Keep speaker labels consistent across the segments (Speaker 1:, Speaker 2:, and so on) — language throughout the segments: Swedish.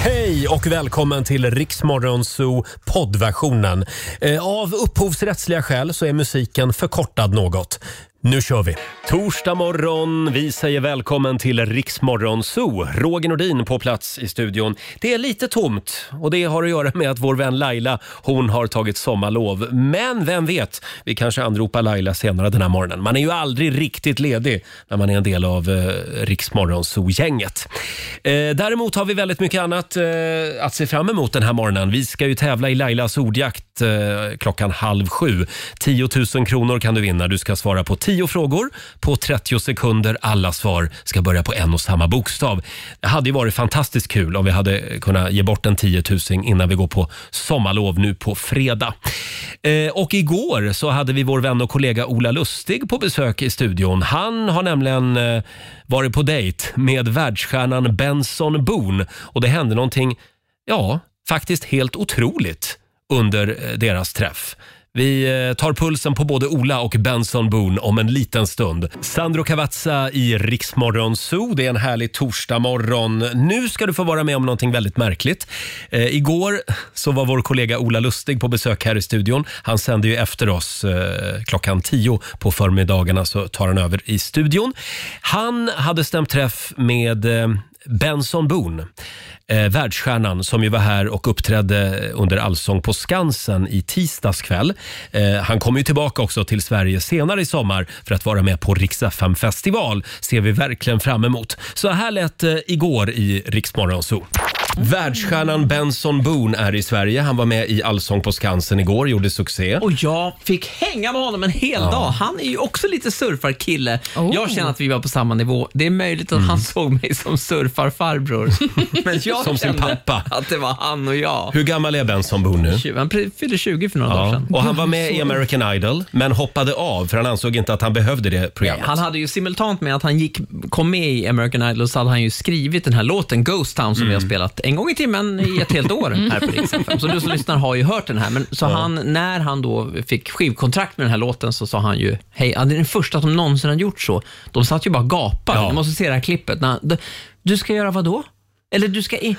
Speaker 1: Hej och välkommen till Riksmorgonzoo poddversionen. Eh, Av upphovsrättsliga skäl så är musiken förkortad något. Nu kör vi! Torsdag morgon, vi säger välkommen till Riksmorgonzoo. Roger Nordin på plats i studion. Det är lite tomt och det har att göra med att vår vän Laila, hon har tagit sommarlov. Men vem vet, vi kanske anropar Laila senare den här morgonen. Man är ju aldrig riktigt ledig när man är en del av eh, Riksmorgonzoo-gänget. Eh, däremot har vi väldigt mycket annat eh, att se fram emot den här morgonen. Vi ska ju tävla i Lailas ordjakt eh, klockan halv sju. 10 000 kronor kan du vinna. Du ska svara på 10 frågor på 30 sekunder. Alla svar ska börja på en och samma bokstav. Det hade ju varit fantastiskt kul om vi hade kunnat ge bort en 10 000 innan vi går på sommarlov nu på fredag. Eh, och igår så hade vi vår vän och kollega Ola Lustig på besök i studion. Han har nämligen eh, varit på dejt med världsstjärnan Benson Boone och det hände någonting, ja, faktiskt helt otroligt under eh, deras träff. Vi eh, tar pulsen på både Ola och Benson Boone om en liten stund. Sandro Cavazza i Riksmorgon Zoo. Det är en härlig torsdagmorgon. Nu ska du få vara med om någonting väldigt märkligt. Eh, igår så var vår kollega Ola Lustig på besök här i studion. Han sänder ju efter oss eh, klockan tio på förmiddagarna så tar han över i studion. Han hade stämt träff med eh, Benson Boone, eh, världsstjärnan som ju var här och uppträdde under Allsång på Skansen i tisdags kväll. Eh, han kommer ju tillbaka också till Sverige senare i sommar för att vara med på Rix FM festival ser vi verkligen fram emot. Så här lät det igår i Rix Morgon Zoo. Världsstjärnan Benson Boone är i Sverige. Han var med i Allsång på Skansen igår, gjorde succé.
Speaker 2: Och jag fick hänga med honom en hel dag. Han är ju också lite surfarkille.
Speaker 3: Oh.
Speaker 2: Jag känner att vi var på samma nivå. Det är möjligt att han såg mig som surfarfarbror. Men jag
Speaker 1: Mm. Som sin
Speaker 2: kände
Speaker 1: pappa.
Speaker 2: att det var han och jag.
Speaker 1: Hur gammal är Benson Boone nu?
Speaker 2: Tjugo- Han pre- fyllde 20 för några dagar
Speaker 1: Ja.
Speaker 2: sedan.
Speaker 1: Och han var med i American Idol, men hoppade av för han ansåg inte att han behövde det programmet.
Speaker 2: Han hade ju simultant med att han gick, kom med i American Idol så hade han ju skrivit den här låten Ghost Town som vi har
Speaker 1: Mm.
Speaker 2: spelat en gång i timmen i ett helt år här på Rix FM. Så du som lyssnar har ju hört den här. Men, så han, när han då fick skivkontrakt med den här låten så sa han ju, hej, ja, det är den första som någonsin har gjort så. De satt ju bara och gapade.
Speaker 1: Ja.
Speaker 2: Du måste se det här klippet. När, han- du ska göra vad då? Eller du ska... I,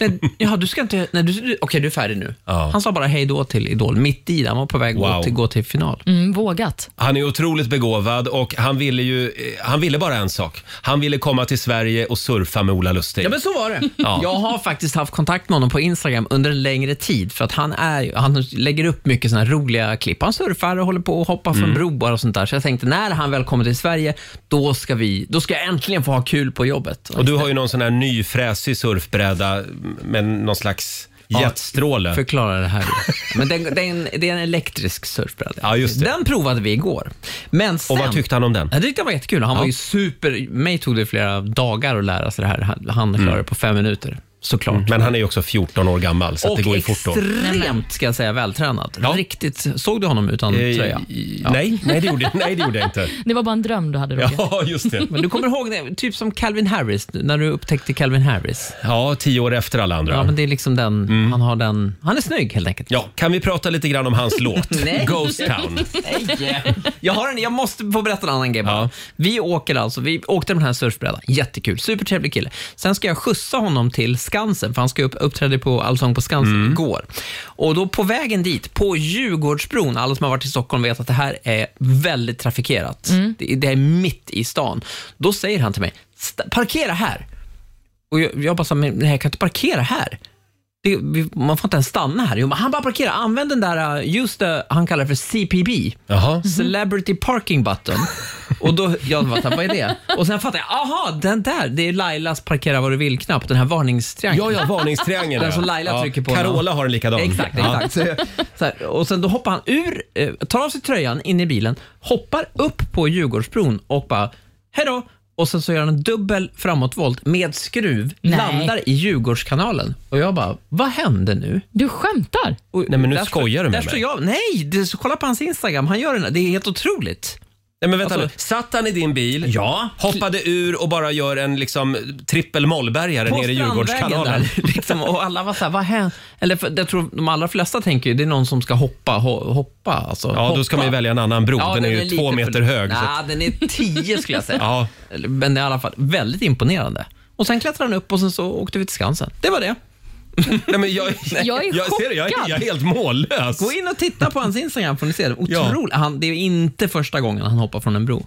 Speaker 2: nej, jaha, du ska inte... Nej, du, du, okej, du är färdig nu.
Speaker 1: Ja.
Speaker 2: Han sa bara hej då till Idol, mitt i. Han var på väg att
Speaker 1: Wow.
Speaker 2: gå, till, gå till final.
Speaker 3: Mm, vågat.
Speaker 1: Han är otroligt begåvad och han ville ju, eh, han ville bara en sak. Han ville komma till Sverige och surfa med Ola Lustig.
Speaker 2: Ja, men så var det.
Speaker 1: Ja.
Speaker 2: Jag har faktiskt haft kontakt med honom på Instagram under en längre tid för att han, är, ju- han lägger upp mycket såna här roliga klipp. Han surfar och håller på och hoppar från
Speaker 1: Mm.
Speaker 2: broar och sånt där. Så jag tänkte när han väl kommer till Sverige, då ska, vi, då ska jag äntligen få ha kul på jobbet.
Speaker 1: Och du har ju någon sån här ny fräsig surfbräda med någon slags jetstråle.
Speaker 2: Förklara det här. Men den, den, det är en elektrisk surfbräda.
Speaker 1: Ja, just det.
Speaker 2: Den provade vi igår. Men sen,
Speaker 1: Och vad tyckte han om den?
Speaker 2: Jag tyckte det var jättekul. Han var ju super... Mig tog det flera dagar att lära sig det här. Han- Han
Speaker 1: Mm.
Speaker 2: klarade det på fem minuter, såklart.
Speaker 1: Men han är ju också 14 år gammal så att
Speaker 2: och
Speaker 1: det går ju fort då.
Speaker 2: extremt, ska jag säga, vältränad. Riktigt. Såg du honom utan
Speaker 1: Eh,
Speaker 2: tröja?
Speaker 1: i-
Speaker 2: Ja.
Speaker 1: Nej, nej det, gjorde, nej, det gjorde jag inte.
Speaker 3: Det var bara en dröm du hade Roger.
Speaker 1: Ja, just det.
Speaker 2: Men du kommer ihåg, det, typ som Calvin Harris, när du upptäckte Calvin Harris.
Speaker 1: Ja, tio år efter alla andra.
Speaker 2: Ja, men det är liksom den,
Speaker 1: Mm.
Speaker 2: han har den, han är snygg helt enkelt.
Speaker 1: Ja, kan vi prata lite grann om hans låt?
Speaker 2: Nej.
Speaker 1: Ghost Town.
Speaker 2: Nej. Jag, har en, jag måste få berätta en annan grej bara.
Speaker 1: Ja.
Speaker 2: Vi åker alltså, vi åkte med den här surfbrädan, jättekul, supertrevlig kille. Sen ska jag skjutsa honom till Skansen, för han ska upp, uppträda på Allsång på Skansen igår. Och då på vägen dit, på Djurgårdsbron, alla som har varit i Stockholm vet att det här är väldigt trafikerat. Det, det är mitt i stan. Då säger han till mig, "Sta- parkera här. Och jag, jag bara, sa, men nej, jag kan inte parkera här. Det, vi, man får inte ens stanna här. Jo, men han bara parkerar, använd den där, uh, just det, han kallar det för CPB.
Speaker 1: Jaha.
Speaker 2: Celebrity parking button. Och då, jag bara, vad är det? Och sen fattade jag, aha, den där, det är Lailas parkera vad du vill-knapp, den här varningstriangeln.
Speaker 1: Ja, ja, varningstriangeln.
Speaker 2: Den
Speaker 1: ja.
Speaker 2: som Laila
Speaker 1: ja.
Speaker 2: trycker på.
Speaker 1: Carola har en likadan.
Speaker 2: Exakt,
Speaker 1: Ja.
Speaker 2: exakt. Så jag- Så här, och sen då hoppar han ur, eh, tar av sig tröjan in i bilen, hoppar upp på Djurgårdsbron och bara, hej då! Och sen så gör han en dubbel framåtvolt med skruv,
Speaker 3: Nej.
Speaker 2: landar i Djurgårdskanalen. Och jag bara, vad hände nu?
Speaker 3: Du skämtar?
Speaker 2: Och
Speaker 1: Nej, men nu
Speaker 2: där står-
Speaker 1: skojar du med
Speaker 2: där står
Speaker 1: mig.
Speaker 2: Jag, nej, det, så kolla på hans Instagram. Han gör den här. Det är helt otroligt.
Speaker 1: Nej, men vänta
Speaker 2: Alltså-
Speaker 1: nu. Satt han i din bil,
Speaker 2: Ja.
Speaker 1: hoppade ur och bara gör en liksom, trippel mollbergare
Speaker 2: På
Speaker 1: nere i
Speaker 2: Strandvägen
Speaker 1: Djurgårdskanalen?
Speaker 2: där, liksom, och alla var så här, vad hände? Eller för, jag tror de allra flesta tänker ju, det är någon som ska hoppa. Ho, hoppa alltså,
Speaker 1: Ja,
Speaker 2: hoppa.
Speaker 1: då ska man ju välja en annan bro.
Speaker 2: Ja,
Speaker 1: den, är ju
Speaker 2: lite
Speaker 1: två
Speaker 2: för-
Speaker 1: meter hög. Så.
Speaker 2: Nej,
Speaker 1: att-
Speaker 2: den är tio skulle jag säga.
Speaker 1: Ja.
Speaker 2: Eller, Men det är i alla fall väldigt imponerande. Och sen klättrade han upp och sen så åkte vi till Skansen. Det var det.
Speaker 1: Nej, men jag,
Speaker 3: Jag är
Speaker 1: jag, ser det, jag, är-
Speaker 3: chockad.
Speaker 1: jag är helt mållös.
Speaker 2: Gå in och titta på hans Instagram får ni se det.
Speaker 1: Ja.
Speaker 2: Otroligt. Han, det är inte första gången han hoppar från en bro.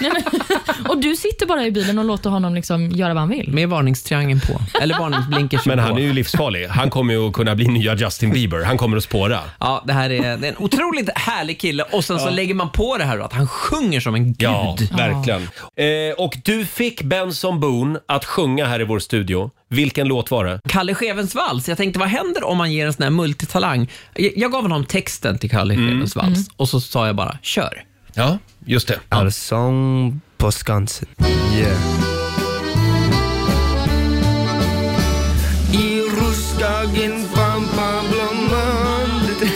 Speaker 3: Nej, men, och du sitter bara i bilen och låter honom liksom göra vad han vill.
Speaker 2: Med varningstriangeln på. Eller varningsblinkers
Speaker 1: Men
Speaker 2: på.
Speaker 1: han är ju livsfarlig. Han kommer ju att kunna bli nya Justin Bieber. Han kommer att spåra.
Speaker 2: Ja, det här är, det är en otroligt härlig kille och sen så lägger man på det här då, att han sjunger som en gud.
Speaker 1: Ja, verkligen. Eh, och du fick Benson Boone att sjunga här i vår studio. Vilken låt var det?
Speaker 2: Kalle Schewens vals. Jag tänkte, vad händer om man ger en sån här multitalang? Jag, jag gav honom texten till Kalle
Speaker 3: Mm.
Speaker 2: Schewens vals och så sa jag bara, kör.
Speaker 1: Ja, just det.
Speaker 4: Allsång på Skansen. Yeah. I rusdagen pampar blommandet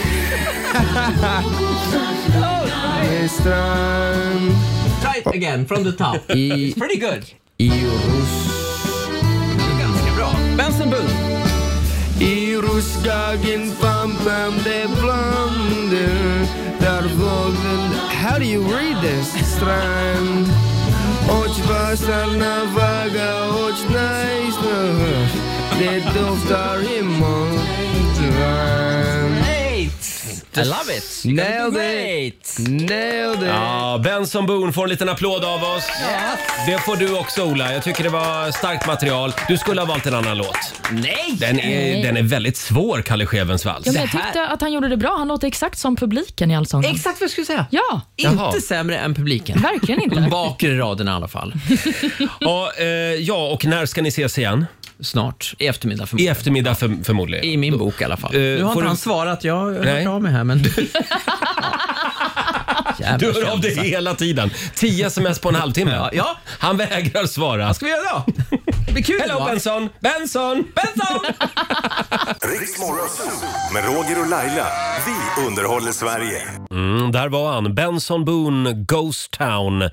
Speaker 4: Med strand
Speaker 2: Try it again from the top.
Speaker 4: I,
Speaker 2: It's pretty good.
Speaker 4: i rus
Speaker 2: Det är ganska bra. Benson Boone.
Speaker 4: I rusdagen pampar det blommandet Där vågen How do you read this? Strand Och vassarna vaga och najsna Det doftar i motorn
Speaker 2: Great! I love it.
Speaker 4: Nailed
Speaker 2: Great!
Speaker 4: Nailed it!
Speaker 1: Ja, Benson Boone får en liten applåd av oss. Det får du också Ola. Jag tycker det var starkt material. Du skulle ha valt en annan låt.
Speaker 2: Nej!
Speaker 1: Den är,
Speaker 3: Nej.
Speaker 1: den är väldigt svår, Kalle Schewens vals.
Speaker 3: Ja, men jag
Speaker 2: Det här-
Speaker 3: tyckte att han gjorde det bra. Han låter exakt som publiken i Allsången.
Speaker 2: Exakt vad jag skulle säga.
Speaker 3: ja,
Speaker 1: Jaha.
Speaker 2: Inte sämre än publiken.
Speaker 3: verkligen inte.
Speaker 2: Bakre raden i alla fall.
Speaker 1: Ja, eh, ja, och när ska ni ses igen?
Speaker 2: Snart, i eftermiddag
Speaker 1: I
Speaker 2: förmodligen.
Speaker 1: eftermiddag för, förmodligen.
Speaker 2: I min bok i alla fall.
Speaker 1: Eh,
Speaker 2: nu har
Speaker 1: får
Speaker 2: inte
Speaker 1: du-
Speaker 2: han svarat. Jag har
Speaker 1: Nej.
Speaker 2: hört av mig här, men... Jävla
Speaker 1: Du hör av
Speaker 2: kändisar.
Speaker 1: dig hela tiden. 10 sms på en halvtimme.
Speaker 2: Ja, ja.
Speaker 1: Han vägrar svara.
Speaker 2: Vad ska vi göra då? Det blir kul
Speaker 1: Hello
Speaker 2: va?
Speaker 1: Benson! Benson!
Speaker 2: Benson!
Speaker 5: Riks Morgonzoo med Roger och Laila. Vi underhåller Sverige.
Speaker 1: Mm, där var han, Benson Boone, Ghost Town.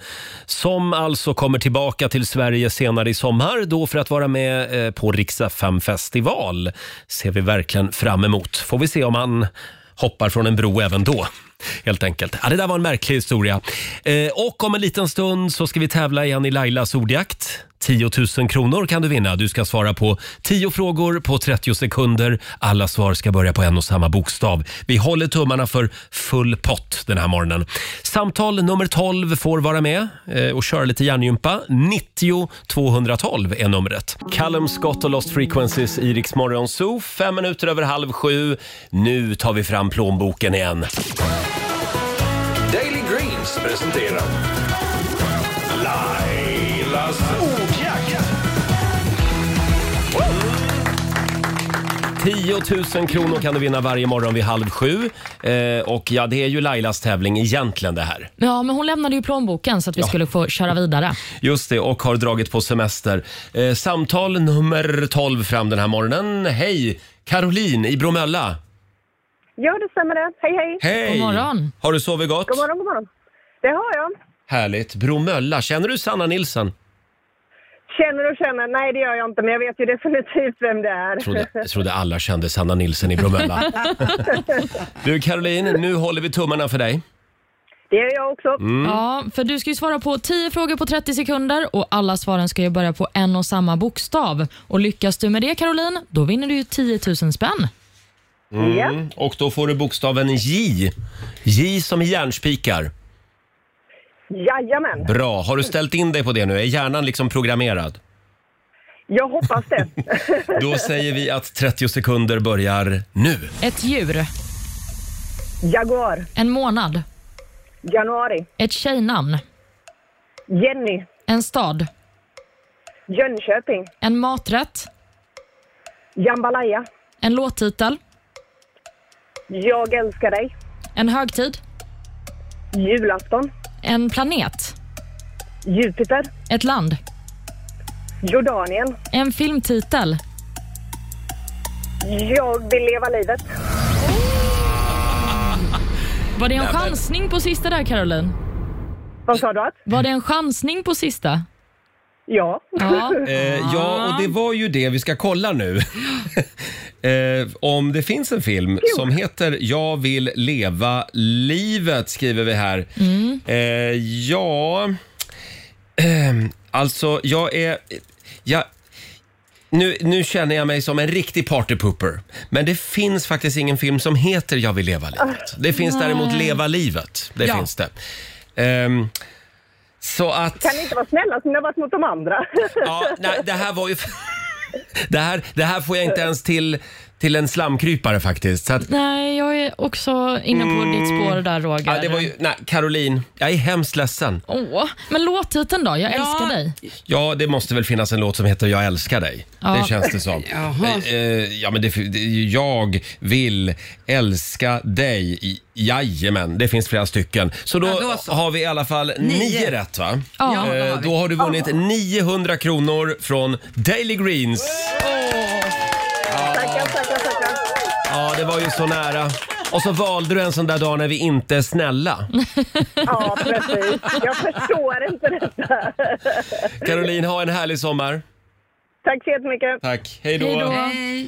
Speaker 1: Som alltså kommer tillbaka till Sverige senare i sommar då för att vara med eh, på Riksa 5 festival. Ser vi verkligen fram emot. Får vi se om han hoppar från en bro även då. Helt enkelt. Ja, det där var en märklig historia. Eh, och om en liten stund så ska vi tävla igen i Lailas ordjakt. 10 000 kronor kan du vinna. Du ska svara på 10 frågor på 30 sekunder. Alla svar ska börja på en och samma bokstav. Vi håller tummarna för full pott den här morgonen. Samtal nummer 12 får vara med eh, och köra lite hjärngympa. 90 212 är numret. Callum Scott och Lost Frequencies i Rix Morgon Zoo. Fem minuter över halv sju. Nu tar vi fram plånboken igen.
Speaker 6: Daily Greens presenterar Lailas ordjakt.
Speaker 1: 10 000 kronor kan du vinna varje morgon vid halv sju. Eh, och ja, det är ju Lailas tävling egentligen det här.
Speaker 3: Ja, men hon lämnade ju plånboken så att vi skulle få köra vidare.
Speaker 1: Just det, och har dragit på semester. Eh, samtal nummer 12 fram den här morgonen. Hej! Caroline i Bromölla.
Speaker 7: Ja, det stämmer det. Hej, hej.
Speaker 1: Hej!
Speaker 3: God morgon.
Speaker 1: Har du sovit gott?
Speaker 7: God morgon, god morgon. Det har jag.
Speaker 1: Härligt. Bromölla. Känner du Sanna Nilsson?
Speaker 7: Känner och känner. Nej, det gör jag inte, men jag vet ju definitivt vem det är.
Speaker 1: Jag trodde, jag trodde alla kände Sanna Nilsson i Bromölla. du Caroline, nu håller vi tummarna för dig.
Speaker 7: Det gör jag också.
Speaker 2: Mm.
Speaker 3: Ja, för du ska ju svara på 10 frågor på 30 sekunder och alla svaren ska ju börja på en och samma bokstav. Och lyckas du med det Caroline, då vinner du ju 10 000 spänn.
Speaker 7: Ja.
Speaker 1: Mm, Och då får du bokstaven J. J som i järnspikar.
Speaker 7: Jajamän,
Speaker 1: Bra. Har du ställt in dig på det nu? Är hjärnan liksom programmerad?
Speaker 7: jag hoppas det.
Speaker 1: Då säger vi att 30 sekunder börjar nu.
Speaker 3: Ett djur,
Speaker 7: Jaguar,
Speaker 3: en månad,
Speaker 7: januari,
Speaker 3: ett tjejnamn,
Speaker 7: Jenny,
Speaker 3: en stad,
Speaker 7: Jönköping,
Speaker 3: en maträtt,
Speaker 7: jambalaya,
Speaker 3: en låttitel,
Speaker 7: jag älskar dig,
Speaker 3: en högtid,
Speaker 7: julafton,
Speaker 3: en planet,
Speaker 7: Jupiter,
Speaker 3: ett land,
Speaker 7: Jordanien,
Speaker 3: en filmtitel,
Speaker 7: jag vill leva livet.
Speaker 3: Var det en chansning på sista där Caroline?
Speaker 7: Vad sa du att?
Speaker 3: Var det en chansning på sista?
Speaker 7: Ja.
Speaker 3: Ja.
Speaker 1: Eh, ja, och det
Speaker 7: Ah.
Speaker 1: var ju det vi ska kolla nu. eh, om det finns en film som heter Jag vill leva livet, skriver vi här.
Speaker 7: Mm.
Speaker 1: Eh, ehm, ja, eh, alltså jag är... Jag, nu, nu känner jag mig som en riktig partypooper. Men det finns faktiskt ingen film som heter Jag vill leva livet. Det finns däremot Leva livet. Det
Speaker 2: Ja.
Speaker 1: finns det. Ehm, så att...
Speaker 7: Kan ni inte vara snälla som ni har varit mot de andra?
Speaker 1: Ja, nej, det här var ju... Det här, det här får jag inte ens till, till en slamkrypare faktiskt. Så att,
Speaker 3: Nej, jag är också inne på ditt spår där Roger.
Speaker 1: Mm. ja, det var ju, nej, Caroline, jag är hemskt ledsen.
Speaker 3: Åh, men låttiteln då? Jag älskar dig.
Speaker 1: Ja, det måste väl finnas en låt som heter Jag älskar dig.
Speaker 3: Ja.
Speaker 1: Det känns det som.
Speaker 2: Jaha.
Speaker 1: Eh, eh, ja, men det, det, är ju jag vill älska dig. I- Jajamän, det finns flera stycken. Så då,
Speaker 2: Ja, då så.
Speaker 1: har vi i alla fall nio,
Speaker 2: Nio.
Speaker 1: rätt va?
Speaker 3: Ja.
Speaker 2: Ja, det
Speaker 1: Eh,
Speaker 2: har vi.
Speaker 1: då har du vunnit 900 kronor från Daily Greens.
Speaker 7: Tackar, tackar, tackar.
Speaker 1: Ja, det var ju så nära. Och så valde du en sån där dag när vi inte är snälla.
Speaker 7: Ja, precis. Jag förstår inte detta.
Speaker 1: Caroline, ha en härlig sommar.
Speaker 7: Tack så jättemycket.
Speaker 1: Tack. Hej då.
Speaker 3: Hej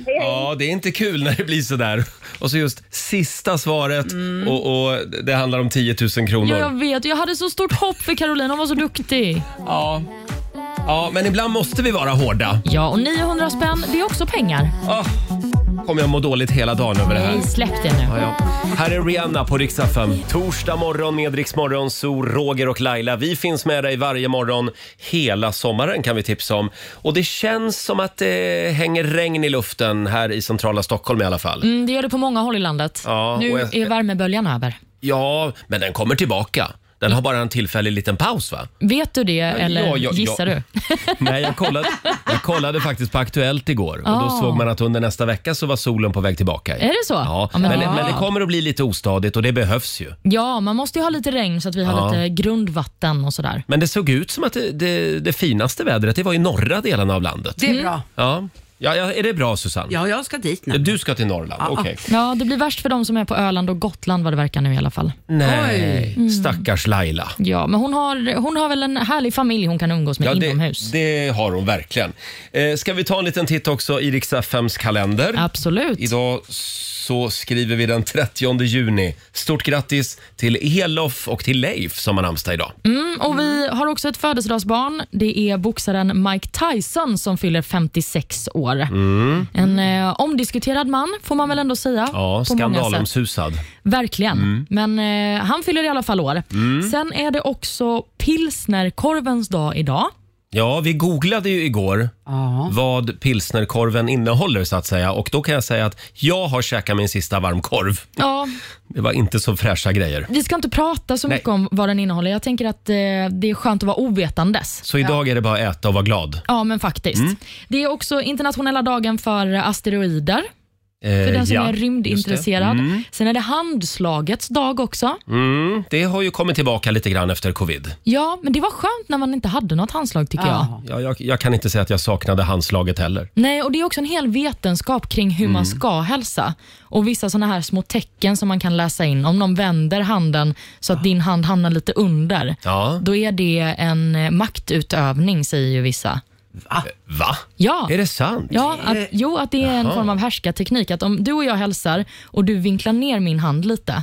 Speaker 3: då.
Speaker 1: Eh. Ja, det är inte kul när det blir så där. Och så just sista svaret och, och det handlar om 10 000
Speaker 3: Mm. Ja,
Speaker 1: kronor.
Speaker 3: jag vet. Jag hade så stort hopp för Caroline. Hon var så duktig.
Speaker 1: Ja. ja, men ibland måste vi vara hårda.
Speaker 3: Ja, och 900 spänn, det är också pengar.
Speaker 1: Ah, kommer jag må dåligt hela dagen över det här.
Speaker 3: Nej, släpp det nu.
Speaker 1: Ja, ja. Här är Rihanna på riksdag 5. Torsdag morgon med Rix Morgon, så Roger och Laila. Vi finns med dig varje morgon hela sommaren kan vi tipsa om. Och det känns som att det hänger regn i luften här i centrala Stockholm i alla fall.
Speaker 3: Mm, det gör det på många håll i landet.
Speaker 1: Ja,
Speaker 3: nu
Speaker 1: och jag-
Speaker 3: är värmeböljan över.
Speaker 1: Ja, men den kommer tillbaka. Den har bara en tillfällig liten paus va?
Speaker 3: Vet du det eller
Speaker 1: ja, ja.
Speaker 3: gissar du?
Speaker 1: Nej, jag kollade, jag kollade faktiskt på Aktuellt igår och då
Speaker 3: Ah.
Speaker 1: såg man att under nästa vecka så var solen på väg tillbaka.
Speaker 3: Är det så?
Speaker 1: Ja,
Speaker 3: Ja,
Speaker 1: men,
Speaker 3: men
Speaker 1: men,
Speaker 3: vad
Speaker 1: det
Speaker 3: bra.
Speaker 1: kommer att bli lite ostadigt och det behövs ju.
Speaker 3: Ja, man måste ju ha lite regn så att vi har
Speaker 1: Ja.
Speaker 3: lite grundvatten och sådär.
Speaker 1: Men det såg ut som att det, det, det finaste vädret det var i norra delen av landet.
Speaker 2: Det är bra.
Speaker 1: Ja, ja, ja är det bra Susanne?
Speaker 8: Ja, jag ska dit nu.
Speaker 1: Du ska till Norrland?
Speaker 8: Ja.
Speaker 1: Okej.
Speaker 3: Ja, ah, det blir värst för de som är på Öland och Gotland vad det verkar nu i alla fall.
Speaker 1: Nej,
Speaker 3: Mm.
Speaker 1: stackars Laila.
Speaker 3: Ja, men hon har, hon har väl en härlig familj hon kan umgås med
Speaker 1: Ja, det,
Speaker 3: inomhus.
Speaker 1: det har hon verkligen. Eh, ska vi ta en liten titt också i Rix FMs kalender?
Speaker 3: Absolut.
Speaker 1: Idag så skriver vi den 30 juni. Stort grattis till Elof och till Leif som har namnsdag idag.
Speaker 3: Mm, och vi har också ett födelsedagsbarn. Det är boxaren Mike Tyson som fyller 56 år. En eh, omdiskuterad man får man väl ändå säga.
Speaker 1: Mm. Ja, Mm.
Speaker 3: på många sätt.
Speaker 1: skandalomsusad.
Speaker 3: Verkligen. Men eh, han fyller i alla fall år.
Speaker 1: Mm.
Speaker 3: Sen är det också pilsnerkorvens dag idag.
Speaker 1: Ja, vi googlade ju igår
Speaker 8: Ja.
Speaker 1: vad pilsnerkorven innehåller så att säga och då kan jag säga att jag har käkat min sista varmkorv.
Speaker 3: Ja,
Speaker 1: Det var inte så fräscha grejer.
Speaker 3: vi ska inte prata så
Speaker 1: Nej.
Speaker 3: mycket om vad den innehåller. Jag tänker att eh, det är skönt att vara ovetandes.
Speaker 1: Så idag är det bara att äta och vara glad.
Speaker 3: Ja, men faktiskt.
Speaker 1: Mm.
Speaker 3: Det är också internationella dagen för asteroider.
Speaker 1: Eh,
Speaker 3: För den som
Speaker 1: ja,
Speaker 3: är
Speaker 1: just det.
Speaker 3: rymdintresserad. Sen är det handslagets dag också.
Speaker 1: Mm, det har ju kommit tillbaka lite grann efter covid.
Speaker 3: Ja, men det var skönt när man inte hade något handslag tycker jag.
Speaker 8: Ja.
Speaker 1: Ja, jag, jag kan inte säga att jag saknade handslaget heller.
Speaker 3: Nej, och det är också en hel vetenskap kring hur
Speaker 1: Mm.
Speaker 3: man ska hälsa. Och vissa sådana här små tecken som man kan läsa in. Om någon vänder handen så att din hand hamnar lite under.
Speaker 1: Ja.
Speaker 3: Då är det en eh, maktutövning säger ju vissa.
Speaker 1: Va?
Speaker 3: Ja.
Speaker 1: Är det sant?
Speaker 3: Ja, att, jo, att det är en form av härskarteknik. Att om du och jag hälsar och du vinklar ner min hand lite,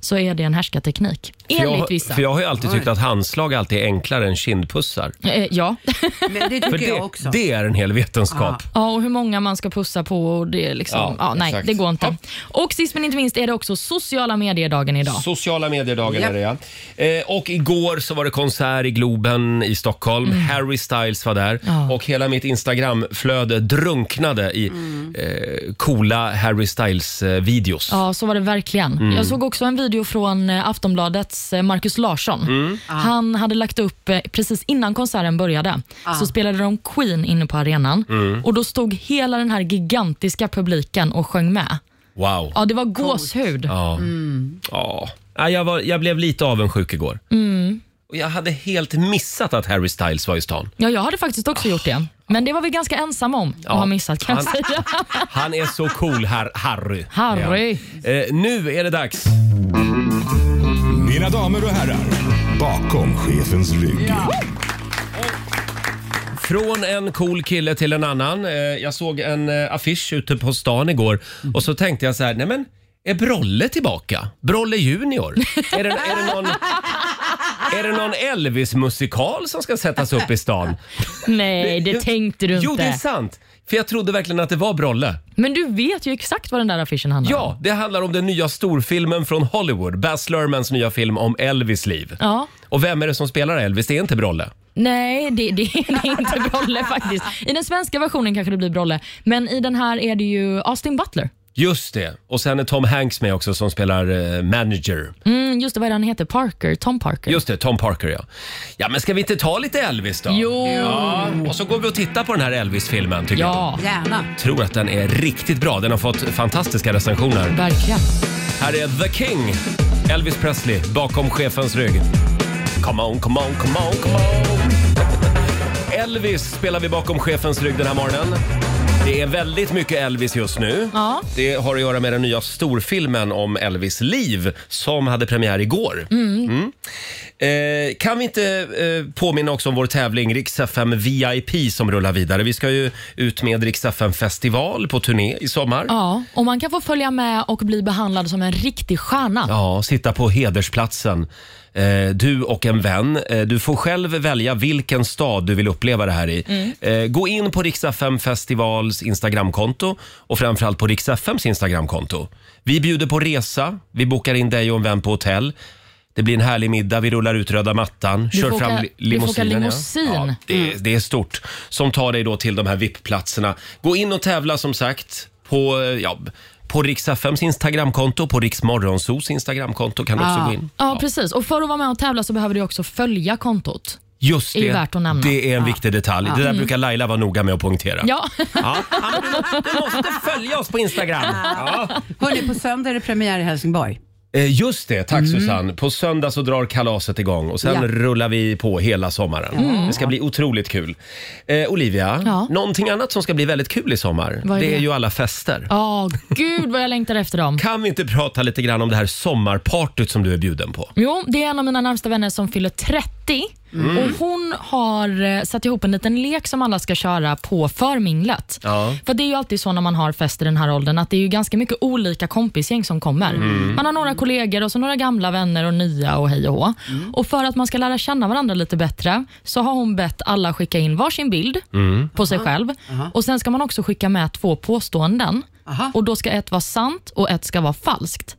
Speaker 3: så är det en härskarteknik.
Speaker 1: Mhm. För
Speaker 3: Enligt
Speaker 1: jag,
Speaker 3: vissa.
Speaker 1: För jag har ju alltid tyckt att handslag alltid är enklare än kindpussar.
Speaker 3: Eh, ja.
Speaker 8: Men det
Speaker 1: För
Speaker 8: tycker jag
Speaker 1: det,
Speaker 8: också.
Speaker 1: det är en hel vetenskap.
Speaker 3: ja, och hur många man ska pussa på och det är liksom,
Speaker 1: Ja,
Speaker 3: ja, nej,
Speaker 1: exakt.
Speaker 3: det går inte.
Speaker 1: Ja.
Speaker 3: Och sist men inte minst är det också sociala mediedagen idag.
Speaker 1: Sociala mediedagen
Speaker 8: Japp.
Speaker 1: är det ja. Eh, och igår så var det konsert i Globen i Stockholm. Harry Styles var där
Speaker 3: Mm. Ja.
Speaker 1: och hela mitt Instagramflöde drunknade i eh, coola Harry Styles-videos.
Speaker 3: Mm. Ja, så var det verkligen.
Speaker 1: Mm.
Speaker 3: Jag såg också en video från eh, Aftonbladets eh, Markus Larsson.
Speaker 1: Mm.
Speaker 3: Han hade lagt upp, eh, precis innan konserten började,
Speaker 1: Ah.
Speaker 3: så spelade de Queen inne på arenan
Speaker 1: Mm.
Speaker 3: och då stod hela den här gigantiska publiken och sjöng med.
Speaker 1: Wow.
Speaker 3: Ja, det var gåshud.
Speaker 1: Ja. Ja. Ja, jag, var, jag blev lite avundsjuk igår.
Speaker 3: Mm.
Speaker 1: Och jag hade helt missat att Harry Styles var i stan.
Speaker 3: Ja, jag hade faktiskt också gjort det. Men det var vi ganska ensamma om att ha missat kan jag
Speaker 1: Han-
Speaker 3: säga.
Speaker 1: Han är så cool, Har- Harry.
Speaker 3: Harry.
Speaker 1: Ja. Eh, nu är det dags.
Speaker 6: Mina damer och herrar,
Speaker 5: Bakom chefens rygg.
Speaker 1: Från en cool kille till en annan. Eh, Jag såg en eh, affisch ute på stan igår och så tänkte jag så här, nej men är Brolle tillbaka? Brolle Junior? Är det, är det någon... Är det någon Elvis-musikal som ska sättas upp i stan?
Speaker 3: Nej, det
Speaker 1: Jo,
Speaker 3: tänkte du inte.
Speaker 1: Jo, det är sant. För För jag trodde verkligen att det var Brolle.
Speaker 3: Men du vet ju exakt vad den där affischen handlar om.
Speaker 1: Ja, det handlar om den nya storfilmen från Hollywood. Baz Luhrmanns nya film om Elvis liv.
Speaker 3: Ja.
Speaker 1: Och vem är det som spelar Elvis? Det är inte Brolle.
Speaker 3: Nej, det, det, det är inte Brolle faktiskt. I den svenska versionen kanske det blir Brolle, men i den här är det ju Austin Butler.
Speaker 1: Just det. Och sen är Tom Hanks med också som spelar eh, manager.
Speaker 3: Mm, just det, vad är det han heter? Parker? Tom Parker?
Speaker 1: Just det, Tom Parker ja. Ja, men ska vi inte ta lite Elvis då?
Speaker 3: Jo.
Speaker 1: Ja, och så går vi och tittar på den här Elvis-filmen tycker
Speaker 3: Ja,
Speaker 1: jag.
Speaker 8: Gärna.
Speaker 1: Tror att den är riktigt bra. Den har fått fantastiska recensioner.
Speaker 3: verkligen.
Speaker 1: Här är The King, Elvis Presley, bakom chefens rygg. Come on, come on, come on, come on. Elvis spelar vi bakom chefens rygg den här morgonen. Det är väldigt mycket Elvis just nu.
Speaker 3: Ja.
Speaker 1: Det har att göra med den nya storfilmen om Elvis liv som hade premiär igår. Mm. Eh, kan vi inte eh, påminna också om vår tävling Rix FM VIP som rullar vidare? Vi ska ju ut med Rix FM festival på turné i sommar.
Speaker 3: Ja, och man kan få följa med och bli behandlad som en riktig stjärna.
Speaker 1: Ja, sitta på hedersplatsen. Eh, du och en vän. Eh, du får själv välja vilken stad du vill uppleva det här i.
Speaker 3: Mm.
Speaker 1: Eh, gå in på Riks-FM festivals Instagramkonto och framförallt på Riks-FMs Instagramkonto. Vi bjuder på resa, vi bokar in dig och en vän på hotell. Det blir en härlig middag, vi rullar ut röda mattan,
Speaker 3: Du
Speaker 1: kör
Speaker 3: får
Speaker 1: fram
Speaker 3: åka-
Speaker 1: li-
Speaker 3: du får åka
Speaker 1: limousinen. ja.
Speaker 3: limousin.
Speaker 1: Ja,
Speaker 3: Mm.
Speaker 1: det, är, det är stort. Som tar dig då till de här VIP-platserna. Gå in och tävla som sagt på, eh, ja, på Riks-FMs Instagramkonto, på Riksmorgonsos Instagramkonto kan du
Speaker 3: Ah.
Speaker 1: också gå in.
Speaker 3: Ja, precis. Och för att vara med och tävla så behöver du också följa kontot.
Speaker 1: Just
Speaker 3: Är ju
Speaker 1: det,
Speaker 3: värt att nämna. Ah. Mm.
Speaker 1: det är en viktig detalj. Det där brukar Laila vara noga med att poängtera.
Speaker 3: Ja,
Speaker 1: Ja. Ja, men du, må- du måste följa oss på Instagram. Ja.
Speaker 8: Hörni, på söndag är det premiär i Helsingborg.
Speaker 1: Eh, Just det, tack
Speaker 3: Mm.
Speaker 1: Susanne. På söndag så drar kalaset igång och sen
Speaker 8: Ja.
Speaker 1: rullar vi på hela sommaren. Det ska bli otroligt kul. Eh, Olivia,
Speaker 3: Mm. Ja.
Speaker 1: någonting annat som ska bli väldigt kul i sommar,
Speaker 3: Vad är
Speaker 1: det är
Speaker 3: det?
Speaker 1: ju alla fester.
Speaker 3: ja gud vad jag längtar efter dem.
Speaker 1: Kan vi inte prata lite grann om det här sommarpartyt som du är bjuden på?
Speaker 3: Jo, det är en av mina närmsta vänner som fyller 30 och hon har eh, satt ihop en liten lek som alla ska köra på förminglet.
Speaker 1: Ja.
Speaker 3: För det är ju alltid så när man har fest i den här åldern att det är ju ganska mycket olika kompisgäng som kommer. Man har några kollegor och så några gamla vänner och nya och hej och hå. Och för att man ska lära känna varandra lite bättre så har hon bett alla skicka in varsin bild på sig själv och sen ska man också skicka med två påståenden. Och Då ska ett vara sant och ett ska vara falskt.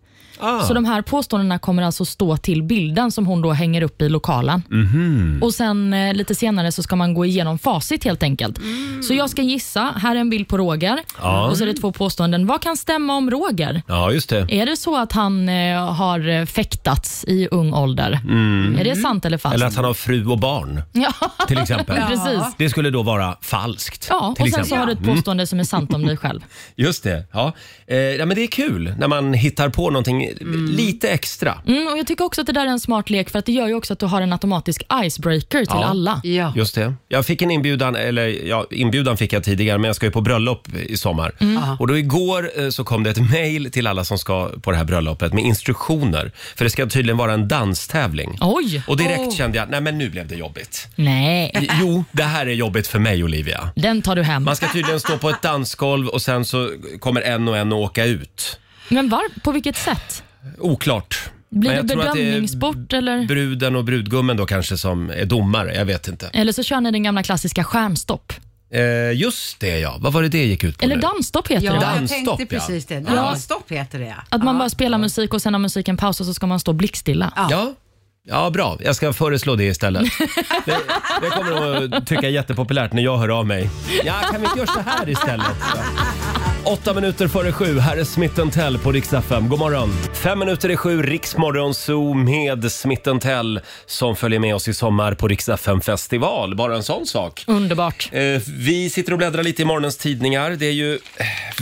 Speaker 3: Så de här påståendena kommer alltså stå till bilden som hon då hänger upp i lokalen.
Speaker 1: Mhm.
Speaker 3: Och sen eh, lite senare så ska man gå igenom facit helt enkelt. Så jag ska gissa. Här är en bild på Roger
Speaker 1: Ja.
Speaker 3: och så är det två påståenden. Vad kan stämma om Roger?
Speaker 1: Ja, just det.
Speaker 3: Är det så att han eh, har eh, fäktats i ung ålder? Är det sant eller falskt?
Speaker 1: Mm. Eller att han har fru och barn,
Speaker 3: Ja,
Speaker 1: till exempel.
Speaker 3: precis.
Speaker 1: Det skulle då vara falskt.
Speaker 3: Ja, och
Speaker 1: till
Speaker 3: sen
Speaker 1: exempel. Mm.
Speaker 3: så har du ett påstående som är sant om dig själv.
Speaker 1: Just det. Ja. Eh, ja, men det är kul när man hittar på någonting lite extra.
Speaker 3: Mm, och Jag tycker också att det där är en smart lek för att det gör ju också att du har en automatisk icebreaker till
Speaker 1: Ja.
Speaker 3: alla.
Speaker 8: Ja.
Speaker 1: Just det. Jag fick en inbjudan, eller ja, inbjudan fick jag tidigare, men jag ska ju på bröllop i sommar.
Speaker 3: Mm.
Speaker 1: Och då igår eh, så kom det ett mejl till alla som ska på det här bröllopet med instruktioner. För det ska tydligen vara en danstävling.
Speaker 3: Oj!
Speaker 1: Och direkt kände jag, nej men nu blev det jobbigt.
Speaker 3: Nej,
Speaker 1: Jo, det här är jobbigt för mig Olivia.
Speaker 3: den tar du hem.
Speaker 1: Man ska tydligen stå på ett dansgolv och sen så kommer en och en och åka ut.
Speaker 3: Men var, på vilket sätt?
Speaker 1: Oklart. Men
Speaker 3: Blir det
Speaker 1: jag tror att är
Speaker 3: bedömningssport eller?
Speaker 1: Bruden och brudgummen då kanske som är domare, jag vet inte.
Speaker 3: Eller så kör ni den gamla klassiska stjärnstopp.
Speaker 1: Eh, just det ja, vad var det det gick ut på
Speaker 3: Eller
Speaker 1: nu?
Speaker 3: dansstopp heter
Speaker 8: Ja,
Speaker 3: det.
Speaker 8: jag
Speaker 1: Dansstopp,
Speaker 8: tänkte
Speaker 1: ja.
Speaker 8: precis det. Dansstopp heter det ja.
Speaker 3: Att man bara spelar musik och sen har musiken paus och så ska man stå blickstilla.
Speaker 1: Ja. Ja, bra. Jag ska föreslå det istället. Det, det kommer de att tycka är jättepopulärt när jag hör av mig. Ja, kan vi inte göra så här istället? Ja. Åtta minuter före sju, här är Smitten Tell på Rix FM. God morgon! Fem minuter i sju, Riksmorgon Zoo med Smitten Tell som följer med oss i sommar på Rix FM festival. Bara en sån sak.
Speaker 3: Underbart.
Speaker 1: Eh, Vi sitter och bläddrar lite i morgonens tidningar. Det är ju eh,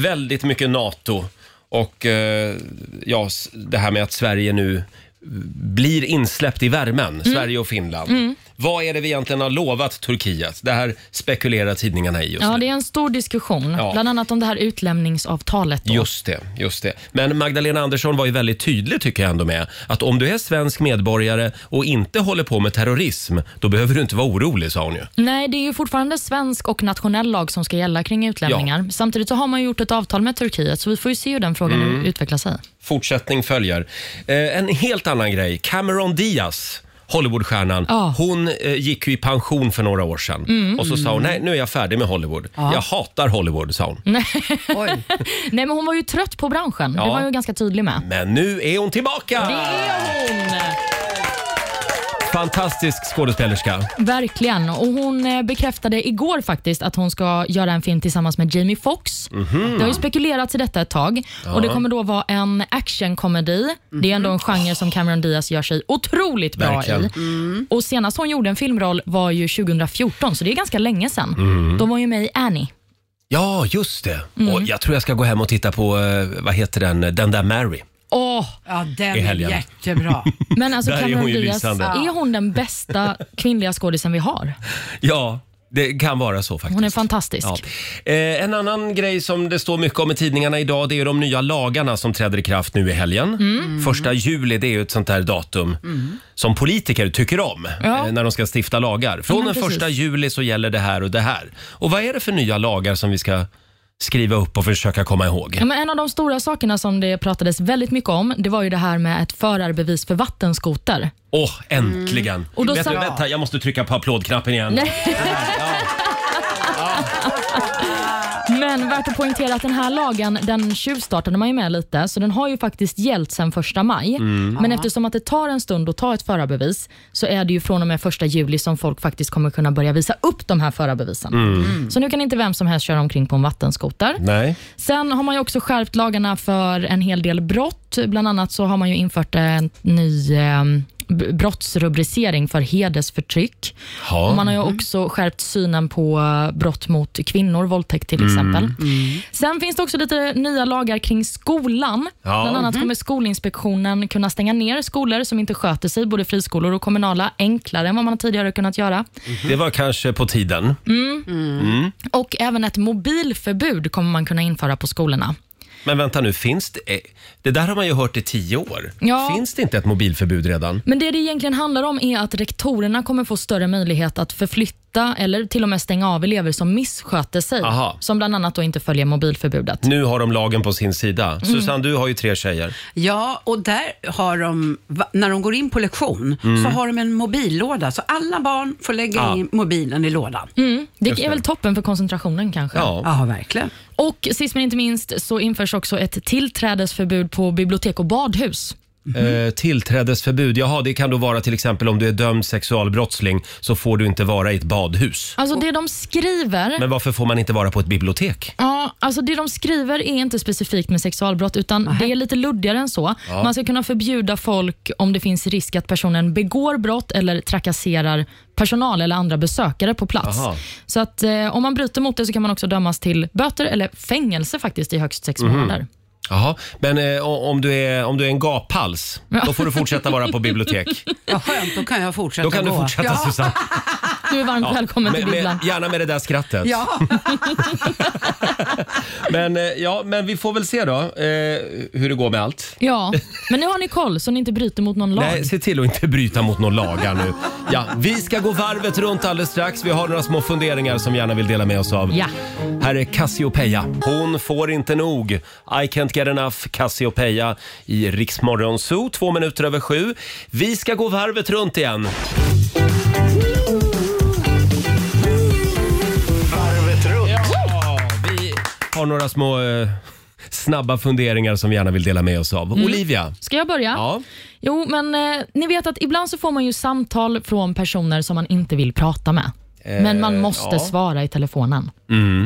Speaker 1: väldigt mycket NATO och eh, ja, s- det här med att Sverige nu eh, blir insläppt i värmen, Sverige och Finland. Vad är det vi egentligen har lovat Turkiet? Det här spekulerar tidningarna i just
Speaker 3: Ja,
Speaker 1: nu.
Speaker 3: det är en stor diskussion.
Speaker 1: Ja.
Speaker 3: Bland annat om det här utlämningsavtalet. Då.
Speaker 1: Just det, just det. Men Magdalena Andersson var ju väldigt tydlig tycker jag ändå med att om du är svensk medborgare och inte håller på med terrorism, då behöver du inte vara orolig sa hon ju.
Speaker 3: Nej, det är ju fortfarande svensk och nationell lag som ska gälla kring utlämningar. Samtidigt så har man ju gjort ett avtal med Turkiet, så vi får ju se hur den frågan
Speaker 1: Mm.
Speaker 3: utvecklar sig.
Speaker 1: Fortsättning följer. Eh, en helt annan grej. Cameron Diaz Hollywoodstjärnan,
Speaker 3: Ja. Mm.
Speaker 1: hon eh, gick ju i pension för några år sedan. Och så sa hon, nej nu är jag färdig med Hollywood. Jag hatar Hollywood, sa hon.
Speaker 8: Oj.
Speaker 3: Nej, men hon var ju trött på branschen.
Speaker 1: Ja.
Speaker 3: Det var hon ju ganska tydlig med.
Speaker 1: Men nu är hon tillbaka!
Speaker 3: Det är hon!
Speaker 1: Fantastisk skådespelerska.
Speaker 3: Verkligen. Och hon eh, bekräftade igår faktiskt att hon ska göra en film tillsammans med Jamie Foxx.
Speaker 1: Mhm.
Speaker 3: Det har ju spekulerats i detta ett tag. Och Det kommer då vara en actionkomedi. Det är ändå en genre som Cameron Diaz gör sig otroligt bra
Speaker 1: Mhm. Verkligen.
Speaker 3: i. Mm. Och Senast hon gjorde en filmroll var ju 2014, så det är ganska länge sedan.
Speaker 1: Mm.
Speaker 3: Då var hon ju med i Annie.
Speaker 1: Ja, just det.
Speaker 3: Mm.
Speaker 1: Och jag tror jag ska gå hem och titta på, eh, vad heter den, Den där Mary.
Speaker 3: Åh,
Speaker 8: Ja, den
Speaker 1: I
Speaker 8: är
Speaker 1: helgen.
Speaker 8: jättebra.
Speaker 3: men alltså
Speaker 1: Där är
Speaker 3: Cameron
Speaker 1: hon ju
Speaker 3: Diaz,
Speaker 1: lysande.
Speaker 3: är hon den bästa kvinnliga skådisen vi har?
Speaker 1: Ja, det kan vara så faktiskt.
Speaker 3: Hon är fantastisk.
Speaker 1: Ja. Eh, en annan grej som det står mycket om i tidningarna idag det är de nya lagarna som träder i kraft nu i helgen.
Speaker 3: Mm.
Speaker 1: Första juli det är ju ett sånt där datum som politiker tycker om
Speaker 3: Ja.
Speaker 1: eh, när de ska stifta lagar. Från
Speaker 3: men
Speaker 1: den
Speaker 3: precis.
Speaker 1: första juli så gäller det här och det här. Och vad är det för nya lagar som vi ska skriva upp och försöka komma ihåg?
Speaker 3: Ja, men en av de stora sakerna som det pratades väldigt mycket om det var ju det här med ett förarbevis för vattenskoter.
Speaker 1: Åh, äntligen!
Speaker 3: Mm. Och då
Speaker 1: vänta,
Speaker 3: sa-
Speaker 1: vänta, jag måste trycka på applådknappen igen.
Speaker 3: Men värt att poängtera att den här lagen den tjuvstartade man ju med lite, så den har ju faktiskt gällt sedan första maj. Men eftersom att det tar en stund att ta ett förarbevis så är det ju från och med första juli som folk faktiskt kommer kunna börja visa upp de här förarbevisen. Så nu kan inte vem som helst köra omkring på en vattenskoter.
Speaker 1: Nej.
Speaker 3: Sen har man ju också skärpt lagarna för en hel del brott. Bland annat så har man ju infört en ny eh, b- brottsrubricering för hedersförtryck. Och man har ju också skärpt synen på eh, brott mot kvinnor, våldtäkt till exempel. Sen finns det också lite nya lagar kring skolan.
Speaker 1: Ja.
Speaker 3: Bland annat kommer Skolinspektionen kunna stänga ner skolor som inte sköter sig, både friskolor och kommunala, enklare än vad man tidigare kunnat göra.
Speaker 1: Det var kanske på tiden.
Speaker 3: Mm. Och även ett mobilförbud kommer man kunna införa på skolorna.
Speaker 1: Men vänta nu, finns det... eh, Det där har man ju hört i tio år.
Speaker 3: Ja.
Speaker 1: Finns det inte ett mobilförbud redan?
Speaker 3: Men det det egentligen handlar om är att rektorerna kommer få större möjlighet att förflytta eller till och med stänga av elever som missköter sig.
Speaker 1: Aha.
Speaker 3: Som bland annat då inte följer mobilförbudet.
Speaker 1: Nu har de lagen på sin sida. Susanne, du har ju tre tjejer.
Speaker 8: Ja, och där har de, va- när de går in på lektion, så har de en mobillåda. Så alla barn får lägga
Speaker 1: Mm. Ja.
Speaker 8: in mobilen i lådan.
Speaker 3: Mm, det
Speaker 1: Just det.
Speaker 3: är väl toppen för koncentrationen kanske.
Speaker 1: Ja.
Speaker 8: Ja, verkligen.
Speaker 3: Och sist men inte minst så införs också ett tillträdesförbud på bibliotek och badhus.
Speaker 1: Eh, tillträdesförbud, jaha, det kan då vara till exempel om du är dömd sexualbrottsling så får du inte vara i ett badhus.
Speaker 3: Alltså det de skriver
Speaker 1: Men varför får man inte vara på ett bibliotek?
Speaker 3: Ja, alltså det de skriver är inte specifikt med sexualbrott utan det är lite luddigare än så. Man ska kunna förbjuda folk om det finns risk att personen begår brott eller trakasserar personal eller andra besökare på plats.
Speaker 1: Aha.
Speaker 3: Så att eh, om man bryter mot det så kan man också dömas till böter eller fängelse faktiskt i högst sex
Speaker 1: Mm.
Speaker 3: månader.
Speaker 1: Jaha, men eh, o- om, du är, om du är en gaphals, då får du fortsätta vara på bibliotek.
Speaker 8: Vad skönt, då kan jag fortsätta
Speaker 1: Då kan du
Speaker 8: gå.
Speaker 1: fortsätta
Speaker 8: ja.
Speaker 1: Susanne.
Speaker 3: Du är varmt välkommen till
Speaker 1: Med,
Speaker 3: Bibblan.
Speaker 1: med, gärna med det där skrattet.
Speaker 8: Ja,
Speaker 1: Men, eh, ja, men vi får väl se då eh, hur det går med allt.
Speaker 3: Ja, men nu har ni koll så ni inte bryter mot någon lag.
Speaker 1: Nej, se till att inte bryta mot någon lag här nu. Ja, vi ska gå varvet runt alldeles strax. Vi har några små funderingar som vi gärna vill dela med oss av.
Speaker 3: Ja.
Speaker 1: Här är Cassiopeia. Hon får inte nog. I can't get enough Cassiopeia i Riksmorgon Zoo, två minuter över sju. Vi ska gå varvet runt igen.
Speaker 5: Varvet runt.
Speaker 1: Vi har några små eh, snabba funderingar som vi gärna vill dela med oss av. Olivia.
Speaker 3: Ska jag börja?
Speaker 1: Ja.
Speaker 3: Jo, men eh, ni vet att ibland så får man ju samtal från personer som man inte vill prata med. Men man måste
Speaker 1: Eh, ja.
Speaker 3: svara i telefonen.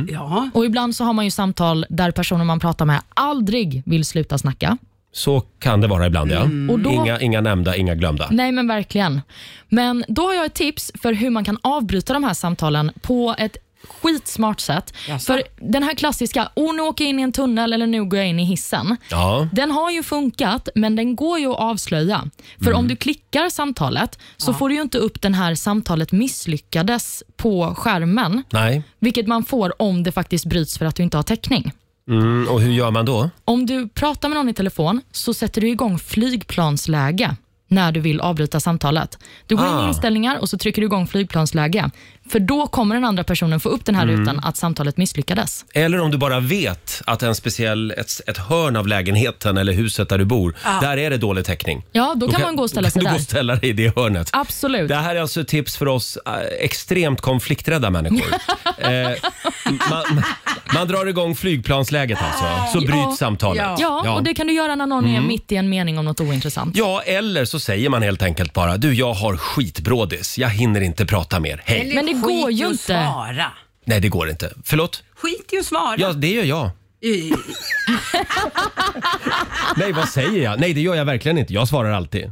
Speaker 8: ja.
Speaker 3: Och ibland så har man ju samtal där personer man pratar med aldrig vill sluta snacka.
Speaker 1: Så kan det vara ibland, ja.
Speaker 3: Och då,
Speaker 1: Inga, inga nämnda, inga glömda.
Speaker 3: Nej, men verkligen. Men då har jag ett tips för hur man kan avbryta de här samtalen på ett skitsmart sätt.
Speaker 8: Jaså?
Speaker 3: För den här klassiska, oh, nu åker jag in i en tunnel eller nu går jag in i hissen.
Speaker 1: Ja.
Speaker 3: Den har ju funkat, men den går ju att avslöja. För
Speaker 1: Mm.
Speaker 3: om du klickar samtalet så får du ju inte upp den här samtalet misslyckades på skärmen,
Speaker 1: Nej.
Speaker 3: vilket man får om det faktiskt bryts för att du inte har täckning.
Speaker 1: Mm, och hur gör man då?
Speaker 3: Om du pratar med någon i telefon så sätter du igång flygplansläge. när du vill avbryta samtalet. Du går in
Speaker 1: Ah.
Speaker 3: i inställningar och så trycker du igång flygplansläge. För då kommer den andra personen få upp den här
Speaker 1: Mm.
Speaker 3: rutan att samtalet misslyckades.
Speaker 1: Eller om du bara vet att en speciell, ett, ett hörn av lägenheten eller huset där du bor, där är det dålig täckning.
Speaker 3: Ja, då, kan man gå och ställa
Speaker 1: då
Speaker 3: sig
Speaker 1: kan du gå
Speaker 3: där.
Speaker 1: och ställa dig i det hörnet.
Speaker 3: Absolut.
Speaker 1: Det här är alltså ett tips för oss eh, extremt konflikträdda människor. eh, man, man drar igång flygplansläget alltså, så bryts
Speaker 3: Ja.
Speaker 1: samtalet.
Speaker 8: Ja.
Speaker 3: Ja, och det kan du göra när någon är mitt i en mening om något ointressant.
Speaker 1: Mm. Ja, eller så säger man helt enkelt bara du, jag har skitbrådis. Jag hinner inte prata mer. Hej.
Speaker 8: Eller
Speaker 3: Men det
Speaker 8: skit
Speaker 3: går
Speaker 8: i
Speaker 3: ju
Speaker 8: att
Speaker 3: inte.
Speaker 8: Svara.
Speaker 1: Nej, det går inte. Förlåt?
Speaker 8: Skit i att svara.
Speaker 1: Ja, det gör jag.
Speaker 8: I-
Speaker 1: Nej, vad säger jag? Nej, det gör jag verkligen inte. Jag svarar alltid.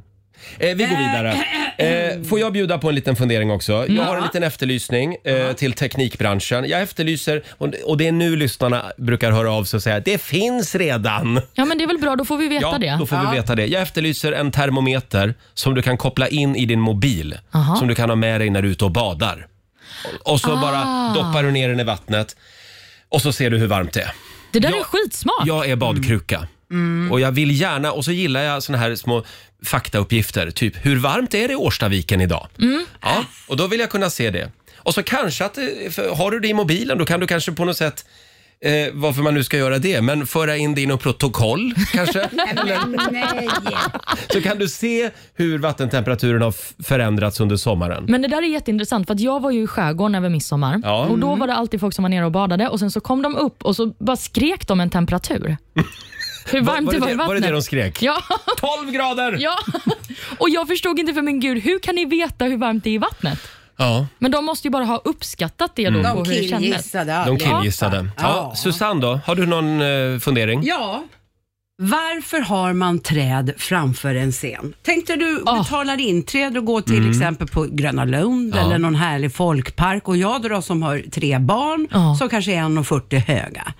Speaker 1: Eh, vi går vidare. Eh, får jag bjuda på en liten fundering också? Jag har en liten efterlysning eh, till teknikbranschen. Jag efterlyser, och och det är nu lyssnarna brukar höra av sig och säga det finns redan.
Speaker 3: Ja, men det är väl bra, då får vi veta
Speaker 1: Ja,
Speaker 3: det.
Speaker 1: då får vi veta det. Jag efterlyser en termometer som du kan koppla in i din mobil.
Speaker 3: Aha.
Speaker 1: Som du kan ha med dig när du är ute och badar. Och- Och så
Speaker 3: Ah.
Speaker 1: bara doppar du ner den i vattnet och så ser du hur varmt det är.
Speaker 3: Det där är
Speaker 1: Ja.
Speaker 3: skitsmart.
Speaker 1: Jag är badkruka. Och jag vill gärna, och så gillar jag såna här små faktauppgifter. Typ, hur varmt är det i Årstaviken idag? Ja, och då vill jag kunna se det. Och så kanske att, det- för har du det i mobilen, då kan du kanske på något sätt Eh, varför man nu ska göra det, men föra in det i något protokoll kanske? Eller- så kan du se hur vattentemperaturen har f- förändrats under sommaren.
Speaker 3: Men det där är jätteintressant för att jag var ju i skärgården över midsommar
Speaker 1: Ja. Mm.
Speaker 3: och då var det alltid folk som var nere och badade och sen så kom de upp och så bara skrek de en temperatur. Hur varmt
Speaker 1: var,
Speaker 3: det
Speaker 1: det
Speaker 3: var i
Speaker 1: det,
Speaker 3: vattnet.
Speaker 1: var det det de skrek?
Speaker 3: Ja,
Speaker 1: 12 grader!
Speaker 3: ja. Och jag förstod inte för min gud, hur kan ni veta hur varmt det är i vattnet?
Speaker 1: Ja.
Speaker 3: Men de måste ju bara ha uppskattat det då
Speaker 1: Mm.
Speaker 8: De
Speaker 3: på hur det kändes.
Speaker 8: killgissade.
Speaker 1: De
Speaker 8: aldrig.
Speaker 1: killgissade. Ja.
Speaker 8: Ja.
Speaker 1: Susanne då, har du någon eh, fundering?
Speaker 8: Ja. Varför har man träd framför en scen? Tänk dig du
Speaker 3: Ah.
Speaker 8: betalar inträde och går till
Speaker 1: Mm.
Speaker 8: exempel på Gröna Lund eller någon härlig folkpark och jag då som har tre barn
Speaker 3: Ja.
Speaker 8: som kanske är 1,40 höga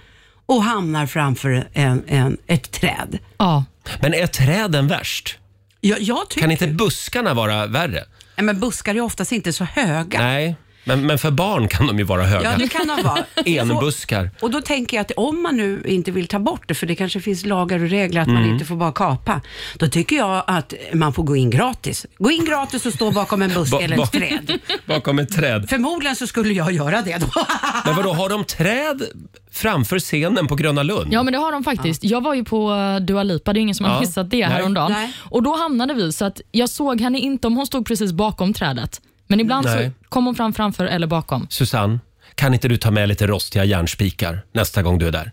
Speaker 8: och hamnar framför en, en, ett träd.
Speaker 3: Ja.
Speaker 1: Men är träden värst?
Speaker 8: Jag, jag tycker...
Speaker 1: Kan inte buskarna vara värre?
Speaker 8: Nej, men buskar är oftast inte så höga.
Speaker 1: Nej, men, men för barn kan de ju vara
Speaker 8: Ja,
Speaker 1: höga.
Speaker 8: det kan de vara.
Speaker 1: Enbuskar.
Speaker 8: Och då tänker jag att om man nu inte vill ta bort det, för det kanske finns lagar och regler att man inte får bara kapa, då tycker jag att man får gå in gratis. Gå in gratis och stå bakom en buske
Speaker 1: Ba-
Speaker 8: eller
Speaker 1: ba-
Speaker 8: ett träd.
Speaker 1: Bakom ett träd.
Speaker 8: Förmodligen så skulle jag göra det då.
Speaker 1: Men vadå, har de träd framför scenen på Gröna Lund?
Speaker 3: Ja, men det har de faktiskt. Jag var ju på eh, Dua Lipa, det är ingen som
Speaker 1: Ja.
Speaker 3: har missat det
Speaker 1: Nej.
Speaker 3: häromdagen.
Speaker 8: Nej.
Speaker 3: Och då hamnade vi, så att jag såg henne inte om hon stod precis bakom trädet. Men ibland
Speaker 1: Nej.
Speaker 3: så kom hon fram framför eller bakom.
Speaker 1: Susanne, kan inte du ta med lite rostiga järnspikar nästa gång du är där?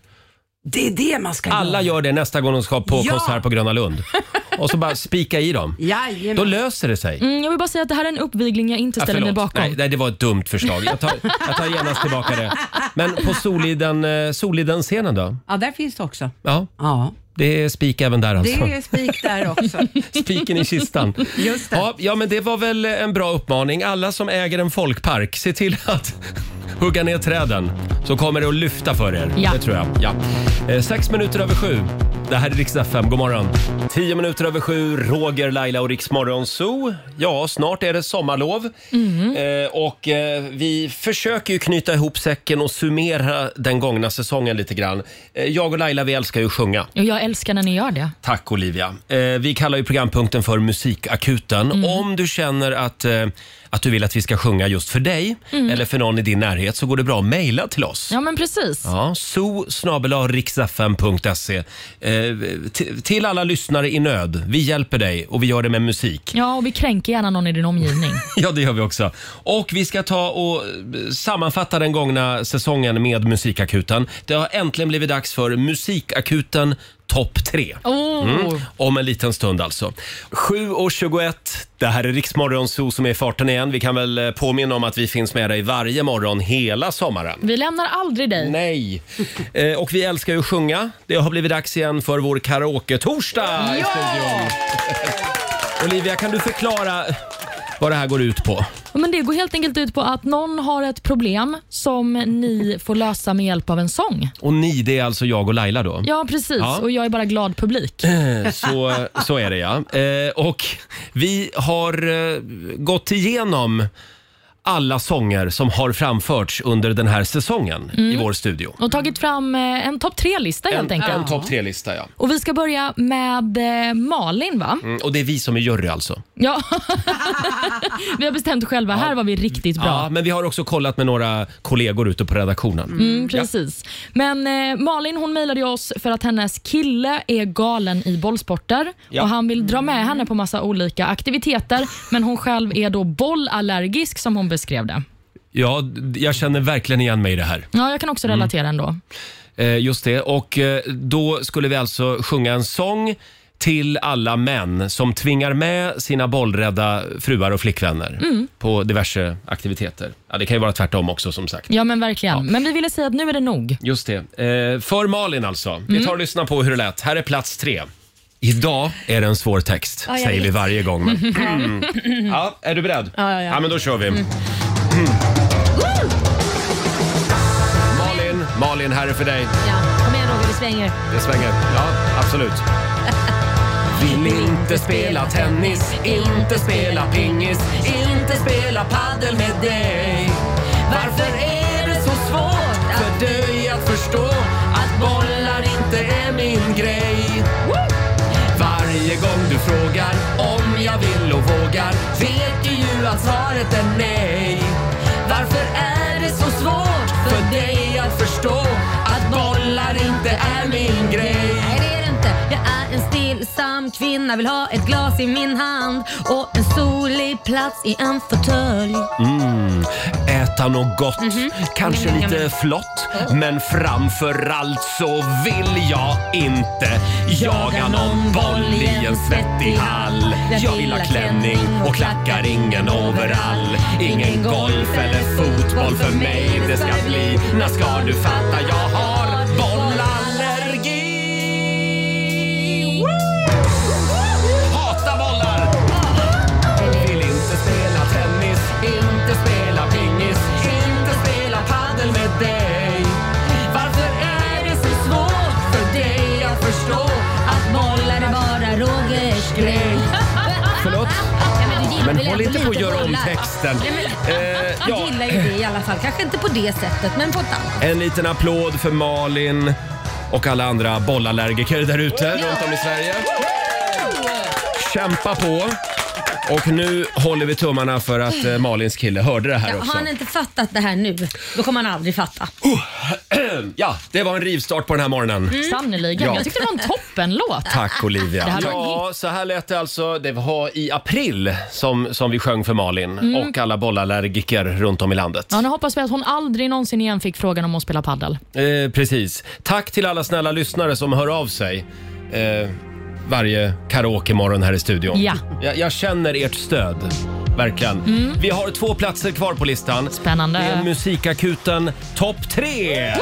Speaker 8: Det är det man ska
Speaker 1: Alla
Speaker 8: göra.
Speaker 1: gör det nästa gång de ska på
Speaker 8: Ja.
Speaker 1: konsert på Gröna Lund. Och så bara spika i dem.
Speaker 8: Jajamän.
Speaker 1: Då löser det sig.
Speaker 3: Mm, jag vill bara säga att det här är en uppvigling jag inte
Speaker 1: Ja,
Speaker 3: ställer mig
Speaker 1: förlåt.
Speaker 3: bakom.
Speaker 1: Nej, nej, det var ett dumt förslag. Jag tar, jag tar genast tillbaka det. Men på Soliden, eh, Soliden-scenen då?
Speaker 8: Ja, där finns det också.
Speaker 1: Ja,
Speaker 8: Ja,
Speaker 1: det är spik även där
Speaker 8: det
Speaker 1: alltså.
Speaker 8: är spik där också.
Speaker 1: Spiken i kistan.
Speaker 8: Just det.
Speaker 1: Ja, ja, men det var väl en bra uppmaning. Alla som äger en folkpark, se till att hugga ner träden så kommer det att lyfta för er.
Speaker 3: Ja.
Speaker 1: Det tror jag. Ja. Eh, sex minuter över sju. Det här är riksdag 5. God morgon. Tio minuter över sju, Roger, Laila och Riks Morgonzoo. Ja, snart är det sommarlov.
Speaker 8: Mhm.
Speaker 1: Eh, och eh, vi försöker ju knyta ihop säcken och summera den gångna säsongen lite grann. Eh, jag och Laila, vi älskar ju att sjunga.
Speaker 3: Och jag älskar när ni gör det.
Speaker 1: Tack Olivia. Eh, vi kallar ju programpunkten för Musikakuten. Om du känner att, eh, att du vill att vi ska sjunga just för dig eller för någon i din närhet så går det bra att mejla till oss. Ja.
Speaker 3: Ja, men precis.
Speaker 1: so eh, t- Till alla lyssnare i nöd, vi hjälper dig och vi gör det med musik.
Speaker 3: Ja, och vi kränker gärna någon i din omgivning.
Speaker 1: Ja, det gör vi också. Och vi ska ta och eh, sammanfatta den gångna säsongen med Musikakuten. Det har äntligen blivit dags för Musikakuten topp 3.
Speaker 3: Oh.
Speaker 1: Mm. Om en liten stund alltså. 7.21, det här är Riksmorgon Zoo som är i farten igen. Vi kan väl eh, påminna om att vi finns med dig varje morgon hela sommaren.
Speaker 3: Vi lämnar aldrig dig.
Speaker 1: Nej! Eh, och vi älskar ju att sjunga. Det har blivit dags igen för vår karaoke-torsdag i studion. Olivia, kan du förklara vad det här går ut på?
Speaker 3: Men Det går helt enkelt ut på att någon har ett problem som ni får lösa med hjälp av en sång.
Speaker 1: Och ni, det är alltså jag och Laila då?
Speaker 3: Ja, precis.
Speaker 1: Ja.
Speaker 3: Och jag är bara glad publik.
Speaker 1: Så, så är det ja. Eh, och vi har eh, gått igenom alla sånger som har framförts under den här säsongen i vår studio.
Speaker 3: Mm. Och tagit fram eh, en topp tre-lista helt
Speaker 1: En,
Speaker 3: enkelt.
Speaker 1: en topp tre-lista, ja.
Speaker 3: Och vi ska börja med eh, Malin va?
Speaker 1: Mm, och det är vi som är jury alltså.
Speaker 3: Ja. vi har bestämt själva, här var vi riktigt bra.
Speaker 1: Ja, men vi har också kollat med några kollegor ute på redaktionen.
Speaker 3: Mm, precis. Men eh, Malin hon mejlade ju oss för att hennes kille är galen i bollsporter
Speaker 1: Ja.
Speaker 3: och han vill dra med henne på massa olika aktiviteter men hon själv är då bollallergisk som hon beskrev det.
Speaker 1: Ja, d- jag känner verkligen igen mig i det här.
Speaker 3: Ja, jag kan
Speaker 1: Mm.
Speaker 3: också relatera ändå.
Speaker 1: Eh, just det. Och eh, då skulle vi alltså sjunga en sång till alla män som tvingar med sina bollrädda fruar och flickvänner på diverse aktiviteter. Ja, det kan ju vara tvärtom också som sagt.
Speaker 3: Ja, men verkligen. Men vi ville säga att nu är det nog.
Speaker 1: Just det. Eh, för Malin alltså. Vi
Speaker 9: Mm.
Speaker 1: tar och lyssnar på hur det lät. Här är plats tre. Idag är det en svår text,
Speaker 9: jag
Speaker 1: säger vi
Speaker 9: vet.
Speaker 1: varje gång. Men... Mm. ja, är du beredd?
Speaker 9: Ja, ja, Mm. ja.
Speaker 1: men då kör vi. Mm. Malin, Malin, här är för dig.
Speaker 9: Ja, kom igen Roger, vi svänger.
Speaker 1: Det svänger. Ja, absolut. Vill inte spela tennis, inte spela pingis, inte spela paddel med dig. Varför är det så svårt för dig att förstå att bollar inte är min grej? Varje gång du frågar om jag vill och vågar vet du ju att svaret är nej. Varför är det så svårt för dig att förstå att bollar inte är min grej?
Speaker 9: Nej, det är det inte. Jag är en stillsam kvinna, vill ha ett glas i min hand och en solig plats i en fåtölj.
Speaker 1: Mm. Äta något gott, kanske
Speaker 9: Mm,
Speaker 1: lite
Speaker 9: mm.
Speaker 1: flott. Men framför allt så vill jag inte jaga någon boll i en svettig hall. Jag vill ha klänning och klackar, ingen overall. Ingen golf eller fotboll för mig det ska bli. När ska du fatta, jag har bollallergi. Hata bollar! Vill inte spela tennis, inte spela pingis, inte spela padel med dig. Varför är det så svårt för dig att förstå att
Speaker 9: Bollar är bara Rogers grej.
Speaker 1: Förlåt?
Speaker 9: Ja, men du gillar
Speaker 1: Men
Speaker 9: väl
Speaker 1: håll
Speaker 9: ändå
Speaker 1: inte på att
Speaker 9: lite
Speaker 1: göra om
Speaker 9: bollar?
Speaker 1: texten.
Speaker 9: Nej, men,
Speaker 1: Eh,
Speaker 9: han
Speaker 1: ja.
Speaker 9: gillar ju det i alla fall. Kanske inte på det sättet, men på ett annat.
Speaker 1: En liten applåd för Malin och alla andra bollallergiker där ute runt om i Sverige. Kämpa på! Och nu håller vi tummarna för att eh, Malins kille hörde det här
Speaker 9: Ja,
Speaker 1: också.
Speaker 9: har han inte fattat det här nu, då kommer han aldrig fatta.
Speaker 1: Ja, det var en rivstart på den här morgonen.
Speaker 3: Sannerligen.
Speaker 1: Mm. Ja.
Speaker 3: Jag tyckte det var en toppenlåt.
Speaker 1: Tack Olivia.
Speaker 3: Mm. Det här var en
Speaker 1: ja, så här lät det alltså. Det var i april som, som vi sjöng för Malin och alla bollallergiker runt om i landet.
Speaker 3: Mm. Ja, nu hoppas vi att hon aldrig någonsin igen fick frågan om att spela paddel.
Speaker 1: Eh, precis. Tack till alla snälla lyssnare som hör av sig. Eh, varje karaoke-morgon här i studion.
Speaker 3: Ja. Mm.
Speaker 1: Jag, jag känner ert stöd. Verkligen. Vi har två platser kvar på listan.
Speaker 3: Spännande.
Speaker 1: Det är Musikakuten topp tre. Ja.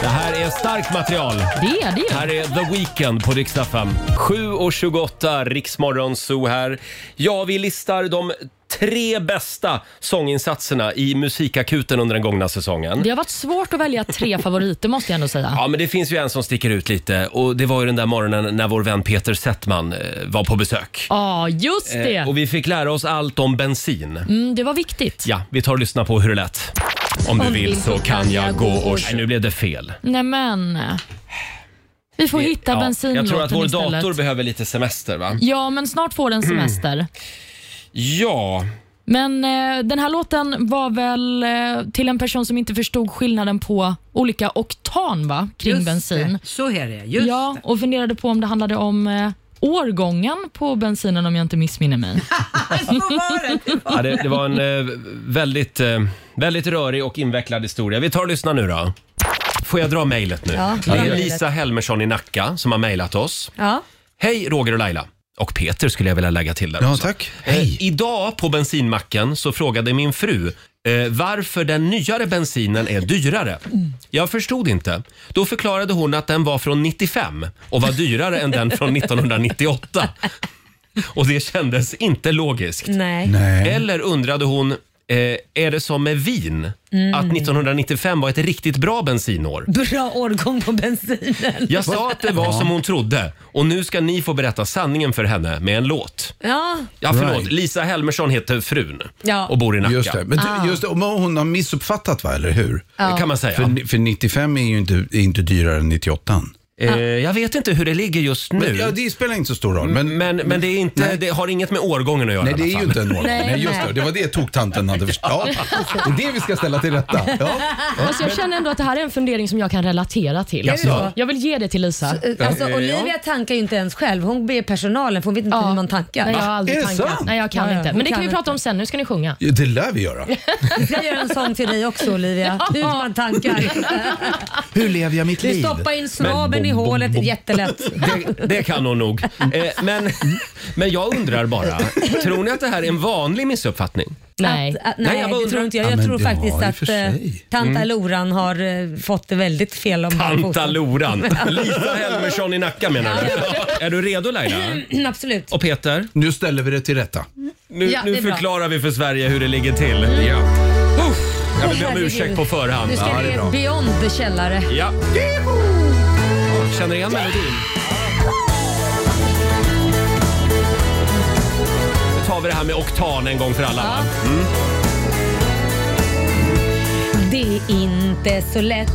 Speaker 1: Det här är starkt material.
Speaker 3: Det är det ju.
Speaker 1: Här är The Weeknd på riksdag 5. 7.28, Riksmorgon Zoo här. Ja, vi listar de tre bästa sånginsatserna i Musikakuten under den gångna säsongen.
Speaker 3: Det har varit svårt att välja tre favoriter måste jag ändå säga.
Speaker 1: Ja, men det finns ju en som sticker ut lite och det var ju den där morgonen när vår vän Peter Settman eh, var på besök.
Speaker 3: Ja, just det.
Speaker 1: Eh, Och vi fick lära oss allt om bensin.
Speaker 3: Mm, det var viktigt.
Speaker 1: Ja, vi tar och lyssnar på hur det lät. Om du vill så kan jag gå och... Nej, nu blev det fel.
Speaker 3: Nej men. eh, Vi får hitta
Speaker 1: Ja,
Speaker 3: bensinlåten
Speaker 1: Jag tror att vår dator
Speaker 3: istället.
Speaker 1: behöver lite semester, va?
Speaker 3: Ja, men snart får den semester.
Speaker 1: Ja,
Speaker 3: Men eh, den här låten var väl eh, till en person som inte förstod skillnaden på olika oktan va? kring
Speaker 8: Just
Speaker 3: bensin.
Speaker 8: Det. Så är det, just
Speaker 3: Ja, och funderade på om det handlade om eh, årgången på bensinen om jag inte missminner mig.
Speaker 8: det. Så var det.
Speaker 1: ja det, det var en eh, väldigt, eh, väldigt rörig och invecklad historia. Vi tar och lyssnar nu då. Får jag dra mejlet nu?
Speaker 9: Ja,
Speaker 1: det
Speaker 9: dra
Speaker 1: är
Speaker 9: mejlet.
Speaker 1: Lisa Helmersson i Nacka som har mejlat oss.
Speaker 9: Ja.
Speaker 1: Hej Roger och Laila. Och Peter skulle jag vilja lägga till där Ja, tack. Hej. Idag på bensinmacken så frågade min fru eh, varför den nyare bensinen är dyrare. Jag förstod inte. Då förklarade hon att den var från 95 och var dyrare än den från 1998. Och det kändes inte logiskt.
Speaker 9: Nej.
Speaker 1: Eller undrade hon eh, är det som med vin, att 1995 var ett riktigt bra bensinår.
Speaker 9: Bra årgång på bensinen.
Speaker 1: Jag sa att det var som hon trodde och nu ska ni få berätta sanningen för henne med en låt.
Speaker 9: Ja,
Speaker 1: Ja, förlåt.
Speaker 10: Right.
Speaker 1: Lisa Helmersson heter frun
Speaker 9: Ja.
Speaker 1: och bor i Nacka. Ah.
Speaker 10: Just det. Men du- just det. Och hon har missuppfattat, va? eller hur?
Speaker 1: Det kan man säga.
Speaker 10: För, för 95 är ju inte, är inte dyrare än 98.
Speaker 1: Eh, jag vet inte hur det ligger just nu.
Speaker 10: Men,
Speaker 1: Men,
Speaker 10: ja, det spelar inte så stor roll. Men,
Speaker 1: men, det, är inte, det har inget med årgången att göra
Speaker 10: Nej,
Speaker 1: i
Speaker 10: det
Speaker 1: alla
Speaker 10: är ju
Speaker 1: fall.
Speaker 10: inte en norm.
Speaker 9: Nej,
Speaker 10: Nej, just
Speaker 9: nej.
Speaker 10: det. Det var det toktanten hade förstått. Ja, det är det vi ska ställa till rätta. Ja.
Speaker 11: Alltså jag känner ändå att det här är en fundering som jag kan relatera till.
Speaker 10: Jaså?
Speaker 11: Jag vill ge det till Lisa.
Speaker 9: Eh, Alltså, Olivia tankar ju inte ens själv. Hon ber personalen för hon vet inte
Speaker 11: Ja.
Speaker 9: hur man tankar.
Speaker 11: Nej, jag har aldrig
Speaker 10: Är det
Speaker 11: tankat.
Speaker 10: sant?
Speaker 11: Nej, jag kan
Speaker 9: Ja, ja.
Speaker 11: inte.
Speaker 9: Hon
Speaker 11: Men det kan
Speaker 9: kan
Speaker 11: vi
Speaker 9: inte.
Speaker 11: prata om sen. Nu ska ni sjunga.
Speaker 10: Ja, Det lär vi göra.
Speaker 9: Vi ska göra en sång till dig också Olivia. Hur man tankar.
Speaker 10: Hur lever jag mitt
Speaker 9: Du
Speaker 10: liv?
Speaker 9: stoppar in snabeln i hålet. Jättelätt.
Speaker 1: Det, det kan hon nog. Eh, men, men jag undrar bara, tror ni att det här är en vanlig missuppfattning?
Speaker 11: Nej.
Speaker 9: Att, eh, att,
Speaker 1: Nej,
Speaker 9: nej,
Speaker 1: jag bara
Speaker 9: det
Speaker 1: undrar.
Speaker 9: tror inte jag.
Speaker 10: Ja,
Speaker 9: Jag
Speaker 10: men
Speaker 9: tror
Speaker 10: det var
Speaker 9: faktiskt
Speaker 10: i
Speaker 9: att
Speaker 10: för
Speaker 9: eh,
Speaker 10: sig.
Speaker 9: tanta
Speaker 1: Mm.
Speaker 9: Loran har eh, fått det väldigt fel om
Speaker 1: Anta
Speaker 9: barnfoten.
Speaker 1: Loran. Lisa Helmersson i Nacka menar du? Är du redo Laila?
Speaker 9: Absolut.
Speaker 1: Och Peter?
Speaker 10: Nu ställer vi det till rätta.
Speaker 9: Ja,
Speaker 1: Nu,
Speaker 9: det
Speaker 1: nu
Speaker 9: är bra. Mm.
Speaker 1: förklarar vi för Sverige hur det ligger till. Ja. Jag vill be om
Speaker 9: Herregud.
Speaker 1: ursäkt på förhand.
Speaker 9: Nu ska
Speaker 1: Ja,
Speaker 9: vi
Speaker 1: det är bra.
Speaker 9: beyond källare.
Speaker 1: Ja. Känner igen melodin? Nu tar vi det här med oktan en gång för alla. va?
Speaker 9: Det är inte så lätt,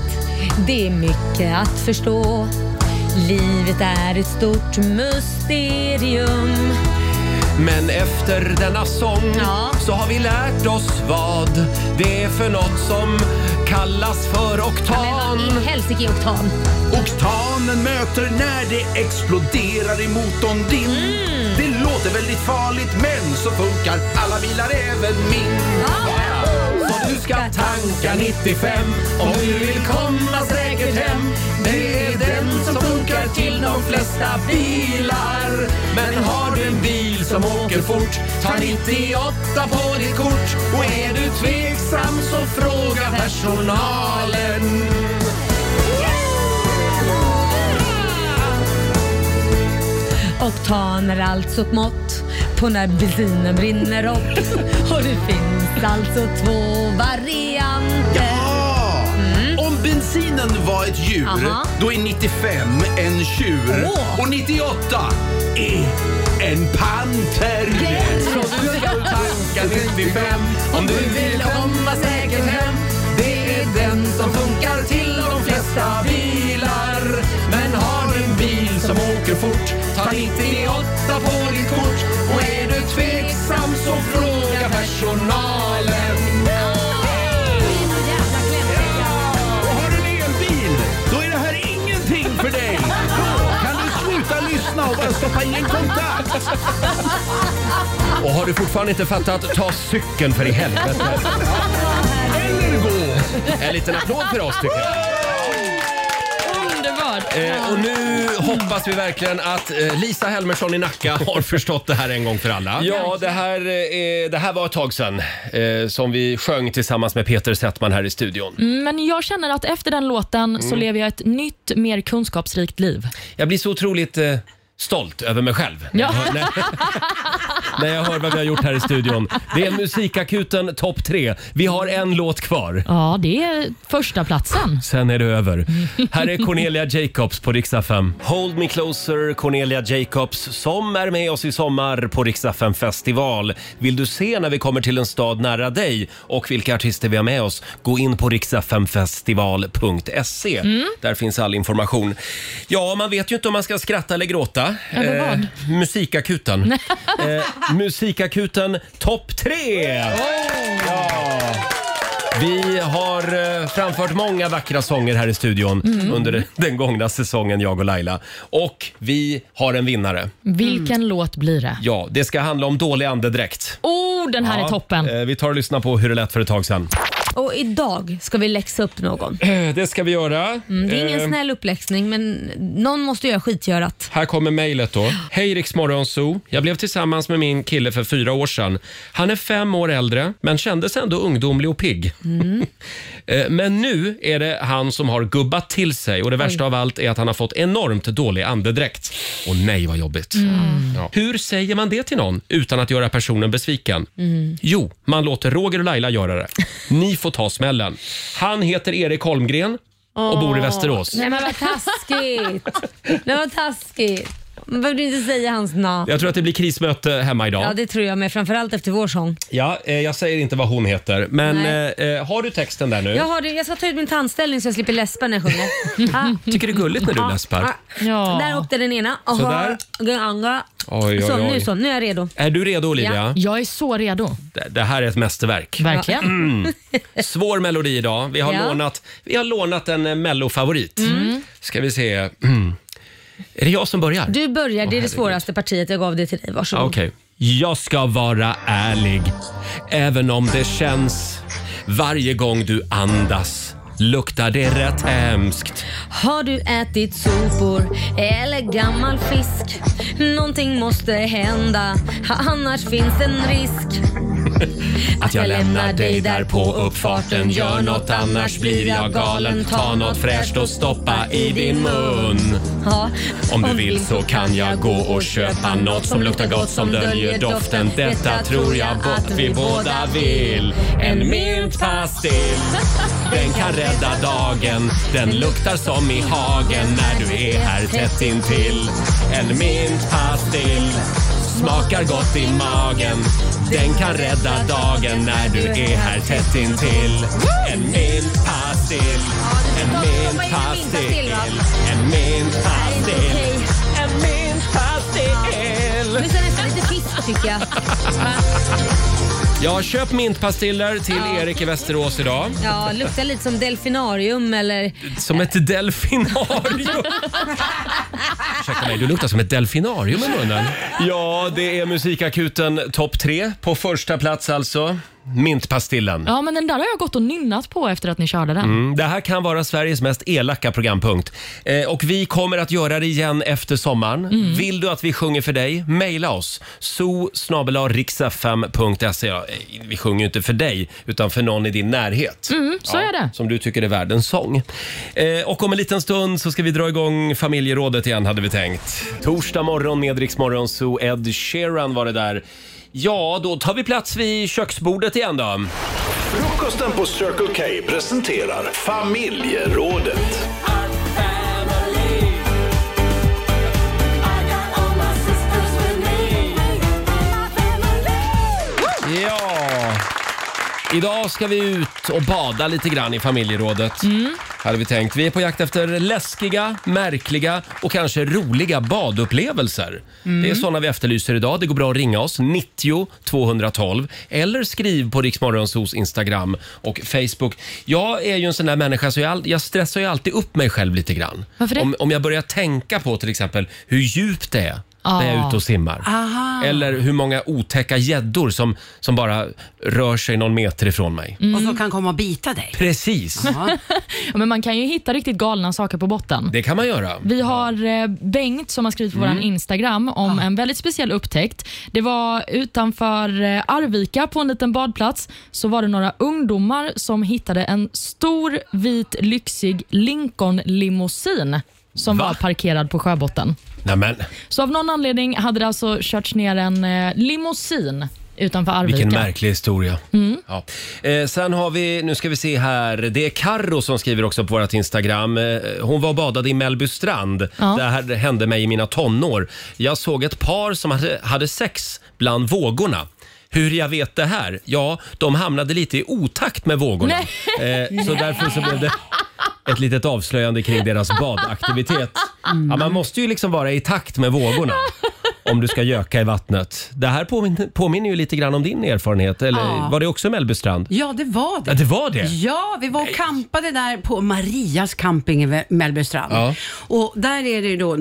Speaker 9: det är mycket att förstå. Livet är ett stort mysterium.
Speaker 1: Men efter denna sång
Speaker 9: Ja.
Speaker 1: så har vi lärt oss vad det är för något som kallas för oktan.
Speaker 9: Men vad i helsike oktan?
Speaker 10: Oktanen möter när det exploderar i motorn din. Det låter väldigt farligt men så funkar alla bilar även min.
Speaker 1: Så du ska tanka 95 om du vill komma säkert hem. Det är den som funkar till de flesta bilar. Men har du en bil som åker fort, ta 98 på ditt kort. Och är du tveksam så fråga personalen.
Speaker 9: Oktan är alltså ett mått på när bensinen brinner upp. Och det finns alltså två varianter.
Speaker 10: Ja! Om bensinen var ett djur,
Speaker 9: Mm. Aha.
Speaker 10: då är 95 en tjur.
Speaker 9: Åh.
Speaker 10: Och 98 är en panter.
Speaker 9: Så
Speaker 1: Du ska tanka 95 om du vill komma säkert hem. Det är den som funkar till de flesta bilar. Men har du en bil som åker fort, ta 98 på ditt kort. Och är du tveksam så fråga personalen.
Speaker 10: Och har du en elbil, då är det här ingenting för dig. Kan du sluta lyssna och bara stoppa in en kontakt?
Speaker 1: Och har du fortfarande inte fattat, ta cykeln för i helvete.
Speaker 10: Eller gå.
Speaker 1: En liten applåd för oss tycker jag.
Speaker 3: Underbart!
Speaker 1: Eh, och nu hoppas vi verkligen att eh, Lisa Helmersson i Nacka har förstått det här en gång för alla. Ja, det här, eh, det här var ett tag sedan eh, som vi sjöng tillsammans med Peter Settman här i studion.
Speaker 3: Men jag känner att efter den låten så lever jag ett nytt, mer kunskapsrikt liv.
Speaker 1: Jag blir så otroligt eh, stolt över mig själv när,
Speaker 3: Ja.
Speaker 1: jag hör, när, när jag hör vad vi har gjort här i studion. Det är Musikakuten topp tre. Vi har en låt kvar.
Speaker 3: Ja, det är första platsen.
Speaker 1: Sen är det över. Här är Cornelia Jacobs på Riksa 5. Hold me closer, Cornelia Jacobs, som är med oss i sommar på Riksa 5 festival. Vill du se när vi kommer till en stad nära dig och vilka artister vi har med oss? Gå in på riksa5festival.se. Där finns all information. Ja, man vet ju inte om man ska skratta eller gråta.
Speaker 3: Eller vad?
Speaker 1: musikakuten. eh, musikakuten topp tre! Ja. Vi har eh, framfört många vackra sånger här i studion
Speaker 3: Mm.
Speaker 1: under den gångna säsongen, jag och Laila. Och vi har en vinnare.
Speaker 3: Vilken låt blir det?
Speaker 1: Ja, det ska handla om dålig andedräkt.
Speaker 3: Oh, den här är toppen.
Speaker 1: Eh, Vi tar och lyssnar på hur det lät för ett tag sedan.
Speaker 9: Och idag ska vi läxa upp någon.
Speaker 1: Eh, Det ska vi göra.
Speaker 9: Mm, det är ingen
Speaker 1: Eh,
Speaker 9: snäll uppläxning men någon måste göra skitgörat.
Speaker 1: Här kommer mejlet då. Hej Rix Morgonzoo. Jag blev tillsammans med min kille för fyra år sedan. Han är fem år äldre, men kändes ändå ungdomlig och pigg.
Speaker 9: Mm.
Speaker 1: Eh, Men nu är det han som har gubbat till sig och det värsta av allt är att han har fått enormt dålig andedräkt. Och nej vad jobbigt.
Speaker 9: Mm.
Speaker 1: Ja. Hur säger man det till någon utan att göra personen besviken?
Speaker 9: Mm.
Speaker 1: Jo, man låter Roger och Laila göra det. Ni får ta smällen. Han heter Erik Holmgren och bor i
Speaker 9: Åh,
Speaker 1: Västerås.
Speaker 9: Nej men vad taskigt. nej vad taskigt. Man behövde inte säga hans namn.
Speaker 1: Jag tror att det blir krismöte hemma idag.
Speaker 9: Ja det tror jag med, framförallt efter vår sång.
Speaker 1: Ja, eh, jag säger inte vad hon heter, men
Speaker 9: Nej.
Speaker 1: eh, eh, har du texten där nu?
Speaker 9: Jag, har det, jag ska ta ut min tandställning så jag slipper läspa när jag sjunger. Ah.
Speaker 1: Tycker det är gulligt när du
Speaker 9: Ah,
Speaker 1: läspar.
Speaker 9: ah. Där åkte den ena. Aha.
Speaker 1: Sådär.
Speaker 9: Den andra.
Speaker 1: Oj, oj,
Speaker 9: Så,
Speaker 1: oj.
Speaker 9: nu så, nu är jag redo.
Speaker 1: Är du redo Olivia?
Speaker 9: Jag är så redo.
Speaker 1: Det, det här är ett mästerverk.
Speaker 9: Verkligen.
Speaker 1: Mm. Svår melodi idag. Vi har,
Speaker 9: Ja.
Speaker 1: lånat, vi har lånat en eh, mellofavorit. Ska vi se. Mm. Är det jag som börjar?
Speaker 9: Du börjar,
Speaker 1: Åh,
Speaker 9: det är det
Speaker 1: herregud. Ah,
Speaker 9: svåraste partiet. Jag gav det till dig, varsågod.
Speaker 1: Okej. Jag ska vara ärlig, även om det känns. Varje gång du andas luktar det rätt hemskt.
Speaker 9: Har du ätit sopor eller gammal fisk? Någonting måste hända, ha- annars finns en risk.
Speaker 1: Att jag lämnar dig där på uppfarten Gör något annars blir jag galen Ta något fräscht och stoppa i din mun
Speaker 9: Ja.
Speaker 1: Om du vill så kan jag gå och köpa något som luktar gott som döljer doften Detta tror jag att vi båda vill En mintpastill Den kan rädda dagen Den luktar som i hagen när du är här tätt intill En mintpastill Smakar gott i magen Den kan rädda dagen när du är här tätt intill En mintpastill En mintpastill En mintpastill En mintpastill
Speaker 9: Men sen nästan lite fisk tycker jag. Va?
Speaker 1: Ja, köp mintpastiller till Erik i Västerås idag.
Speaker 9: Ja, luktar lite som delfinarium eller...
Speaker 1: Som ett delfinarium. Ursäkta mig, du luktar som ett delfinarium i munnen. Ja, det är musikakuten topp tre. På första plats alltså, mintpastillen.
Speaker 3: Ja, men den där har jag gått och nynnat på efter att ni körde den.
Speaker 1: Mm, det här kan vara Sveriges mest elaka programpunkt. Eh, och vi kommer att göra det igen efter sommaren. Vill du att vi sjunger för dig? Maila oss. so eh, Vi sjunger ju inte för dig, utan för någon i din närhet.
Speaker 3: Mm, så är det.
Speaker 1: Som du tycker är värd en sång. Eh, och om en liten stund så ska vi dra igång familjerådet igen hade vi tänkt. Torsdag morgon med Rix Morgon, så Ed Sheeran var det där. Ja, då tar vi plats vid köksbordet igen då.
Speaker 6: Frukosten på Circle K presenterar familjerådet.
Speaker 1: Ja! Idag ska vi ut och bada lite grann i familjerådet. Hade vi tänkt. Vi är på jakt efter läskiga, märkliga och kanske roliga badupplevelser.
Speaker 6: Mm.
Speaker 1: Det är sådana vi efterlyser idag. Det går bra att ringa oss, 90 212 eller skriv på Riksmorgonsos Instagram och Facebook. Jag är ju en sån där människa så jag, all- jag stressar ju alltid upp mig själv lite grann.
Speaker 3: Varför det?
Speaker 1: Om, om jag börjar tänka på till exempel hur djupt det är när jag är
Speaker 3: Ah.
Speaker 1: ute och simmar.
Speaker 8: Aha.
Speaker 1: Eller hur många otäcka gäddor som, som bara rör sig någon meter ifrån mig.
Speaker 3: Mm.
Speaker 8: Och så kan komma och bita dig.
Speaker 1: Precis,
Speaker 3: Ja, men man kan ju hitta riktigt galna saker på botten.
Speaker 1: det kan man göra.
Speaker 3: Vi har eh, Bengt som har skrivit på
Speaker 1: Mm.
Speaker 3: vår Instagram om en väldigt speciell upptäckt. Det var utanför eh, Arvika på en liten badplats så var det några ungdomar som hittade en stor vit lyxig Lincoln limousin som var parkerad på sjöbotten.
Speaker 1: Nämen,
Speaker 3: Så av någon anledning hade det alltså körts ner en eh, limousin utanför Arvika.
Speaker 1: vilken märklig historia.
Speaker 3: Mm.
Speaker 1: Ja. Eh, sen har vi, nu ska vi se här, det är Karro som skriver också på vårt Instagram. Eh, hon var och badade i Mellbystrand.
Speaker 6: Ja.
Speaker 1: Det här hände mig i mina tonår. Jag såg ett par som hade, hade sex bland vågorna. Hur jag vet det här? Ja, de hamnade lite i otakt med vågorna. Eh, så därför så blev det ett litet avslöjande kring deras badaktivitet. Ja, man måste ju liksom vara i takt med vågorna. om du ska göka i vattnet. Det här påminner, påminner ju lite grann om din erfarenhet, eller
Speaker 8: Ja.
Speaker 1: var det också Mellbystrand?
Speaker 8: Ja, det var det.
Speaker 1: Ja, det var det?
Speaker 8: Ja, vi var och campade där på Marias camping i Vä- Mellbystrand.
Speaker 1: Ja.
Speaker 8: Och där är det ju då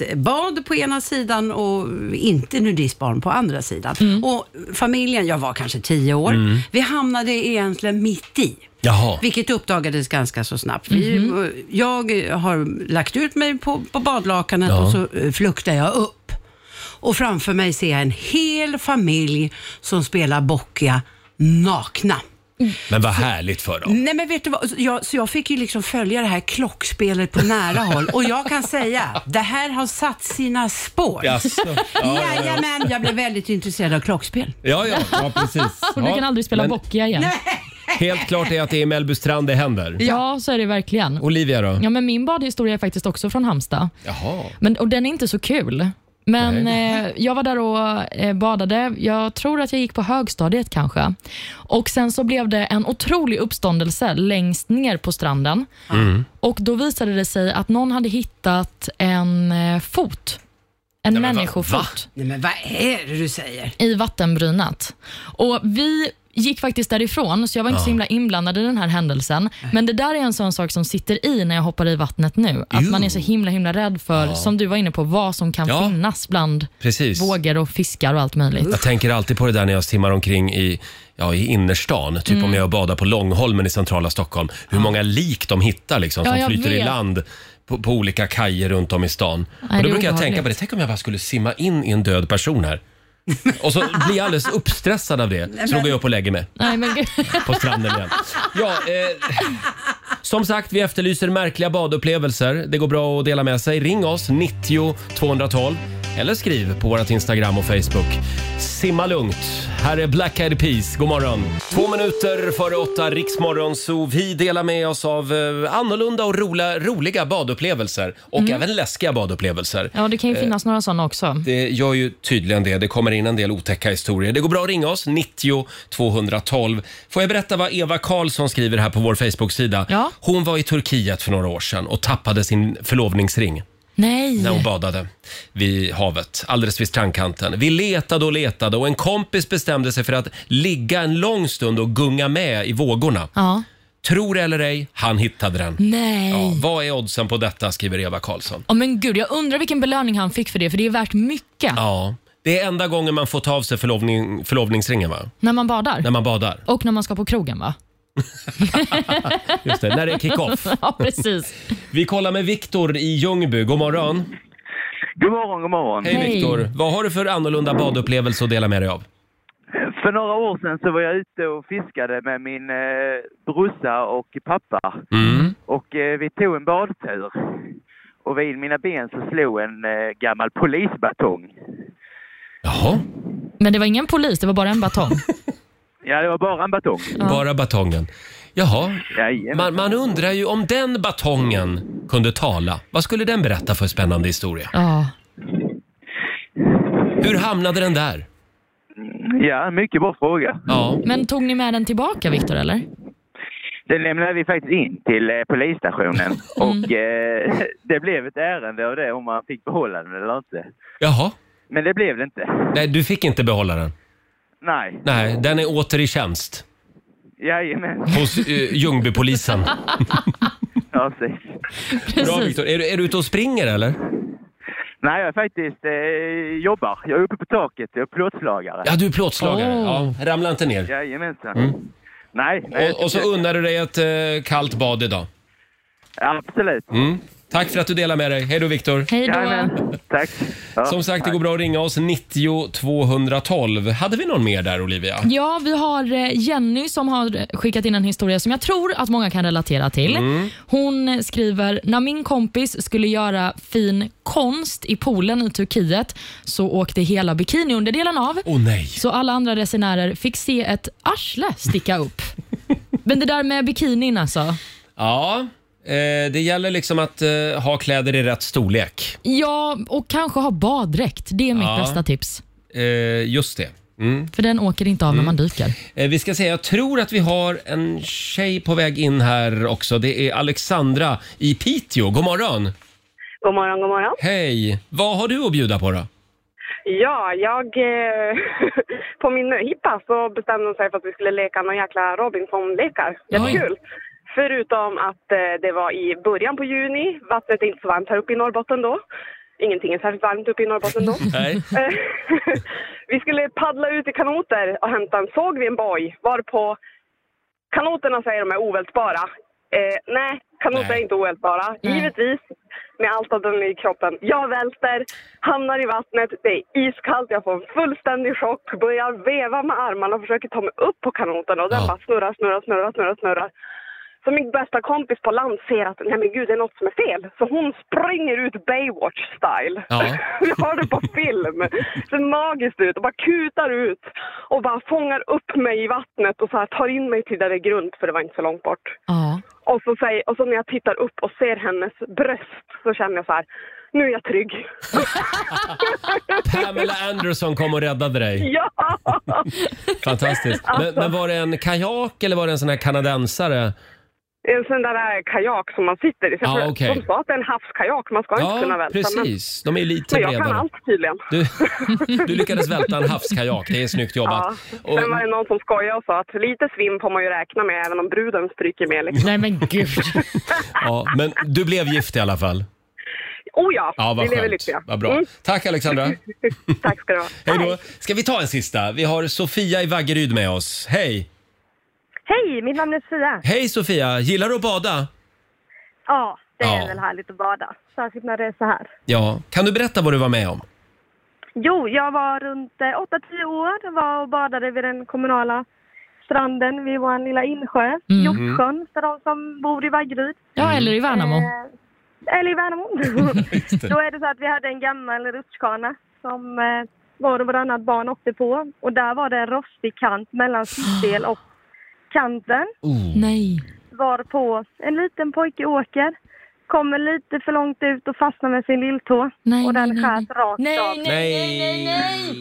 Speaker 8: nudistbad på ena sidan och inte nudistbad på andra sidan. Och familjen, jag var kanske tio år,
Speaker 12: Mm.
Speaker 8: vi hamnade egentligen mitt i.
Speaker 1: Jaha.
Speaker 8: Vilket uppdagades ganska så snabbt. Vi,
Speaker 12: Mhm.
Speaker 8: Jag har lagt ut mig på, på badlakanet
Speaker 12: Ja.
Speaker 8: och så eh, fluktar jag upp. Och framför mig ser jag en hel familj som spelar bockiga nakna.
Speaker 1: Men vad härligt för dem.
Speaker 8: Nej men vet du vad, Så jag, så jag fick ju liksom följa det här klockspelet på nära håll och jag kan säga, det här har satt sina spår.
Speaker 1: Jaså? Ja, ja, ja.
Speaker 8: Jajamän, jag blev väldigt intresserad av klockspel.
Speaker 1: Ja, ja, ja precis.
Speaker 3: Och du
Speaker 1: Ja,
Speaker 3: kan aldrig spela
Speaker 1: men
Speaker 3: Boccia igen.
Speaker 1: Helt klart är att det är i Mellbystrand det händer.
Speaker 3: Ja, så är det verkligen.
Speaker 1: Olivia då?
Speaker 3: Ja, men min badhistoria är faktiskt också från Halmstad.
Speaker 1: Jaha.
Speaker 3: Men, och den är inte så kul. Men eh, jag var där och eh, badade. Jag tror att jag gick på högstadiet kanske. Och Sen så blev det en otrolig uppståndelse längst ner på stranden.
Speaker 12: Mm.
Speaker 3: Och Då visade det sig att någon hade hittat en eh, fot. En människofot
Speaker 8: Nej men vad är det du säger?
Speaker 3: i vattenbrynet. Och vi gick faktiskt därifrån, så jag var inte
Speaker 8: Ja.
Speaker 3: så himla inblandad i den här händelsen. Men det där är en sån sak som sitter i när jag hoppar i vattnet nu. Att man är så himla himla rädd för,
Speaker 1: Ja.
Speaker 3: som du var inne på, vad som kan
Speaker 1: Ja.
Speaker 3: finnas bland
Speaker 1: Precis.
Speaker 3: vågor och fiskar och allt möjligt.
Speaker 1: Jag tänker alltid på det där när jag simmar omkring i, ja, i innerstan. Typ
Speaker 3: Mm.
Speaker 1: om jag badar på Långholmen i centrala Stockholm. Hur många lik de hittar liksom,
Speaker 3: Ja,
Speaker 1: som
Speaker 3: jag
Speaker 1: flyter i
Speaker 3: vet.
Speaker 1: land på, på olika kajer runt om i stan.
Speaker 3: det är
Speaker 1: och då brukar jag
Speaker 3: obehagligt.
Speaker 1: tänka på det. Tänk om jag bara skulle simma in i en död person här. Och så blir jag alldeles uppstressad av det.
Speaker 3: men-
Speaker 1: Så då går jag upp och lägger mig
Speaker 3: Nej, men gud.
Speaker 1: på stranden igen. Ja, eh, som sagt, vi efterlyser märkliga badupplevelser. Det går bra att dela med sig. Ring oss, 90 212. Eller skriv på vårt Instagram och Facebook. Simma lugnt. Här är Black Eyed Peas. God morgon. Två minuter före åtta, Riksmorgon, så vi delar med oss av eh, annorlunda och rola, roliga badupplevelser. Och
Speaker 3: Mm.
Speaker 1: även läskiga badupplevelser.
Speaker 3: Ja, det kan ju
Speaker 1: Eh,
Speaker 3: finnas några sådana också.
Speaker 1: det gör ju tydligen det. Det kommer in en del otäcka historier. Det går bra att ringa oss, 90 212. Får jag berätta vad Eva Karlsson skriver här på vår Facebook-sida?
Speaker 3: Ja.
Speaker 1: Hon var i Turkiet för några år sedan och tappade sin förlovningsring
Speaker 3: Nej!
Speaker 1: när hon badade vid havet, alldeles vid strandkanten. Vi letade och letade och en kompis bestämde sig för att ligga en lång stund och gunga med i vågorna.
Speaker 3: Ja.
Speaker 1: Tror eller ej, han hittade den.
Speaker 3: Nej.
Speaker 1: Ja, vad är oddsen på detta, skriver Eva Karlsson.
Speaker 3: Ja, men gud, jag undrar vilken belöning han fick för det, för det är värt mycket
Speaker 1: Ja, det är enda gången man får ta av sig förlovning, förlovningsringen va?
Speaker 3: när man badar.
Speaker 1: När man badar.
Speaker 3: Och när man ska på krogen, va?
Speaker 1: Just det, när det är kick-off.
Speaker 3: ja, precis.
Speaker 1: Vi kollar med Viktor i Ljungby. God morgon.
Speaker 13: God morgon, god morgon.
Speaker 1: Hej
Speaker 13: Hej.
Speaker 1: Viktor. Vad har du för annorlunda badupplevelse att dela med dig av?
Speaker 13: För några år sedan så var jag ute och fiskade med min eh, brorsa och pappa.
Speaker 1: Mm.
Speaker 13: Och eh, vi tog en badtur. Och vid mina ben så slog en eh, gammal polisbatong.
Speaker 3: Men det var ingen polis, det var bara en batong.
Speaker 13: Ja, det var bara en batong.
Speaker 1: Bara batongen. Jaha. Man, man undrar ju om den batongen kunde tala. Vad skulle den berätta för spännande historia?
Speaker 3: Ja.
Speaker 1: Hur hamnade den där?
Speaker 13: Ja, mycket bra fråga.
Speaker 1: Ja.
Speaker 3: Men tog ni med den tillbaka, Viktor, eller?
Speaker 13: Den lämnade vi faktiskt in till eh, polisstationen.
Speaker 1: Mm.
Speaker 13: Och eh, det blev ett ärende av det om man fick behålla den eller inte.
Speaker 1: Jaha.
Speaker 13: Men det blev det inte.
Speaker 1: Nej, du fick inte behålla den.
Speaker 13: Nej.
Speaker 1: Nej, den är åter i tjänst
Speaker 13: Jajamän.
Speaker 1: hos eh, Ljungbypolisen.
Speaker 13: Ja, precis.
Speaker 1: Bra Viktor. Är, du- är du ute och springer eller?
Speaker 13: Nej, jag är faktiskt eh, jobbar. Jag är uppe på taket. Jag är plåtslagare.
Speaker 1: Ja, du är plåtslagare.
Speaker 13: Åh.
Speaker 1: Ja, ramla inte ner.
Speaker 13: Jajamensan.
Speaker 1: Mm.
Speaker 13: Nej, nej.
Speaker 1: Och, och så unnar du dig ett eh, kallt bad idag.
Speaker 13: Absolut.
Speaker 1: Mm. Tack för att du delar med dig. Hej då Viktor.
Speaker 3: Hej då.
Speaker 13: Tack. Ja,
Speaker 1: Som sagt, det
Speaker 13: tack.
Speaker 1: går bra att ringa oss. 90 212. Hade vi någon mer där Olivia?
Speaker 3: Ja, vi har eh, Jenny som har skickat in en historia som jag tror att många kan relatera till.
Speaker 1: Mm.
Speaker 3: Hon skriver, när min kompis skulle göra fin konst i poolen i Turkiet så åkte hela bikiniunderdelen av.
Speaker 1: Oh, nej.
Speaker 3: Så alla andra resenärer fick se ett arsle sticka upp. Men det där med bikinin alltså.
Speaker 1: Ja, eh, det gäller liksom att eh, ha kläder i rätt storlek.
Speaker 3: Ja, och kanske ha baddräkt. Det är mitt
Speaker 1: Ja.
Speaker 3: bästa tips.
Speaker 1: Eh, just det. Mm.
Speaker 3: För den åker inte av när man dyker.
Speaker 1: Eh, vi ska säga, jag tror att vi har en tjej på väg in här också. Det är Alexandra i Piteå. God morgon!
Speaker 14: God morgon, god morgon.
Speaker 1: Hej! Vad har du att bjuda på då?
Speaker 7: Ja, jag... Eh, på min hippa så bestämde de sig för att vi skulle leka någon jäkla Robinson-lekar. Jättekul! Förutom att eh, det var i början på juni. Vattnet är inte så varmt här uppe i Norrbotten då. Ingenting är särskilt varmt uppe i Norrbotten då.
Speaker 1: Nej.
Speaker 7: Eh, vi skulle paddla ut i kanoter och hämta en såg vid en boj. Varpå kanoterna säger de är ovältbara. Eh, nej, kanoter
Speaker 12: Nej.
Speaker 7: är inte ovältbara. Givetvis, med allt av den i kroppen. Jag välter, hamnar i vattnet, det är iskallt, jag får en fullständig chock, börjar veva med armarna och försöker ta mig upp på kanoten och den bara snurrar, snurrar, snurrar, snurrar, snurrar. Så min bästa kompis på land ser att nej men gud, det är något som är fel. Så hon springer ut Baywatch-style.
Speaker 12: Ja.
Speaker 7: Vi har det på film. Det ser magiskt ut och bara kutar ut och bara fångar upp mig i vattnet och så här tar in mig till där det är grunt för det var inte så långt bort.
Speaker 3: Ja.
Speaker 7: Och så, säger, och så när jag tittar upp och ser hennes bröst så känner jag så här, nu är jag trygg.
Speaker 1: Pamela Anderson kom och räddade dig.
Speaker 7: Ja!
Speaker 1: Fantastiskt. Men,
Speaker 7: Alltså.
Speaker 1: men var det en kajak eller var det en sån här kanadensare?
Speaker 7: En sån där här kajak som man sitter i. Så jag
Speaker 1: Ja,
Speaker 7: tror-
Speaker 1: okej.
Speaker 7: De sa att det är en havskajak, man ska inte kunna
Speaker 1: Ja,
Speaker 7: välta.
Speaker 1: precis. De är lite
Speaker 7: Men, men jag kan
Speaker 1: bredare.
Speaker 7: allt tydligen.
Speaker 1: Du, du lyckades välta en havskajak. Det är snyggt jobbat.
Speaker 7: Ja.
Speaker 1: Och,
Speaker 7: Sen var det någon som skojade och sa att lite svinn får man ju räkna med även om bruden stryker med. Liksom.
Speaker 3: Nej men gud!
Speaker 1: ja, men du blev gift i alla fall.
Speaker 7: oh ja,
Speaker 1: Mm. Ja, vad
Speaker 7: vi lever
Speaker 1: skönt.
Speaker 7: lyckliga.
Speaker 1: Vad bra.
Speaker 7: Mm.
Speaker 1: Tack Alexandra.
Speaker 7: Tack ska du ha.
Speaker 1: Hej då. Ska vi ta en sista? Vi har Sofia i Vaggeryd med oss. Hej!
Speaker 14: Hej, mitt namn är Sofia.
Speaker 1: Hej Sofia! Gillar du att bada?
Speaker 14: Ja, det är
Speaker 1: Ja.
Speaker 14: väl härligt att bada. Särskilt när det är så här.
Speaker 1: Ja. Kan du berätta vad du var med om?
Speaker 14: Jo, jag var runt eh, 8-10 år var och badade vid den kommunala stranden vid vår lilla insjö,
Speaker 3: Mm.
Speaker 14: Hjortsjön, för de som bor i Vaggeryd.
Speaker 3: Ja, eller i Värnamo.
Speaker 14: Eh, eller i Värnamo.
Speaker 3: det.
Speaker 14: Då är det så att vi hade en gammal rutschkana som eh, var och varannat barn åkte på. Och där var det en rostig kant mellan sittdel och kanten.
Speaker 3: Nej.
Speaker 14: var på en liten pojke åker, kommer lite för långt ut och fastnar med sin lilltå. och den skärs rakt av.
Speaker 1: Nej!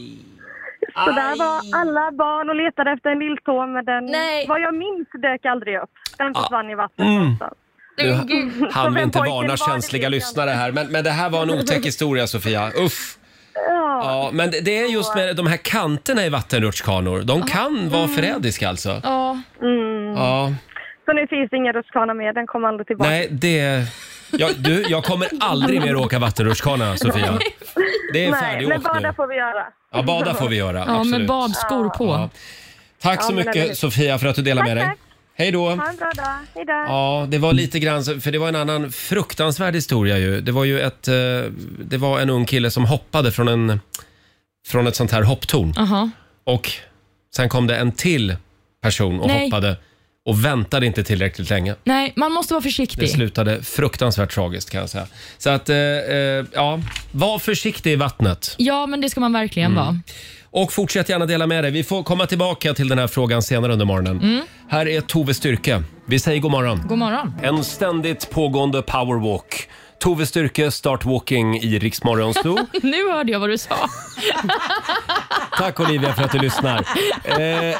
Speaker 14: Så där var alla barn och letade efter en lilltå, men den, vad jag minns, dök aldrig upp. Den försvann i vattnet.
Speaker 1: Ah. Mm.
Speaker 14: Nej,
Speaker 1: Nu
Speaker 14: gud.
Speaker 1: hann vi inte
Speaker 14: Som en
Speaker 1: varna
Speaker 14: pojke var det
Speaker 1: känsliga lyssnare här, men, men det här var en otäck historia Sofia. Uff!
Speaker 14: Ja.
Speaker 1: Ja, men det- det är just med de här kanterna i vattenrutschkanor. De kan vara förrädiska alltså.
Speaker 3: Ja.
Speaker 14: Mm.
Speaker 1: Ja,
Speaker 14: Så nu finns det ingen rutschkana mer, den kommer aldrig tillbaka.
Speaker 1: nej det... Jag, du, jag kommer aldrig mer åka vattenrutschkana Sofia. Det
Speaker 14: Nej,
Speaker 1: är
Speaker 14: men
Speaker 1: färdigåkt nu.
Speaker 14: bada får vi göra.
Speaker 1: Ja, bada får vi göra.
Speaker 14: Ja,
Speaker 3: Ja,
Speaker 1: absolut.
Speaker 3: med badskor på.
Speaker 1: Ja. Tack
Speaker 14: Ja,
Speaker 1: så
Speaker 14: men eller hur.
Speaker 1: mycket Sofia för att du delar med dig.
Speaker 14: Tack,
Speaker 1: Hej då!
Speaker 14: Ha en bra dag. Hej då.
Speaker 1: Ja, det var lite grann så- för det var en annan fruktansvärd historia ju. Det var ju ett, eh, det var en ung kille som hoppade från en, från ett sånt här hopptorn.
Speaker 3: Aha.
Speaker 1: Och sen kom det en till person och
Speaker 3: Nej.
Speaker 1: hoppade och väntade inte tillräckligt länge.
Speaker 3: Nej, man måste vara
Speaker 1: Det
Speaker 3: försiktig.
Speaker 1: slutade fruktansvärt tragiskt kan jag säga. Så att, eh, eh, ja, var försiktig i vattnet.
Speaker 3: Ja, men det ska man verkligen vara.
Speaker 1: Och fortsätt gärna dela med dig. Vi får komma tillbaka till den här frågan senare under morgonen.
Speaker 3: Mm.
Speaker 1: Här är Tove Styrke. Vi säger god morgon.
Speaker 3: God morgon.
Speaker 1: En ständigt pågående powerwalk. Tove Styrke, Start Walking i Rix Morgon Zoo.
Speaker 3: nu hörde jag vad du sa.
Speaker 1: Tack Olivia för att du lyssnar. Eh,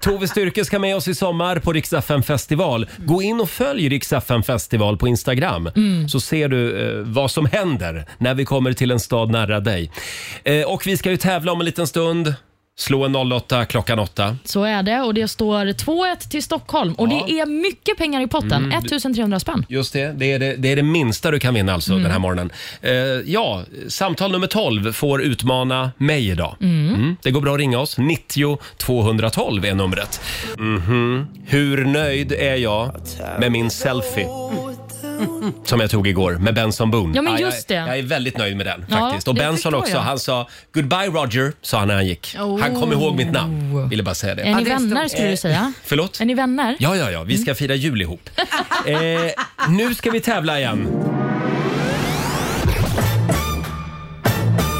Speaker 1: Tove Styrke ska med oss i sommar på Rix FM festival. Gå in och följ Rix FM festival på Instagram
Speaker 15: Mm.
Speaker 1: så ser du eh, vad som händer när vi kommer till en stad nära dig. Eh, och vi ska ju tävla om en liten stund. Slå en 08 klockan 8.
Speaker 3: Så är det och det står 2-1 till Stockholm och det är mycket pengar i potten.
Speaker 1: Mm.
Speaker 3: 1300 spänn.
Speaker 1: Just det, det är det, det är det minsta du kan vinna alltså
Speaker 3: Mm.
Speaker 1: den här morgonen. Eh, ja, samtal nummer 12 får utmana mig idag.
Speaker 12: Mm.
Speaker 1: Det går bra att ringa oss. 90 212 är numret. Mhm. Hur nöjd är jag med min selfie? Som jag tog igår med Benson Boone.
Speaker 3: Ja, men
Speaker 1: jag-
Speaker 3: just det.
Speaker 1: Jag är väldigt nöjd med den
Speaker 3: Ja,
Speaker 1: faktiskt. Och
Speaker 3: det
Speaker 1: Benson
Speaker 3: förstår
Speaker 1: också,
Speaker 3: jag.
Speaker 1: han sa “Goodbye Roger” sa han när han gick. Han kom
Speaker 3: Oh.
Speaker 1: ihåg mitt namn. Ville bara säga det.
Speaker 3: Är ni vänner skulle du säga?
Speaker 1: Förlåt?
Speaker 3: Är ni vänner?
Speaker 1: Ja, ja, ja. Vi ska fira jul ihop. eh, nu ska vi tävla igen.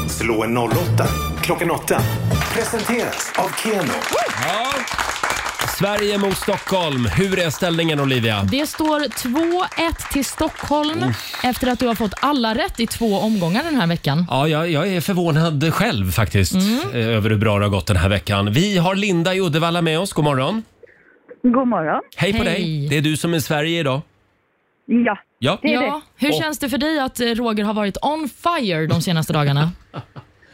Speaker 5: Slå en 08 klockan 8. Presenteras av Keno.
Speaker 1: Ja. Sverige mot Stockholm. Hur är ställningen Olivia?
Speaker 3: Det står 2-1 till Stockholm efter att du har fått alla rätt i två omgångar den här veckan.
Speaker 1: Ja, jag, jag är förvånad själv faktiskt eh, över hur bra det har gått den här veckan. Vi har Linda i Uddevalla med oss. God morgon.
Speaker 16: God morgon.
Speaker 1: Hej på dig. Det är du som är Sverige idag.
Speaker 16: Ja.
Speaker 1: Ja. Mm.
Speaker 3: Ja. Hur känns det för dig att eh, Roger har varit on fire de senaste dagarna?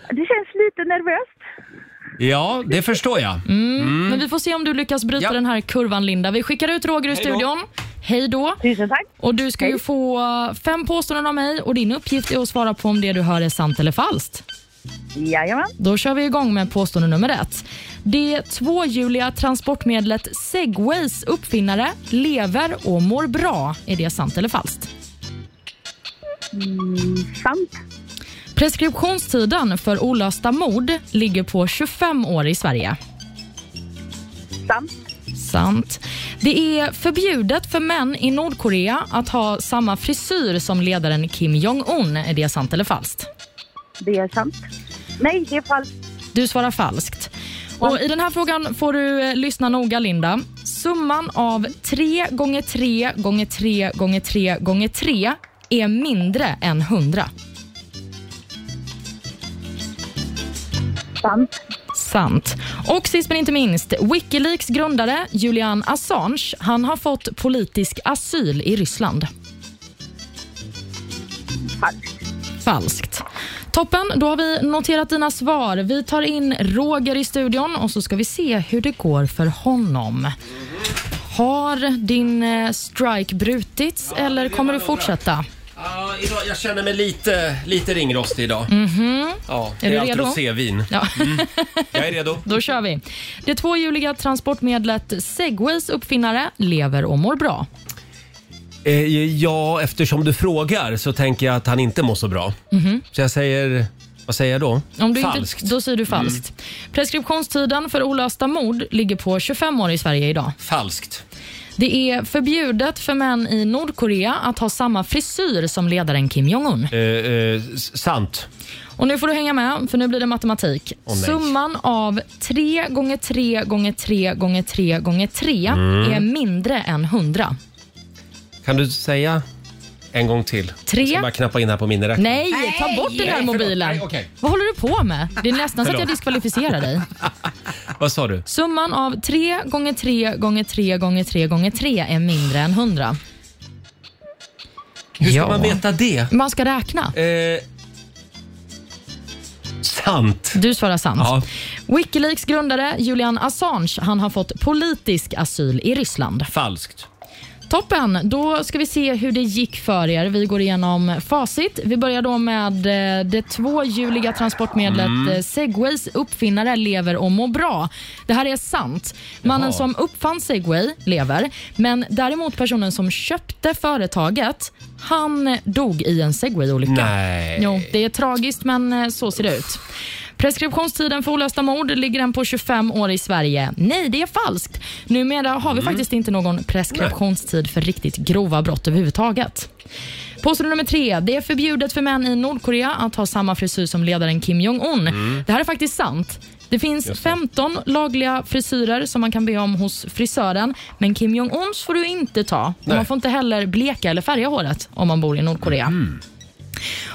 Speaker 16: Det känns lite nervöst.
Speaker 1: Ja, det förstår jag.
Speaker 3: Mm.
Speaker 1: Mm.
Speaker 3: Men vi får se om du lyckas bryta den här kurvan, Linda. Vi skickar ut Roger ur
Speaker 1: Hej då.
Speaker 3: studion. Hej då.
Speaker 16: Tusen tack.
Speaker 3: Och du ska ju få fem påståenden av mig och din uppgift är att svara på om det du hör är sant eller falskt.
Speaker 16: Jajamän.
Speaker 3: Då kör vi igång med påstående nummer ett. Det tvåhjuliga transportmedlet Segways uppfinnare lever och mår bra. Är det sant eller falskt?
Speaker 16: Mm, sant.
Speaker 3: Preskriptionstiden för olösta mord ligger på 25 år i Sverige.
Speaker 16: Sant.
Speaker 3: Sant. Det är förbjudet för män i Nordkorea att ha samma frisyr som ledaren Kim Jong-Un. Är det sant eller falskt?
Speaker 16: Det är sant. Nej, det är falskt.
Speaker 3: Du svarar falskt. Och I den här frågan får du eh, lyssna noga, Linda. Summan av 3 gånger 3 gånger 3 gånger 3 gånger 3 är mindre än 100.
Speaker 16: Sant.
Speaker 3: Sant. Och sist men inte minst, Wikileaks grundare Julian Assange han har fått politisk asyl i Ryssland. Falskt. Toppen, då har vi noterat dina svar. Vi tar in Roger i studion och så ska vi se hur det går för honom. Har din eh, strike brutits eller kommer du fortsätta?
Speaker 1: Ja, idag, jag känner mig lite, lite ringrostig idag.
Speaker 3: Mhm.
Speaker 1: Ja,
Speaker 3: Är
Speaker 1: det
Speaker 3: du
Speaker 1: är allt Mm.
Speaker 3: redo?
Speaker 1: rosévin.
Speaker 3: Ja.
Speaker 1: Jag är redo.
Speaker 3: Då kör vi. Det tvåhjuliga transportmedlet Segways uppfinnare lever och mår bra.
Speaker 1: Eh, ja, eftersom du frågar så tänker jag att han inte mår så bra.
Speaker 3: Mhm.
Speaker 1: Så jag säger, vad säger jag då?
Speaker 3: Om du
Speaker 1: Falskt. Mm.
Speaker 3: Inte, då säger du falskt. Preskriptionstiden för olösta mord ligger på 25 år i Sverige idag.
Speaker 1: Falskt.
Speaker 3: Det är förbjudet för män i Nordkorea att ha samma frisyr som ledaren Kim Jong-Un.
Speaker 1: Eh, eh, s- sant.
Speaker 3: Och Nu får du hänga med, för nu blir det matematik.
Speaker 1: Åh, nej.
Speaker 3: Summan av 3 gånger 3 gånger 3 gånger 3 gånger 3
Speaker 1: Mm.
Speaker 3: är mindre än 100.
Speaker 1: Kan du säga en gång till?
Speaker 3: Tre.
Speaker 1: Jag ska bara knappa in här på min räkning.
Speaker 3: Nej, ta bort den här
Speaker 1: Nej, förlåt.
Speaker 3: mobilen.
Speaker 1: Nej, okej.
Speaker 3: Vad håller du på med? Det är nästan så att jag
Speaker 1: Förlåt.
Speaker 3: diskvalificerar dig.
Speaker 1: Vad sa du?
Speaker 3: Summan av 3 gånger 3 gånger 3 gånger 3 gånger 3 är mindre än 100.
Speaker 1: Hur ska man veta det?
Speaker 3: Man ska räkna.
Speaker 1: Eh, sant.
Speaker 3: Du svarar sant.
Speaker 1: Ja.
Speaker 3: Wikileaks grundare Julian Assange han har fått politisk asyl i Ryssland.
Speaker 1: Falskt.
Speaker 3: Toppen! Då ska vi se hur det gick för er. Vi går igenom facit. Vi börjar då med eh, det tvåhjuliga transportmedlet
Speaker 9: Mm.
Speaker 3: eh, Segways uppfinnare lever och mår bra. Det här är sant. Mannen
Speaker 9: Jaha.
Speaker 3: som uppfann Segway lever, men däremot personen som köpte företaget, han dog i en Segway-olycka.
Speaker 1: Nej.
Speaker 3: Jo, det är tragiskt, men eh, så ser det ut. Preskriptionstiden för olösta mord ligger den på 25 år i Sverige. Nej, det är falskt. Numera har vi
Speaker 9: Mm.
Speaker 3: faktiskt inte någon preskriptionstid för riktigt grova brott överhuvudtaget. Påstående nummer tre. Det är förbjudet för män i Nordkorea att ha samma frisyr som ledaren Kim Jong-Un.
Speaker 9: Mm.
Speaker 3: Det här är faktiskt sant. Det finns 15 lagliga frisyrer som man kan be om hos frisören, men Kim Jong-Uns får du inte ta. Och
Speaker 9: Nej. Mm.
Speaker 3: Man får inte heller bleka eller färga håret om man bor i Nordkorea.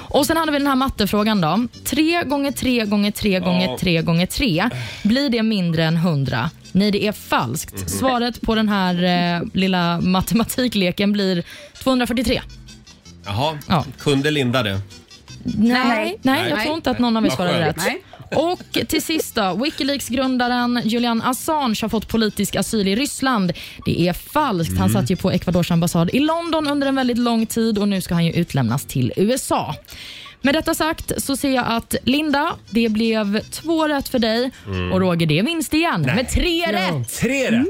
Speaker 3: Och Sen hade vi den här mattefrågan. då. 3 gånger 3 gånger 3 gånger 3 gånger 3. Blir det mindre än 100? Nej, det är falskt.
Speaker 9: Mhm.
Speaker 3: Svaret på den här eh, lilla matematikleken blir 243.
Speaker 1: Jaha,
Speaker 3: Ja.
Speaker 1: kunde Linda det?
Speaker 3: Nej, nej, jag
Speaker 1: Nej.
Speaker 3: tror inte att någon av er
Speaker 1: Vad
Speaker 3: svarade
Speaker 1: skönt.
Speaker 3: rätt. Och till sist då, Wikileaks-grundaren Julian Assange har fått politisk asyl i Ryssland. Det är falskt. Han
Speaker 9: Mm.
Speaker 3: satt ju på Ecuadors ambassad i London under en väldigt lång tid och nu ska han ju utlämnas till USA. Med detta sagt så ser jag att Linda, det blev två rätt för dig
Speaker 1: Mm.
Speaker 3: och Roger, det är vinst igen med tre rätt.
Speaker 1: Tre rätt!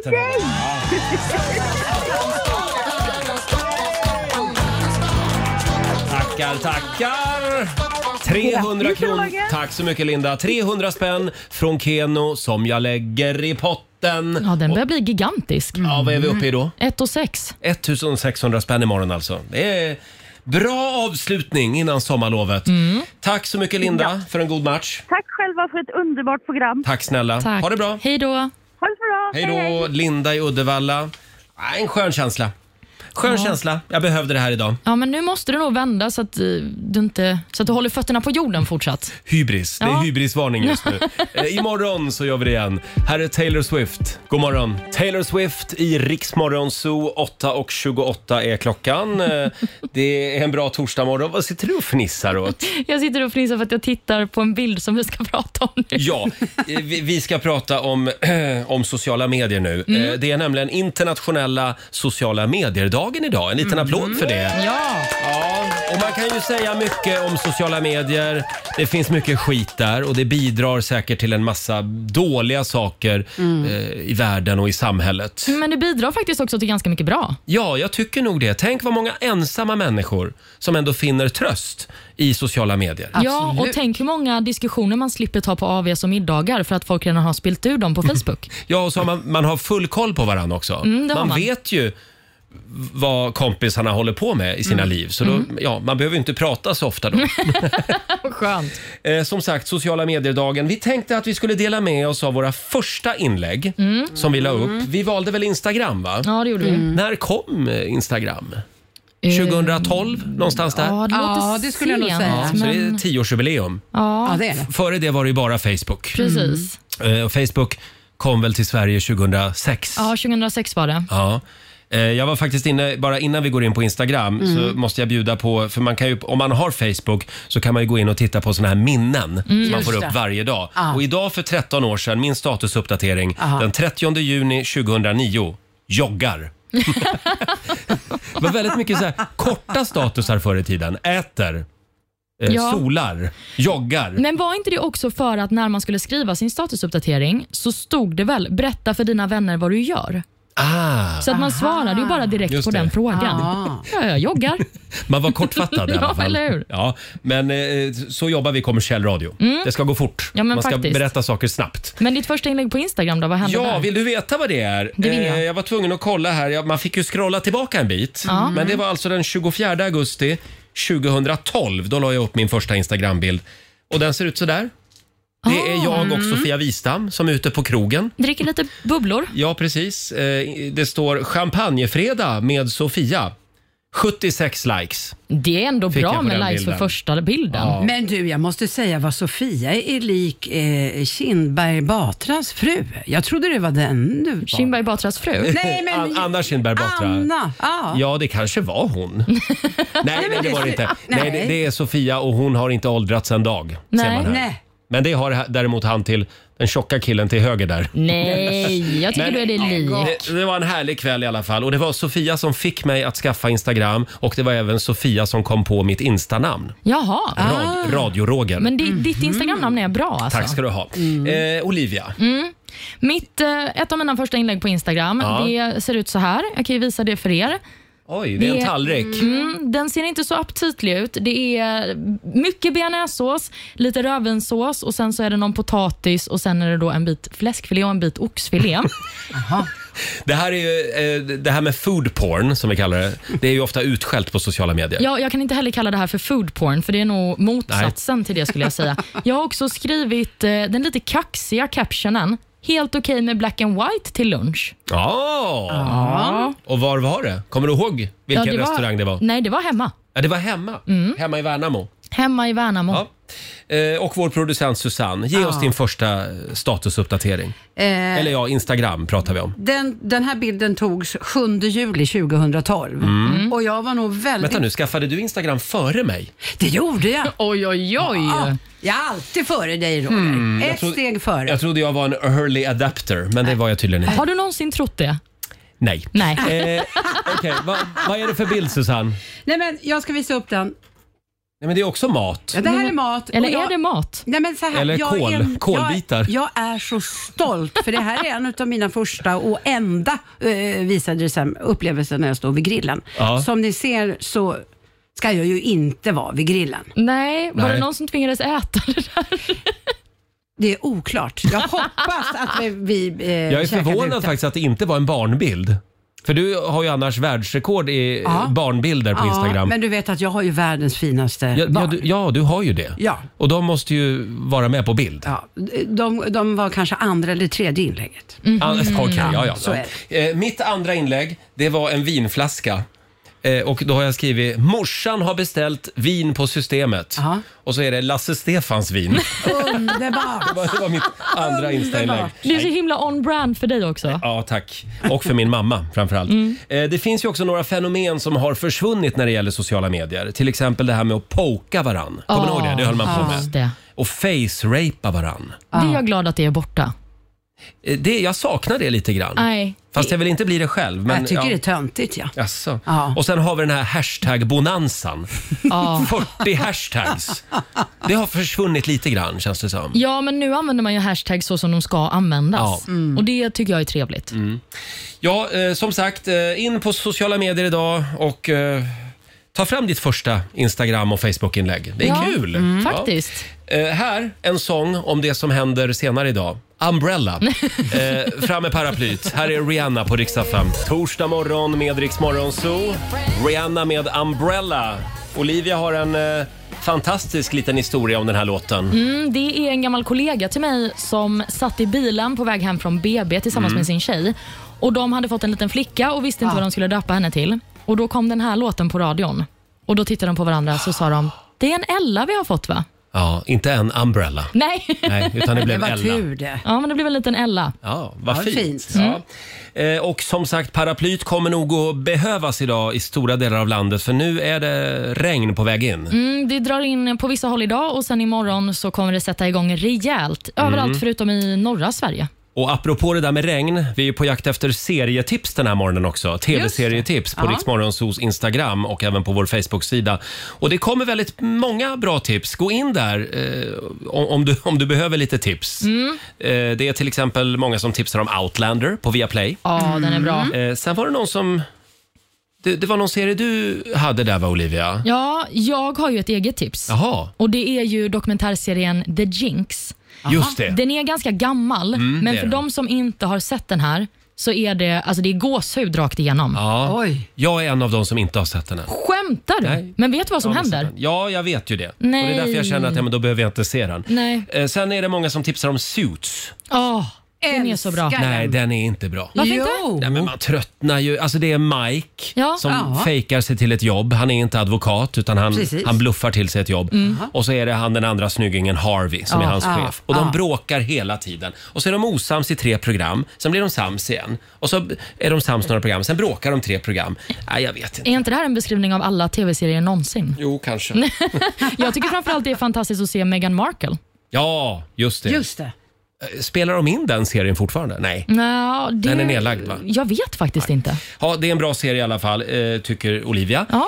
Speaker 1: Tackar, tackar! 300
Speaker 9: Grattis,
Speaker 1: kronor.
Speaker 9: Roger.
Speaker 1: Tack så mycket Linda. 300 spänn från Keno som jag lägger i potten.
Speaker 3: Ja, den börjar bli gigantisk.
Speaker 2: Mm.
Speaker 1: Ja, vad är vi uppe i då?
Speaker 3: Ett och sex.
Speaker 1: 1600 spänn imorgon alltså. Det är bra avslutning innan sommarlovet. Tack så mycket Linda för en god match.
Speaker 16: Tack själva för ett underbart program.
Speaker 1: Tack snälla. Ha det bra.
Speaker 3: Hej då.
Speaker 16: Ha det så bra.
Speaker 1: Hej då Linda i Uddevalla. Ah, En skön känsla.
Speaker 2: Skön
Speaker 3: Ja.
Speaker 2: känsla. Jag behövde det här idag.
Speaker 3: Ja, men nu måste du nog vända så att eh, du, inte, så att du håller fötterna på jorden fortsatt.
Speaker 1: Hybris. Det är
Speaker 3: Ja.
Speaker 1: hybrisvarning just nu. Eh, Imorgon så gör vi det igen. Här är Taylor Swift. God morgon. Taylor Swift i Riksmorgon Zoo. 8.28 är klockan. Eh, Det är en bra torsdagmorgon. Vad sitter du och fnissar åt?
Speaker 3: Jag sitter och fnissar för att jag tittar på en bild som vi ska prata om nu.
Speaker 1: Ja, eh, vi vi ska prata om, om sociala medier nu.
Speaker 3: Mm.
Speaker 1: Eh, Det är nämligen internationella sociala medier-dagen idag. En liten applåd för det.
Speaker 3: Mm. Ja.
Speaker 1: Och man kan ju säga mycket om sociala medier. Det finns mycket skit där och det bidrar säkert till en massa dåliga saker
Speaker 3: Mm.
Speaker 1: eh, i världen och i samhället.
Speaker 3: Men det bidrar faktiskt också till ganska mycket bra.
Speaker 1: Ja, jag tycker nog det. Tänk vad många ensamma människor som ändå finner tröst i sociala medier.
Speaker 3: Ja, och tänk hur många diskussioner man slipper ta på AWs och middagar för att folk redan har spilt ur dem på Facebook.
Speaker 1: Ja, och så har man, man har full koll på varandra också.
Speaker 3: Mm, det har
Speaker 1: man,
Speaker 3: man.
Speaker 1: vet ju vad kompisarna håller på med i sina
Speaker 3: Mm.
Speaker 1: liv. Så då,
Speaker 3: Mm.
Speaker 1: ja, man behöver ju inte prata så ofta då.
Speaker 3: Skönt.
Speaker 1: Eh, som sagt, sociala medier-dagen. Vi tänkte att vi skulle dela med oss av våra första inlägg
Speaker 3: Mm.
Speaker 1: som vi la upp.
Speaker 3: Mm.
Speaker 1: Vi valde väl Instagram, va?
Speaker 3: Ja, det gjorde vi. Mm.
Speaker 1: När kom eh, Instagram? 2012, någonstans där?
Speaker 3: Eh, Ja, det låter
Speaker 8: Ja, det skulle jag nog
Speaker 3: sent,
Speaker 8: säga.
Speaker 1: Ja, så det är
Speaker 3: men-
Speaker 1: tioårsjubileum.
Speaker 3: Ja.
Speaker 8: Ja, det är det.
Speaker 1: Före det var det ju bara Facebook.
Speaker 3: Precis.
Speaker 1: Eh, och Facebook kom väl till Sverige 2006?
Speaker 3: Ja, 2006 var det.
Speaker 1: Ja. Eh, Jag var faktiskt inne, bara innan vi går in på Instagram
Speaker 3: Mm.
Speaker 1: så måste jag bjuda på, för man kan ju, om man har Facebook så kan man ju gå in och titta på såna här minnen som man
Speaker 6: Mm, just
Speaker 1: får upp
Speaker 6: det.
Speaker 1: varje dag.
Speaker 6: Ah.
Speaker 1: Och idag för 13 år sedan, min statusuppdatering,
Speaker 6: Aha.
Speaker 1: den 30 juni 2009, joggar. det var väldigt mycket så här, korta statusar förr i tiden. Äter, eh,
Speaker 3: Ja.
Speaker 1: solar, joggar.
Speaker 3: Men var inte det också för att när man skulle skriva sin statusuppdatering så stod det väl “berätta för dina vänner vad du gör”?
Speaker 1: Ah.
Speaker 3: Så att man svarade ju bara direkt
Speaker 1: Just
Speaker 3: på den
Speaker 1: det.
Speaker 3: frågan.
Speaker 1: Ah.
Speaker 3: Ja, jag joggar.
Speaker 1: Man var kortfattad i
Speaker 3: Ja,
Speaker 1: alla fall.
Speaker 3: eller hur?
Speaker 1: Ja, men eh, så jobbar vi i kommersiell radio.
Speaker 3: Mm.
Speaker 1: Det ska gå fort.
Speaker 3: Ja, men
Speaker 1: Man ska
Speaker 3: faktiskt.
Speaker 1: berätta saker snabbt.
Speaker 3: Men ditt första inlägg på Instagram då, vad hände
Speaker 1: Ja,
Speaker 3: där?
Speaker 1: vill du veta vad det är?
Speaker 3: Det vill jag.
Speaker 1: Eh, jag var tvungen att kolla här. Ja, Man fick ju scrolla tillbaka en bit.
Speaker 3: Ja.
Speaker 1: Men det var alltså den 24 augusti 2012. Då la jag upp min första Instagram-bild. Och den ser ut så där. Det är jag och
Speaker 3: Mm.
Speaker 1: Sofia Wistam som är ute på krogen.
Speaker 3: Dricker lite bubblor.
Speaker 1: Ja, precis. Eh, Det står champagnefredag med Sofia. 76 likes.
Speaker 3: Det är ändå
Speaker 1: Fick jag
Speaker 3: bra
Speaker 1: på
Speaker 3: med
Speaker 1: den
Speaker 3: likes
Speaker 1: bilden.
Speaker 3: för första bilden.
Speaker 1: Ja.
Speaker 8: Men du, jag måste säga vad Sofia är lik eh, Kindberg Batras fru. Jag trodde det var den du var.
Speaker 3: Kindberg Batras fru?
Speaker 8: Nej, men
Speaker 1: An- Anna Kinberg Batra.
Speaker 8: Anna. Ja.
Speaker 1: Ja, det kanske var hon. Nej, nej det var det inte. Nej, det, det är Sofia och hon har inte åldrats en dag. ser
Speaker 3: Nej.
Speaker 1: man här.
Speaker 3: Nej.
Speaker 1: Men det har ha- däremot han till den tjocka killen till höger där.
Speaker 3: Nej, jag tycker
Speaker 1: Men-
Speaker 3: du är det lik.
Speaker 1: Det, det var en härlig kväll i alla fall och det var Sofia som fick mig att skaffa Instagram och det var även Sofia som kom på mitt instanamn.
Speaker 3: Jaha.
Speaker 1: Rad, Radio-Roger.
Speaker 3: Ah. Men di- ditt Instagramnamn är bra alltså.
Speaker 1: Mm. Tack ska du ha. Eh, Olivia.
Speaker 3: Mm. Mitt, eh, ett av mina första inlägg på Instagram,
Speaker 1: Ja.
Speaker 3: det ser ut så här. Jag kan ju visa det för er.
Speaker 1: Oj, det är en tallrik.
Speaker 3: Mm, den ser inte så aptitlig ut. Det är mycket bearnaisesås, lite rödvinssås och sen så är det någon potatis och sen är det då en bit fläskfilé och en bit oxfilé.
Speaker 1: Det här är ju, eh, det här med food porn som vi kallar det. Det är ju ofta utskällt på sociala medier.
Speaker 3: Ja, jag kan inte heller kalla det här för food porn, för det är nog motsatsen till det skulle jag säga. Jag har också skrivit eh, den lite kaxiga captionen, helt okej med black and white till lunch.
Speaker 1: Ja!
Speaker 3: Ja.
Speaker 1: Och var var det? Kommer du ihåg vilken
Speaker 3: Ja, Mm. det var-
Speaker 1: restaurang det var?
Speaker 3: Nej, det var hemma.
Speaker 1: Ja, det var hemma. Hemma i Värnamo.
Speaker 3: Hemma i Värnamo.
Speaker 1: Eh, och vår producent Susanne, ge
Speaker 8: Ja.
Speaker 3: Ah.
Speaker 1: oss din första statusuppdatering.
Speaker 8: Eh,
Speaker 1: Eller ja, Instagram pratar vi om.
Speaker 8: Den, den här bilden togs 7 juli 2012
Speaker 1: Mm.
Speaker 8: och jag var nog väldigt...
Speaker 1: Vänta nu, skaffade du Instagram före mig?
Speaker 8: Det gjorde jag.
Speaker 3: oj, oj, oj.
Speaker 8: Ja, jag är alltid före dig Roger.
Speaker 1: Mm, jag
Speaker 8: Ett
Speaker 1: trodde-
Speaker 8: steg före.
Speaker 1: Jag trodde jag var en early adapter, men det var jag tydligen inte.
Speaker 3: Har du någonsin trott det?
Speaker 1: Nej.
Speaker 3: Nej.
Speaker 1: Eh, Okej, vad, vad är det för bild Susanne?
Speaker 8: Nej, men jag ska visa upp den.
Speaker 1: Nej, men det är också mat.
Speaker 8: Ja, det här är mat.
Speaker 3: Eller
Speaker 8: och jag,
Speaker 3: är det mat?
Speaker 8: Nej, men så här,
Speaker 1: Eller
Speaker 8: jag
Speaker 1: kål.
Speaker 8: är en-
Speaker 1: Kålbitar.
Speaker 8: Jag, jag är så stolt, för det här är en av mina första och enda eh, visade det sig, upplevelser när jag står vid grillen.
Speaker 1: Ja.
Speaker 8: Som ni ser så ska jag ju inte vara vid grillen.
Speaker 3: Nej, var
Speaker 8: Nej.
Speaker 3: det någon som tvingades äta det där?
Speaker 8: Det är oklart. Jag hoppas att vi... vi eh,
Speaker 1: Jag är
Speaker 8: käkade
Speaker 1: förvånad
Speaker 8: ute.
Speaker 1: faktiskt att det inte var en barnbild. För du har ju annars världsrekord i
Speaker 8: Ja.
Speaker 1: barnbilder på
Speaker 8: Ja,
Speaker 1: Instagram.
Speaker 8: men du vet att jag har ju världens finaste
Speaker 1: Ja, ja,
Speaker 8: barn.
Speaker 1: du, ja, du har ju det.
Speaker 8: Ja.
Speaker 1: Och de måste ju vara med på bild.
Speaker 8: Ja. De, de var kanske andra eller tredje inlägget.
Speaker 1: Ah, Okej, ja, ja.
Speaker 8: Mm. Så är det.
Speaker 1: Eh, mitt andra inlägg, det var en vinflaska. Eh, och då har jag skrivit “Morsan har beställt vin på systemet” och så är det Lasse Stefans vin.
Speaker 8: Underbart!
Speaker 1: Det var, det var mitt andra Insta-inlägg.
Speaker 3: Det är så himla on-brand för dig också.
Speaker 1: Ja, tack. Och för min mamma framförallt.
Speaker 3: Mm.
Speaker 1: Eh, det finns ju också några fenomen som har försvunnit när det gäller sociala medier. Till exempel det här med att poka varann. Kommer ni ihåg det? Det höll man på
Speaker 3: Ja,
Speaker 1: med.
Speaker 3: Ah. just det.
Speaker 1: Och face-rapa varann.
Speaker 3: Det är jag glad att det är borta.
Speaker 1: Eh, Det, jag saknar det lite grann.
Speaker 3: Nej.
Speaker 1: Fast jag vill inte bli det själv. Men,
Speaker 8: jag tycker
Speaker 1: ja.
Speaker 8: det är töntigt ja.
Speaker 1: Jaså. Och sen har vi den här hashtag-bonanzan.
Speaker 3: Ah.
Speaker 1: 40 hashtags. Det har försvunnit lite grann känns det som.
Speaker 3: Ja, men nu använder man ju hashtags så som de ska användas.
Speaker 1: Ja. Mm.
Speaker 3: Och det tycker jag är trevligt.
Speaker 1: Mm. Ja, eh, som sagt, eh, in på sociala medier idag och eh, ta fram ditt första Instagram och Facebook-inlägg. Det är
Speaker 3: Ja,
Speaker 1: kul!
Speaker 3: mm,
Speaker 1: Ja.
Speaker 3: faktiskt.
Speaker 1: Eh, här, en sång om det som händer senare idag. Umbrella. eh, fram med paraplyt. Här är Rihanna på riksdag 5. Torsdag morgon med Rix Morgon Zoo. Rihanna med Umbrella. Olivia har en eh, fantastisk liten historia om den här låten.
Speaker 3: Mm, det är en gammal kollega till mig som satt i bilen på väg hem från BB tillsammans
Speaker 1: Mm.
Speaker 3: med sin tjej. Och De hade fått en liten flicka och visste inte vad de skulle döpa henne till. Och Då kom den här låten på radion. Och Då tittade de på varandra så sa de, det är en Ella vi har fått va?
Speaker 1: Ja, inte en Umbrella.
Speaker 3: Nej.
Speaker 1: Nej, utan det blev Det var Ella. tur
Speaker 8: det.
Speaker 3: Ja, men det blev en liten Ella.
Speaker 1: Ja, vad
Speaker 3: Ja, det är
Speaker 1: fint.
Speaker 3: fint.
Speaker 1: Ja. Eh, och som sagt, paraplyt kommer nog att behövas idag i stora delar av landet för nu är det regn på väg in.
Speaker 3: Mm, det drar in på vissa håll idag och sen imorgon så kommer det sätta igång rejält
Speaker 1: Mm.
Speaker 3: överallt förutom i norra Sverige.
Speaker 1: Och apropå det där med regn, vi är på jakt efter serietips den här morgonen också. TV-serietips på
Speaker 3: Ja.
Speaker 1: Riksmorgonsos Instagram och även på vår Facebook-sida. Och det kommer väldigt många bra tips. Gå in där eh, om, om, du, om du behöver lite tips.
Speaker 3: Mm.
Speaker 1: Eh, det är till exempel många som tipsar om Outlander på Viaplay.
Speaker 3: Ja, den är bra.
Speaker 1: Eh, sen var det någon som... Det, det var någon serie du hade där va, Olivia?
Speaker 3: Ja, jag har ju ett eget tips.
Speaker 1: Jaha.
Speaker 3: Och Det är ju dokumentärserien The Jinx.
Speaker 1: Just det.
Speaker 3: Den är ganska gammal,
Speaker 1: Mm, det
Speaker 3: men
Speaker 1: är
Speaker 3: för
Speaker 1: den.
Speaker 3: de som inte har sett den här så är det, alltså det är gåshud rakt igenom.
Speaker 1: Ja. Jag är en av de som inte har sett den än.
Speaker 3: Skämtar du?
Speaker 1: Nej.
Speaker 3: Men vet du vad som
Speaker 1: Jag har missat
Speaker 3: händer?
Speaker 1: den. Ja, jag vet ju det. Och det är
Speaker 3: Nej.
Speaker 1: därför jag känner att ja, men då behöver jag inte se den.
Speaker 3: Nej.
Speaker 1: Eh, sen är det många som tipsar om Suits.
Speaker 3: Åh, den är så bra.
Speaker 1: Nej, den är inte bra.
Speaker 3: Varför inte?
Speaker 1: Nej, men man tröttnar ju. Alltså det är Mike
Speaker 3: Ja.
Speaker 1: som
Speaker 3: Ja.
Speaker 1: fejkar sig till ett jobb. Han är inte advokat utan han,
Speaker 3: Precis.
Speaker 1: han bluffar till sig ett jobb.
Speaker 3: Mm.
Speaker 1: Och så är det han den andra snyggingen Harvey som
Speaker 3: Ja.
Speaker 1: är hans
Speaker 8: Ah.
Speaker 3: Ja.
Speaker 1: chef. Och de
Speaker 3: Ja.
Speaker 1: bråkar hela tiden. Och så är de osams i tre program. Sen blir de sams igen. Och så är de sams några program. Sen bråkar de tre program. Nej, jag vet inte.
Speaker 3: Är inte det här en beskrivning av alla tv-serier någonsin?
Speaker 1: Jo, kanske.
Speaker 3: jag tycker framförallt det är fantastiskt att se Meghan Markle.
Speaker 1: Ja, just det.
Speaker 3: det.
Speaker 1: Spelar de in den serien fortfarande? Nej.
Speaker 3: Nå, det...
Speaker 1: Den är nedlagd, va?
Speaker 3: Jag vet faktiskt inte.
Speaker 1: Ja, det är en bra serie i alla fall, eh, tycker Olivia.
Speaker 3: Ja.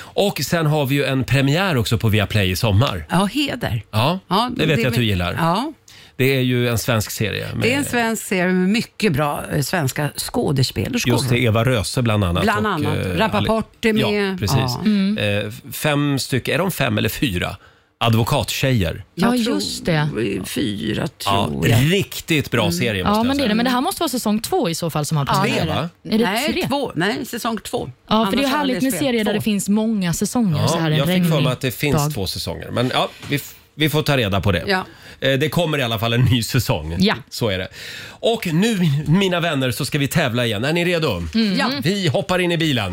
Speaker 1: Och sen har vi ju en premiär också på Viaplay i sommar.
Speaker 8: Ja, heder.
Speaker 1: Ja,
Speaker 8: Ja,
Speaker 1: det vet
Speaker 8: det
Speaker 1: jag
Speaker 8: är
Speaker 1: att du
Speaker 8: väl-
Speaker 1: gillar. Eh.
Speaker 8: Ja.
Speaker 1: Det är ju en svensk serie. Med
Speaker 8: Det är en svensk serie med mycket bra eh, svenska skådespelerskor.
Speaker 1: Just det, Eva Röse bland annat.
Speaker 8: Bland annat.
Speaker 1: eh,
Speaker 8: Rappaport är med.
Speaker 1: Ja, precis.
Speaker 8: Ja.
Speaker 3: Mm.
Speaker 1: Eh, fem stycken, är de fem eller fyra? Advokattjejer.
Speaker 3: Ja, just det.
Speaker 8: Fyra,
Speaker 1: Ja,
Speaker 8: tror jag.
Speaker 1: riktigt bra serie måste
Speaker 3: Mm. Ja,
Speaker 1: jag
Speaker 3: men det är
Speaker 1: säga.
Speaker 3: det. Men det här måste vara säsong två i så fall som har
Speaker 8: Ja,
Speaker 3: premiär.
Speaker 8: det är det.
Speaker 3: Är det
Speaker 8: Nej,
Speaker 3: tre?
Speaker 8: två. Nej, säsong två.
Speaker 3: Ja, för det är ju
Speaker 8: Annars har
Speaker 3: härligt med
Speaker 8: Anders fel.
Speaker 3: serier där
Speaker 8: Två.
Speaker 3: det finns många säsonger. så här en
Speaker 1: jag fick
Speaker 3: regnig
Speaker 1: för mig att det finns
Speaker 3: dag.
Speaker 1: två säsonger. Men ja, vi, f- vi får ta reda på det.
Speaker 3: Ja.
Speaker 1: Eh, Det kommer i alla fall en ny säsong.
Speaker 3: Ja.
Speaker 1: Så är det. Och nu, mina vänner, så ska vi tävla igen. Är ni redo?
Speaker 6: Mm. Ja.
Speaker 1: Vi hoppar in i bilen.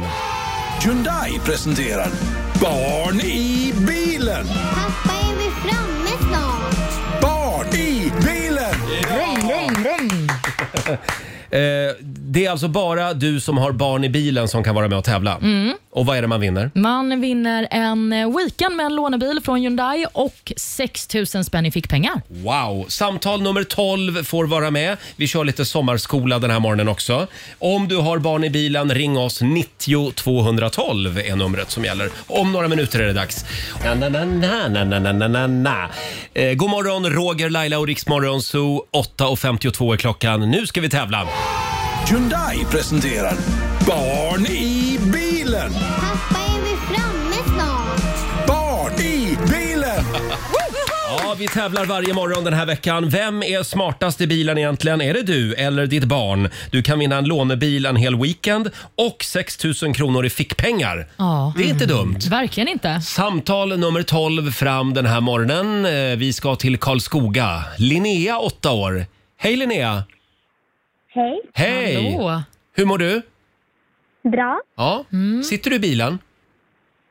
Speaker 6: Hyundai presenterar Barn i bilen.
Speaker 12: Pappa, är vi framme snart?
Speaker 6: Barn i bilen!
Speaker 12: Rum, rum, rum.
Speaker 1: Eh, Det är alltså bara du som har barn i bilen som kan vara med och tävla.
Speaker 3: Mm.
Speaker 1: Och vad är det man vinner?
Speaker 3: Man vinner en eh, weekend med en lånebil från Hyundai och 6 000 spänn i fickpengar.
Speaker 1: Wow! Samtal nummer 12 får vara med. Vi kör lite sommarskola den här morgonen också. Om du har barn i bilen, ring oss. 90 212 är numret som gäller. Om några minuter är det dags. Na, na, na, na, na, na, na, na, na, na. Eh, god morgon, Roger, Laila och Riksmorgon Zoo. 8.52 är klockan. Nu ska vi tävla.
Speaker 6: Hyundai presenterar Barn i bilen.
Speaker 12: Pappa, är vi framme snart?
Speaker 6: Barn i bilen!
Speaker 1: Ja, vi tävlar varje morgon den här veckan. Vem är smartast i bilen egentligen? Är det du eller ditt barn? Du kan vinna en lånebil en hel weekend och 6 000 kronor i fickpengar.
Speaker 3: Ja.
Speaker 1: Det är inte dumt.
Speaker 3: Verkligen inte.
Speaker 1: Samtal nummer 12 fram den här morgonen. Eh, Vi ska till Karlskoga. Linnea, 8 år. Hej Linnea!
Speaker 16: Hej.
Speaker 1: Hej! Hur mår du?
Speaker 15: Bra.
Speaker 1: Ja. Sitter du i bilen?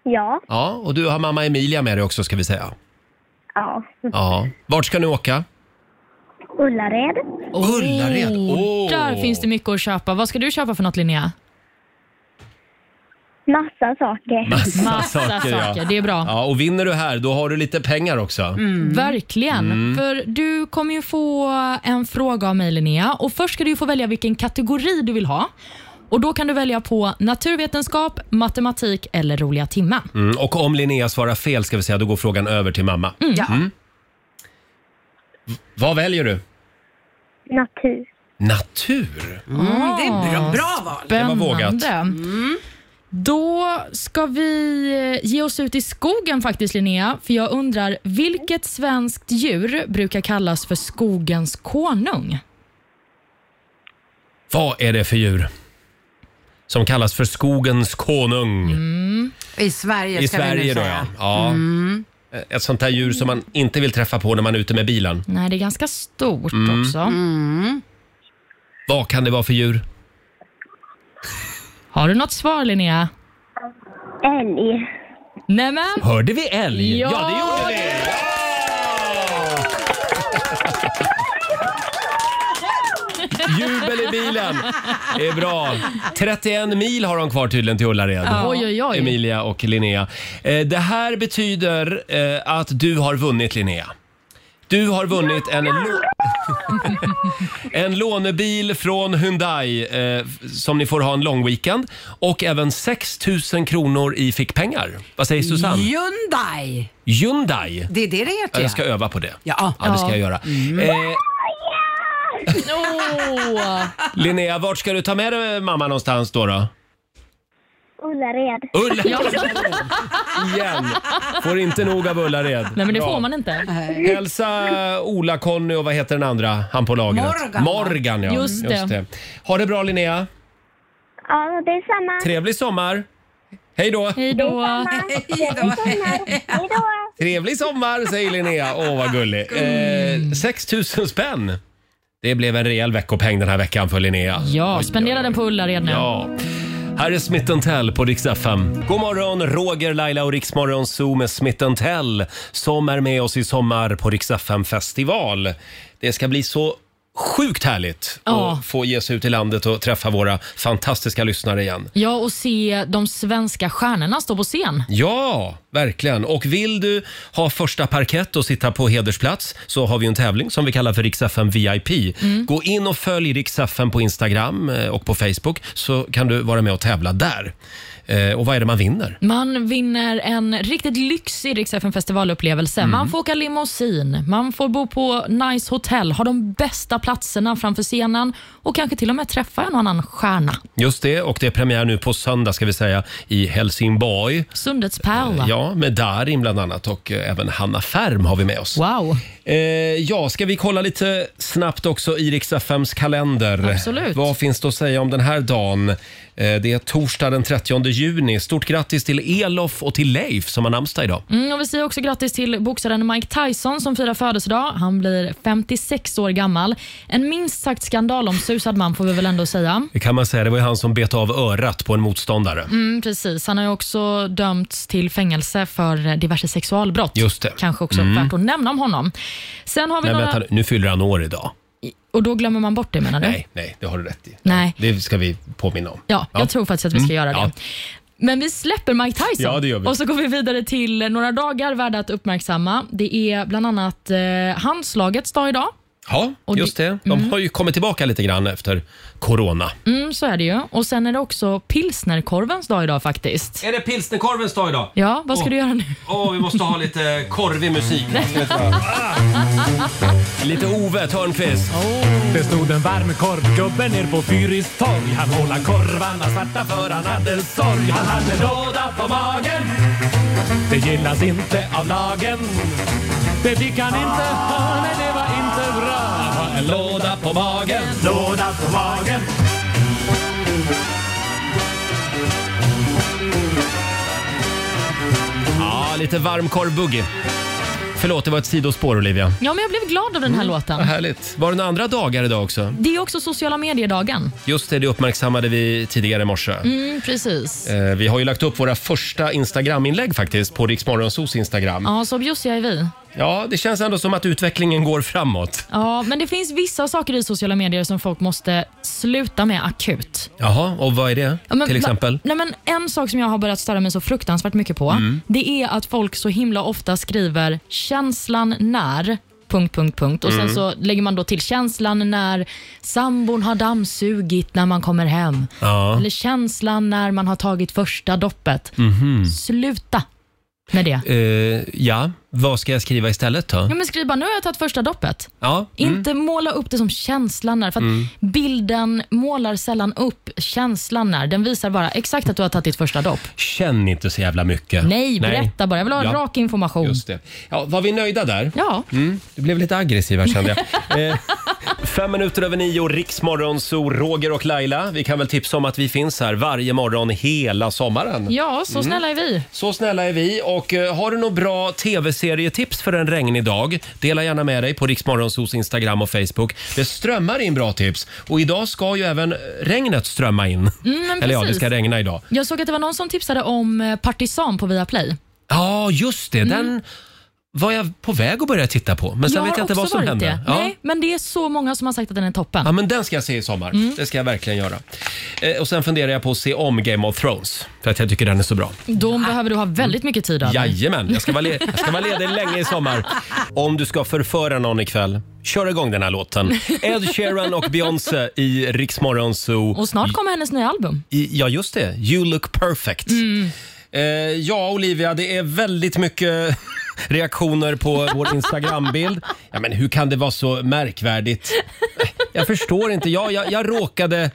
Speaker 15: Ja.
Speaker 1: Ja, och du har mamma Emilia med dig också ska vi säga.
Speaker 15: Ja.
Speaker 1: Ja. Vart ska ni åka?
Speaker 15: Ullared.
Speaker 1: Ullared. Åh.
Speaker 3: Där finns det mycket att köpa. Vad ska du köpa för något Linnea?
Speaker 15: Massa saker.
Speaker 3: saker, det är bra. Mm.
Speaker 1: Ja, och vinner du här, då har du lite pengar också.
Speaker 3: Verkligen.
Speaker 1: Mm.
Speaker 3: För du kommer ju få en fråga av mig Linnea och först ska du ju få välja vilken kategori du vill ha. Och Då kan du välja på naturvetenskap, matematik eller roliga timmen.
Speaker 1: Mm, och om Linnea svarar fel ska vi säga, då går frågan över till mamma.
Speaker 3: Mm. Ja.
Speaker 1: V- Vad väljer du?
Speaker 15: Natur.
Speaker 1: Natur?
Speaker 8: Mm, det är bra, bra val.
Speaker 1: Det var vågat.
Speaker 3: Spännande. Då ska vi eh, ge oss ut i skogen faktiskt Linnea, för jag undrar vilket svenskt djur brukar kallas för skogens konung?
Speaker 1: Vad är det för djur? Som kallas för skogens konung.
Speaker 8: I Sverige
Speaker 1: I
Speaker 8: ska vi
Speaker 1: Sverige
Speaker 8: nu
Speaker 1: då
Speaker 8: säga.
Speaker 1: ja. ja.
Speaker 8: Mm.
Speaker 1: Ett sånt där djur som man inte vill träffa på när man är ute med bilen.
Speaker 3: Nej, det är ganska stort
Speaker 1: Mm.
Speaker 3: också.
Speaker 1: Vad kan det vara för djur?
Speaker 3: Har du något svar Linnea?
Speaker 15: Älg.
Speaker 3: Nämen!
Speaker 1: Hörde vi älg?
Speaker 3: Ja,
Speaker 1: det gjorde
Speaker 3: vi!
Speaker 1: Jubel i bilen! Det är bra. 31 mil har de kvar tydligen till Ullared.
Speaker 3: Ja. Oj, oj, oj.
Speaker 1: Emilia och Linnea. Eh, Det här betyder eh, att du har vunnit Linnea. Du har vunnit en, lå- en lånebil från Hyundai eh, f- som ni får ha en lång weekend och även 6 000 kronor i fickpengar. Vad säger Susanne?
Speaker 8: Hyundai.
Speaker 1: Hyundai.
Speaker 8: Det är det det heter.
Speaker 1: Ja, Jag ska öva på det.
Speaker 8: Ja.
Speaker 1: det ska jag göra. Eh,
Speaker 3: Åh.
Speaker 1: Linnea, vart ska du ta med dig mamma någonstans då? då?
Speaker 15: Ullared.
Speaker 1: Ullared. Igen. Får inte nog av Ullared.
Speaker 3: Nej, men det
Speaker 1: Bra.
Speaker 3: får man inte.
Speaker 1: Hälsa Ola, Conny och vad heter den andra han på lagret?
Speaker 3: Morgan, va?
Speaker 1: Morgan ja.
Speaker 3: Just det.
Speaker 1: Ha det bra Linnea.
Speaker 15: Ja, det är samma.
Speaker 1: Trevlig sommar. Hej då.
Speaker 3: Hej då.
Speaker 1: Trevlig sommar säger Linnea. Åh vad gullig. Eh, 6 000 spänn. Det blev en rejäl veckopeng den här veckan för Linnea.
Speaker 3: Ja, spendera den på Ullared nu.
Speaker 1: Ja. Här är Smith Tell på Rix FM. God morgon, Roger, Laila och Rix Morgon Zoo med Smith Tell som är med oss i sommar på Rix FM festival. Det ska bli så sjukt härligt
Speaker 3: Ja.
Speaker 1: att få ge sig ut i landet och träffa våra fantastiska lyssnare igen.
Speaker 3: Ja, och se de svenska stjärnorna stå på scen.
Speaker 1: Ja, verkligen. Och vill du ha första parkett och sitta på hedersplats så har vi en tävling som vi kallar för Rix FM VIP.
Speaker 3: Mm.
Speaker 1: Gå in och följ Rix FM på Instagram eh, och på Facebook så kan du vara med och tävla där. Eh, Och vad är det man vinner?
Speaker 3: Man vinner en riktigt lyxig Rix FM festivalupplevelse.
Speaker 1: Mm.
Speaker 3: Man får åka limousin, man får bo på nice hotell, ha de bästa platserna framför scenen och kanske till och med träffa en annan stjärna.
Speaker 1: Just det, och det är premiär nu på söndag ska vi säga i Helsingborg.
Speaker 3: Sundets pärla.
Speaker 1: Ja, med Darin bland annat och eh, även Hanna Färm har vi med oss.
Speaker 3: Wow.
Speaker 1: Eh, ja, ska vi kolla lite snabbt också i Rix FMs kalender?
Speaker 3: Absolut.
Speaker 1: Vad finns det att säga om den här dagen? Eh, det är torsdag den 30 juni. Stort grattis till Elof och till Leif som har namnsdag idag.
Speaker 3: Mm, och vi säger också grattis till boxaren Mike Tyson som firar födelsedag. Han blir 56 år gammal. En minst sagt skandalomsusad man får vi väl ändå säga.
Speaker 1: Det kan man säga, det var ju han som bet av örat på en motståndare.
Speaker 3: Mm, precis. Han har ju också dömts till fängelse för diverse sexualbrott.
Speaker 1: Just det.
Speaker 3: Kanske också
Speaker 1: Mm.
Speaker 3: värt att nämna om honom. Sen har vi
Speaker 1: Nej,
Speaker 3: några...
Speaker 1: vänta, nu fyller han år idag.
Speaker 3: Och då glömmer man bort det menar du?
Speaker 1: Nej, nej, det har du rätt i.
Speaker 3: Nej.
Speaker 1: Det ska vi påminna om.
Speaker 3: Ja, jag tror faktiskt att vi ska
Speaker 1: Mm,
Speaker 3: göra det.
Speaker 1: ja.
Speaker 3: Men vi släpper Mike Tyson
Speaker 1: Ja, det gör vi.
Speaker 3: och så går vi vidare till några dagar värda att uppmärksamma. Det är bland annat eh, handslagets dag idag.
Speaker 1: Ja,
Speaker 3: Och
Speaker 1: just det. De har ju kommit tillbaka lite grann efter corona.
Speaker 3: Mm, så är det ju. Och sen är det också pilsnerkorvens dag idag faktiskt.
Speaker 1: Är det pilsnerkorvens dag idag?
Speaker 3: Ja, vad ska du göra nu?
Speaker 1: Åh, vi måste ha lite korvig musik. lite Ove Thörnqvist.
Speaker 17: Oh. Det stod en varm korvgubbe ner på Fyris torg. Han håla korvarna svarta för han hade sorg. Han hade låda på magen. Det gillas inte av lagen. Det fick han inte ha, nej det var inte bra. Han har en låda på magen. Låda på magen.
Speaker 1: Ja, lite varmkorv-boogie. Förlåt, det var ett sidospår Olivia.
Speaker 3: Ja, men jag blev glad av den här
Speaker 1: Mm.
Speaker 3: låten.
Speaker 1: Vad härligt. Var det några andra dagar idag också?
Speaker 3: Det är också sociala mediedagen.
Speaker 1: Just det, det uppmärksammade vi tidigare i morse.
Speaker 3: Mm, precis.
Speaker 1: Eh, Vi har ju lagt upp våra första Instagram-inlägg faktiskt på Riksmorgonsos Instagram.
Speaker 3: Ja, så bjussiga är vi.
Speaker 1: Ja, det känns ändå som att utvecklingen går framåt.
Speaker 3: Ja, men det finns vissa saker i sociala medier som folk måste sluta med akut.
Speaker 1: Jaha, och vad är det
Speaker 3: Ja, men
Speaker 1: till
Speaker 3: bla-
Speaker 1: exempel?
Speaker 3: Nej, men en sak som jag har börjat störa mig så fruktansvärt mycket på,
Speaker 1: Mm.
Speaker 3: det är att folk så himla ofta skriver känslan när Punkt, punkt, punkt. Och
Speaker 9: Mm.
Speaker 3: Sen så lägger man då till känslan när sambon har dammsugit när man kommer hem.
Speaker 1: Ja.
Speaker 3: Eller känslan när man har tagit första doppet.
Speaker 1: Mhm.
Speaker 3: Sluta med det.
Speaker 1: Eh, ja, vad ska jag skriva istället då?
Speaker 3: Ja, men skriv bara, nu har jag tagit första doppet.
Speaker 1: Ja, mm.
Speaker 3: Inte måla upp det som känslan när, för att
Speaker 1: Mm.
Speaker 3: bilden målar sällan upp känslan när. Den visar bara exakt att du har tagit ditt första dopp.
Speaker 1: Känn inte så jävla mycket.
Speaker 3: Nej, berätta bara. Jag vill ha
Speaker 1: Ja.
Speaker 3: rak information.
Speaker 1: Just det. Ja, var vi nöjda där?
Speaker 3: Ja.
Speaker 1: Mm, du blev lite aggressiv här kände jag. Eh, fem minuter över nio, Riksmorgon, så Roger och Laila. Vi kan väl tipsa om att vi finns här varje morgon hela sommaren.
Speaker 3: Ja, så
Speaker 1: Mm.
Speaker 3: snälla är vi.
Speaker 1: Så snälla är vi och eh, har du några bra tv-serietips för en regnig dag? Dela gärna med dig på Riksmorgonsos Instagram och Facebook. Det strömmar in bra tips och idag ska ju även regnet strömma in.
Speaker 3: Mm, men
Speaker 1: Eller ja, det
Speaker 3: precis.
Speaker 1: ska regna idag.
Speaker 3: Jag såg att det var någon som tipsade om eh, Partisan på Viaplay.
Speaker 1: Ja, just det. Den
Speaker 3: Mm.
Speaker 1: var jag på väg att börja titta på, men sen
Speaker 3: har
Speaker 1: vet jag inte vad
Speaker 3: också
Speaker 1: som
Speaker 3: varit
Speaker 1: hände.
Speaker 3: Det.
Speaker 1: Ja.
Speaker 3: Nej, men det är så många som har sagt att den är toppen.
Speaker 1: Ja, men den ska jag se i sommar.
Speaker 3: Mm.
Speaker 1: Det ska jag verkligen göra. Eh, och sen funderar jag på att se om Game of Thrones, för att jag tycker den är så bra.
Speaker 3: De behöver du ha väldigt mycket tid över.
Speaker 1: Jajamän, jag ska vara, le- jag ska vara ledig länge i sommar. Om du ska förföra någon ikväll, kör igång den här låten. Ed Sheeran och Beyoncé i Rix Morgon Zoo.
Speaker 3: Och snart kommer hennes nya album.
Speaker 1: I, ja, just det. You look perfect.
Speaker 3: Mm.
Speaker 1: Eh, ja, Olivia, det är väldigt mycket reaktioner på vår Instagram-bild. Ja, men hur kan det vara så märkvärdigt? Jag förstår inte. Ja, jag, jag råkade...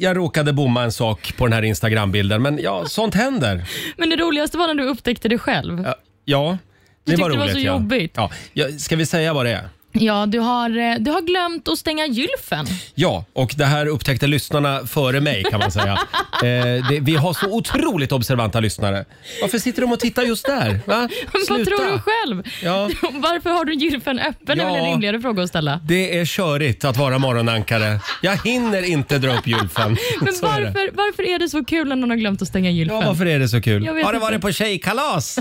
Speaker 1: Jag råkade bomma en sak på den här Instagram-bilden, men ja, sånt händer.
Speaker 3: Men det roligaste var när du upptäckte det själv.
Speaker 1: Ja, Ja,
Speaker 3: Du
Speaker 1: det var
Speaker 3: tyckte det
Speaker 1: roligt.
Speaker 3: var så
Speaker 1: ja.
Speaker 3: jobbigt.
Speaker 1: Ja. Ja, ska vi säga vad det är?
Speaker 3: Ja, du har, eh, du har glömt att stänga gylfen.
Speaker 1: Ja, och det här upptäckte lyssnarna före mig kan man säga. eh, det, vi har så otroligt observanta lyssnare. Varför sitter de och tittar just där? Va?
Speaker 3: Men Vad tror du själv?
Speaker 1: Ja.
Speaker 3: Varför har du gylfen öppen? Det är väl
Speaker 1: Ja.
Speaker 3: en rimligare fråga att ställa.
Speaker 1: Det är körigt att vara morgonankare. Jag hinner inte dra upp gylfen.
Speaker 3: Men
Speaker 1: Så är det.
Speaker 3: varför, varför är det så kul när någon har glömt att stänga gylfen?
Speaker 1: Ja, varför är det så kul?
Speaker 3: Jag vet
Speaker 1: Har du
Speaker 3: inte.
Speaker 1: varit på tjejkalas?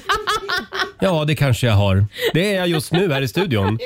Speaker 1: Ja, det kanske jag har. Det är jag just nu här i studion.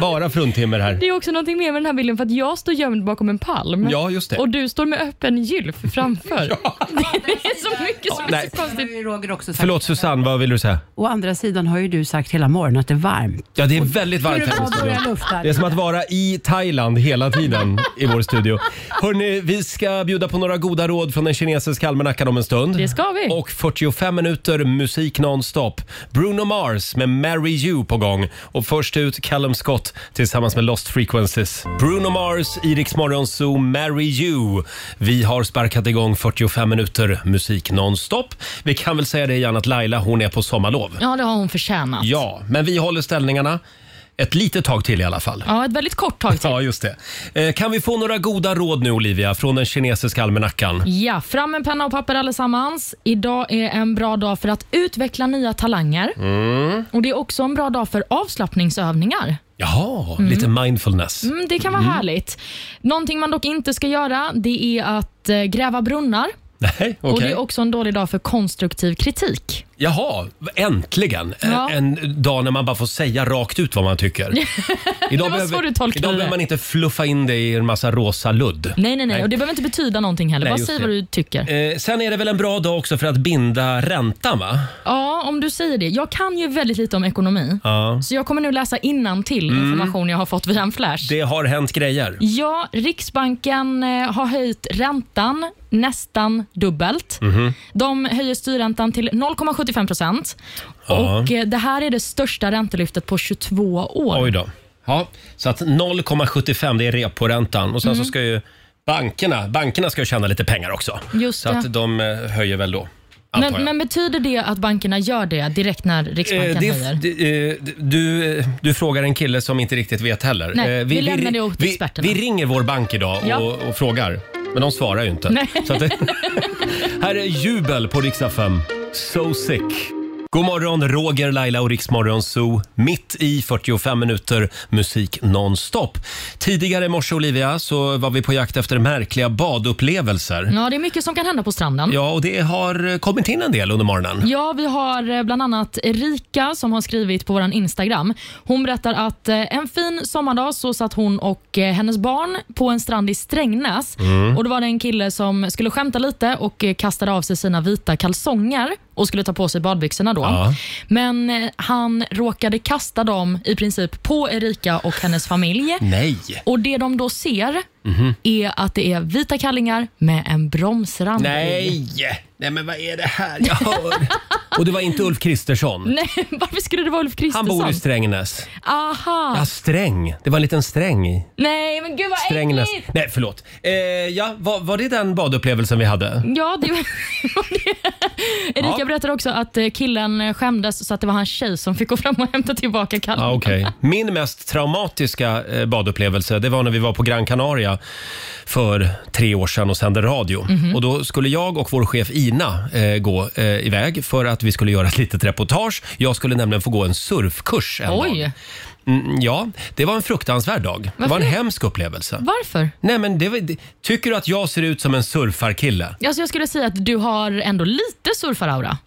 Speaker 1: Bara fruntimmer här.
Speaker 3: Det är också någonting mer med den här bilden för att jag står gömd bakom en palm.
Speaker 1: Ja, just det.
Speaker 3: Och du står med öppen gylf framför. Det är så mycket som är
Speaker 1: nej.
Speaker 3: så konstigt.
Speaker 8: Roger också sagt.
Speaker 1: Förlåt Susanne, vad vill du säga?
Speaker 8: Å andra sidan har ju du sagt hela morgonen att det är varmt.
Speaker 1: Ja, det är väldigt varmt
Speaker 8: Hur
Speaker 1: här i
Speaker 8: var våra
Speaker 1: studion.
Speaker 8: luftar?
Speaker 1: Det är som att vara i Thailand hela tiden i vår studio. Hörni, vi ska bjuda på några goda råd från den kinesiska almanackan om en stund. Det
Speaker 3: ska vi.
Speaker 1: Och 45 minuter musik nonstop. Bruno Mars med Marry You på gång. Och först ut Callum Scott tillsammans med Lost Frequencies. Bruno Mars, Iriks Morgonzoo, Marry You. Vi har sparkat igång 45 minuter musik nonstop. Vi kan väl säga det igen att Laila, hon är på sommarlov.
Speaker 3: Ja, det har hon förtjänat.
Speaker 1: Ja, men vi håller ställningarna ett litet tag till i alla fall.
Speaker 3: Ja, ett väldigt kort tag till.
Speaker 1: Ja, just det. Eh, Kan vi få några goda råd nu, Olivia, från den kinesiska almanackan?
Speaker 3: Ja, fram med penna och papper allesammans. Idag är en bra dag för att utveckla nya talanger.
Speaker 1: Mm.
Speaker 3: Och Det är också en bra dag för avslappningsövningar.
Speaker 1: Jaha,
Speaker 3: Mm.
Speaker 1: lite mindfulness.
Speaker 3: Mm, det kan vara härligt. Någonting man dock inte ska göra det är att eh, gräva brunnar.
Speaker 1: Nej, okej.
Speaker 3: Och Det är också en dålig dag för konstruktiv kritik.
Speaker 1: Jaha, äntligen! En-
Speaker 3: Ja.
Speaker 1: En dag när man bara får säga rakt ut vad man tycker. Idag,
Speaker 3: var så du tolkade
Speaker 1: idag
Speaker 3: det.
Speaker 1: behöver man inte fluffa in det i en massa rosa ludd.
Speaker 3: Nej, nej, nej. Och Det behöver inte betyda någonting heller.
Speaker 1: Nej,
Speaker 3: Bara
Speaker 1: just
Speaker 3: säg
Speaker 1: det.
Speaker 3: vad du tycker.
Speaker 1: Eh, sen är det väl en bra dag också för att binda räntan, va?
Speaker 3: Ja, om du säger det. Jag kan ju väldigt lite om ekonomi.
Speaker 1: Ja.
Speaker 3: Så jag kommer nu läsa innan till
Speaker 1: Mm.
Speaker 3: information jag har fått via en flash.
Speaker 1: Det har hänt grejer.
Speaker 3: Ja, Riksbanken eh, har höjt räntan nästan dubbelt.
Speaker 1: Mhm.
Speaker 3: De höjer styrräntan till 0,75 procent.
Speaker 1: Ja.
Speaker 3: Och eh, Det här är det största räntelyftet på 22 år.
Speaker 1: Oj då. Ja, så att 0,75 det är reporäntan och sen
Speaker 3: Mm.
Speaker 1: så ska ju bankerna, bankerna ska ju tjäna lite pengar också.
Speaker 3: Just
Speaker 1: så
Speaker 3: det.
Speaker 1: att de eh, höjer väl då. antar
Speaker 3: Men,
Speaker 1: jag.
Speaker 3: men betyder det att bankerna gör det direkt när Riksbanken
Speaker 1: Eh, det,
Speaker 3: höjer?
Speaker 1: det, eh, du, eh, du frågar en kille som inte riktigt vet heller.
Speaker 3: Nej,
Speaker 1: Eh,
Speaker 3: vi lämnar det åt
Speaker 1: vi,
Speaker 3: experterna.
Speaker 1: vi ringer vår bank idag och,
Speaker 3: Ja.
Speaker 1: och frågar, men de svarar ju inte.
Speaker 3: Nej.
Speaker 1: Så att det, här är jubel på riksdag 5. So sick. God morgon, Roger, Laila och Riksmorgon Zoo. Mitt i 45 minuter musik nonstop. Tidigare i morse, Olivia, så var vi på jakt efter märkliga badupplevelser.
Speaker 3: Ja, det är mycket som kan hända på stranden.
Speaker 1: Ja, och det har kommit in en del under morgonen.
Speaker 3: Ja, vi har eh, bland annat Erika som har skrivit på vår Instagram. Hon berättar att eh, en fin sommardag så satt hon och eh, hennes barn på en strand i Strängnäs.
Speaker 18: Mm.
Speaker 3: Och Då var det en kille som skulle skämta lite och eh, kastade av sig sina vita kalsonger och skulle ta på sig badbyxorna då.
Speaker 18: Ja.
Speaker 3: Men eh, han råkade kasta dem i princip på Erika och hennes familj.
Speaker 1: Nej!
Speaker 3: Och Det de då ser
Speaker 1: Mhm.
Speaker 3: är att det är vita kallingar med en bromsrand i.
Speaker 1: Nej! Nej, men vad är det här jag hör? Och det var inte Ulf Kristersson.
Speaker 3: Nej, varför skulle det vara Ulf
Speaker 1: Han
Speaker 3: Kristersson?
Speaker 1: bor i Strängnäs.
Speaker 3: Aha.
Speaker 1: Ja, Sträng. Det var en liten sträng i
Speaker 3: Nej, men gud vad
Speaker 1: Strängnäs.
Speaker 3: äckligt!
Speaker 1: Nej, förlåt. Eh, ja, var, var det den badupplevelsen vi hade?
Speaker 3: Ja, det var det. Erika
Speaker 1: Ja.
Speaker 3: berättade också att eh, killen skämdes så att det var hans tjej som fick gå fram och hämta tillbaka kallingarna.
Speaker 1: Ja, okej. Min mest traumatiska eh, badupplevelse det var när vi var på Gran Canaria för tre år sedan och sände radio.
Speaker 17: Mhm.
Speaker 1: Och Då skulle jag och vår chef Ina eh, gå eh, iväg för att vi skulle göra ett litet reportage. Jag skulle nämligen få gå en surfkurs en dag.
Speaker 3: Oj!
Speaker 1: Mm, ja, det var en fruktansvärd dag. Det var
Speaker 3: Varför
Speaker 1: en
Speaker 3: det?
Speaker 1: hemsk upplevelse.
Speaker 3: Varför?
Speaker 1: Nej, men det var, det, tycker du att jag ser ut som en surfarkille?
Speaker 3: Alltså jag skulle säga att du har ändå lite surfaraura.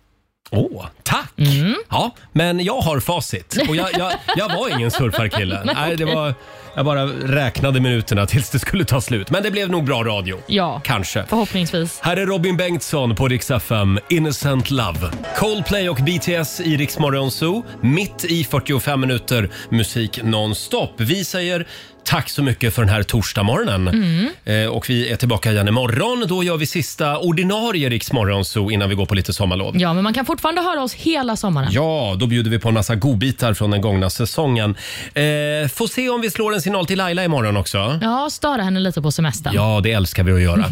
Speaker 1: Åh, tack!
Speaker 3: Mm.
Speaker 1: Ja, men jag har facit och jag, jag, jag var ingen surfarkille.
Speaker 3: Nej,
Speaker 1: Nej, det
Speaker 3: okej.
Speaker 1: var, jag bara räknade minuterna tills det skulle ta slut. Men det blev nog bra radio.
Speaker 3: Ja,
Speaker 1: Kanske.
Speaker 3: förhoppningsvis.
Speaker 1: Här är Robin Bengtsson på Rix FM, Innocent Love. Coldplay och BTS i Rix Morgon Zoo, mitt i 45 minuter musik nonstop. Vi säger tack så mycket för den här torsdagsmorgonen.
Speaker 17: Mm.
Speaker 1: Eh, och vi är tillbaka igen imorgon. Då gör vi sista ordinarie Rix Morgon Zoo innan vi går på lite sommarlov.
Speaker 3: Ja, men man kan fortfarande höra oss hela sommaren.
Speaker 1: Ja, då bjuder vi på en massa godbitar från den gångna säsongen. Eh, får se om vi slår en signal till Laila imorgon också.
Speaker 3: Ja, störa henne lite på semestern.
Speaker 1: Ja, det älskar vi att göra.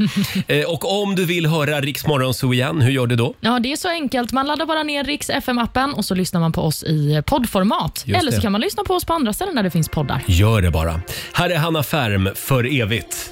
Speaker 1: Eh, och om du vill höra Riks Morgonzoo igen, hur gör du då?
Speaker 3: Ja, det är så enkelt. Man laddar bara ner Riks FM-appen och så lyssnar man på oss i eh, poddformat.
Speaker 1: Just
Speaker 3: Eller så
Speaker 1: det.
Speaker 3: kan man lyssna på oss på andra ställen där det finns poddar.
Speaker 1: Gör det bara. Här är Hanna Färm för evigt.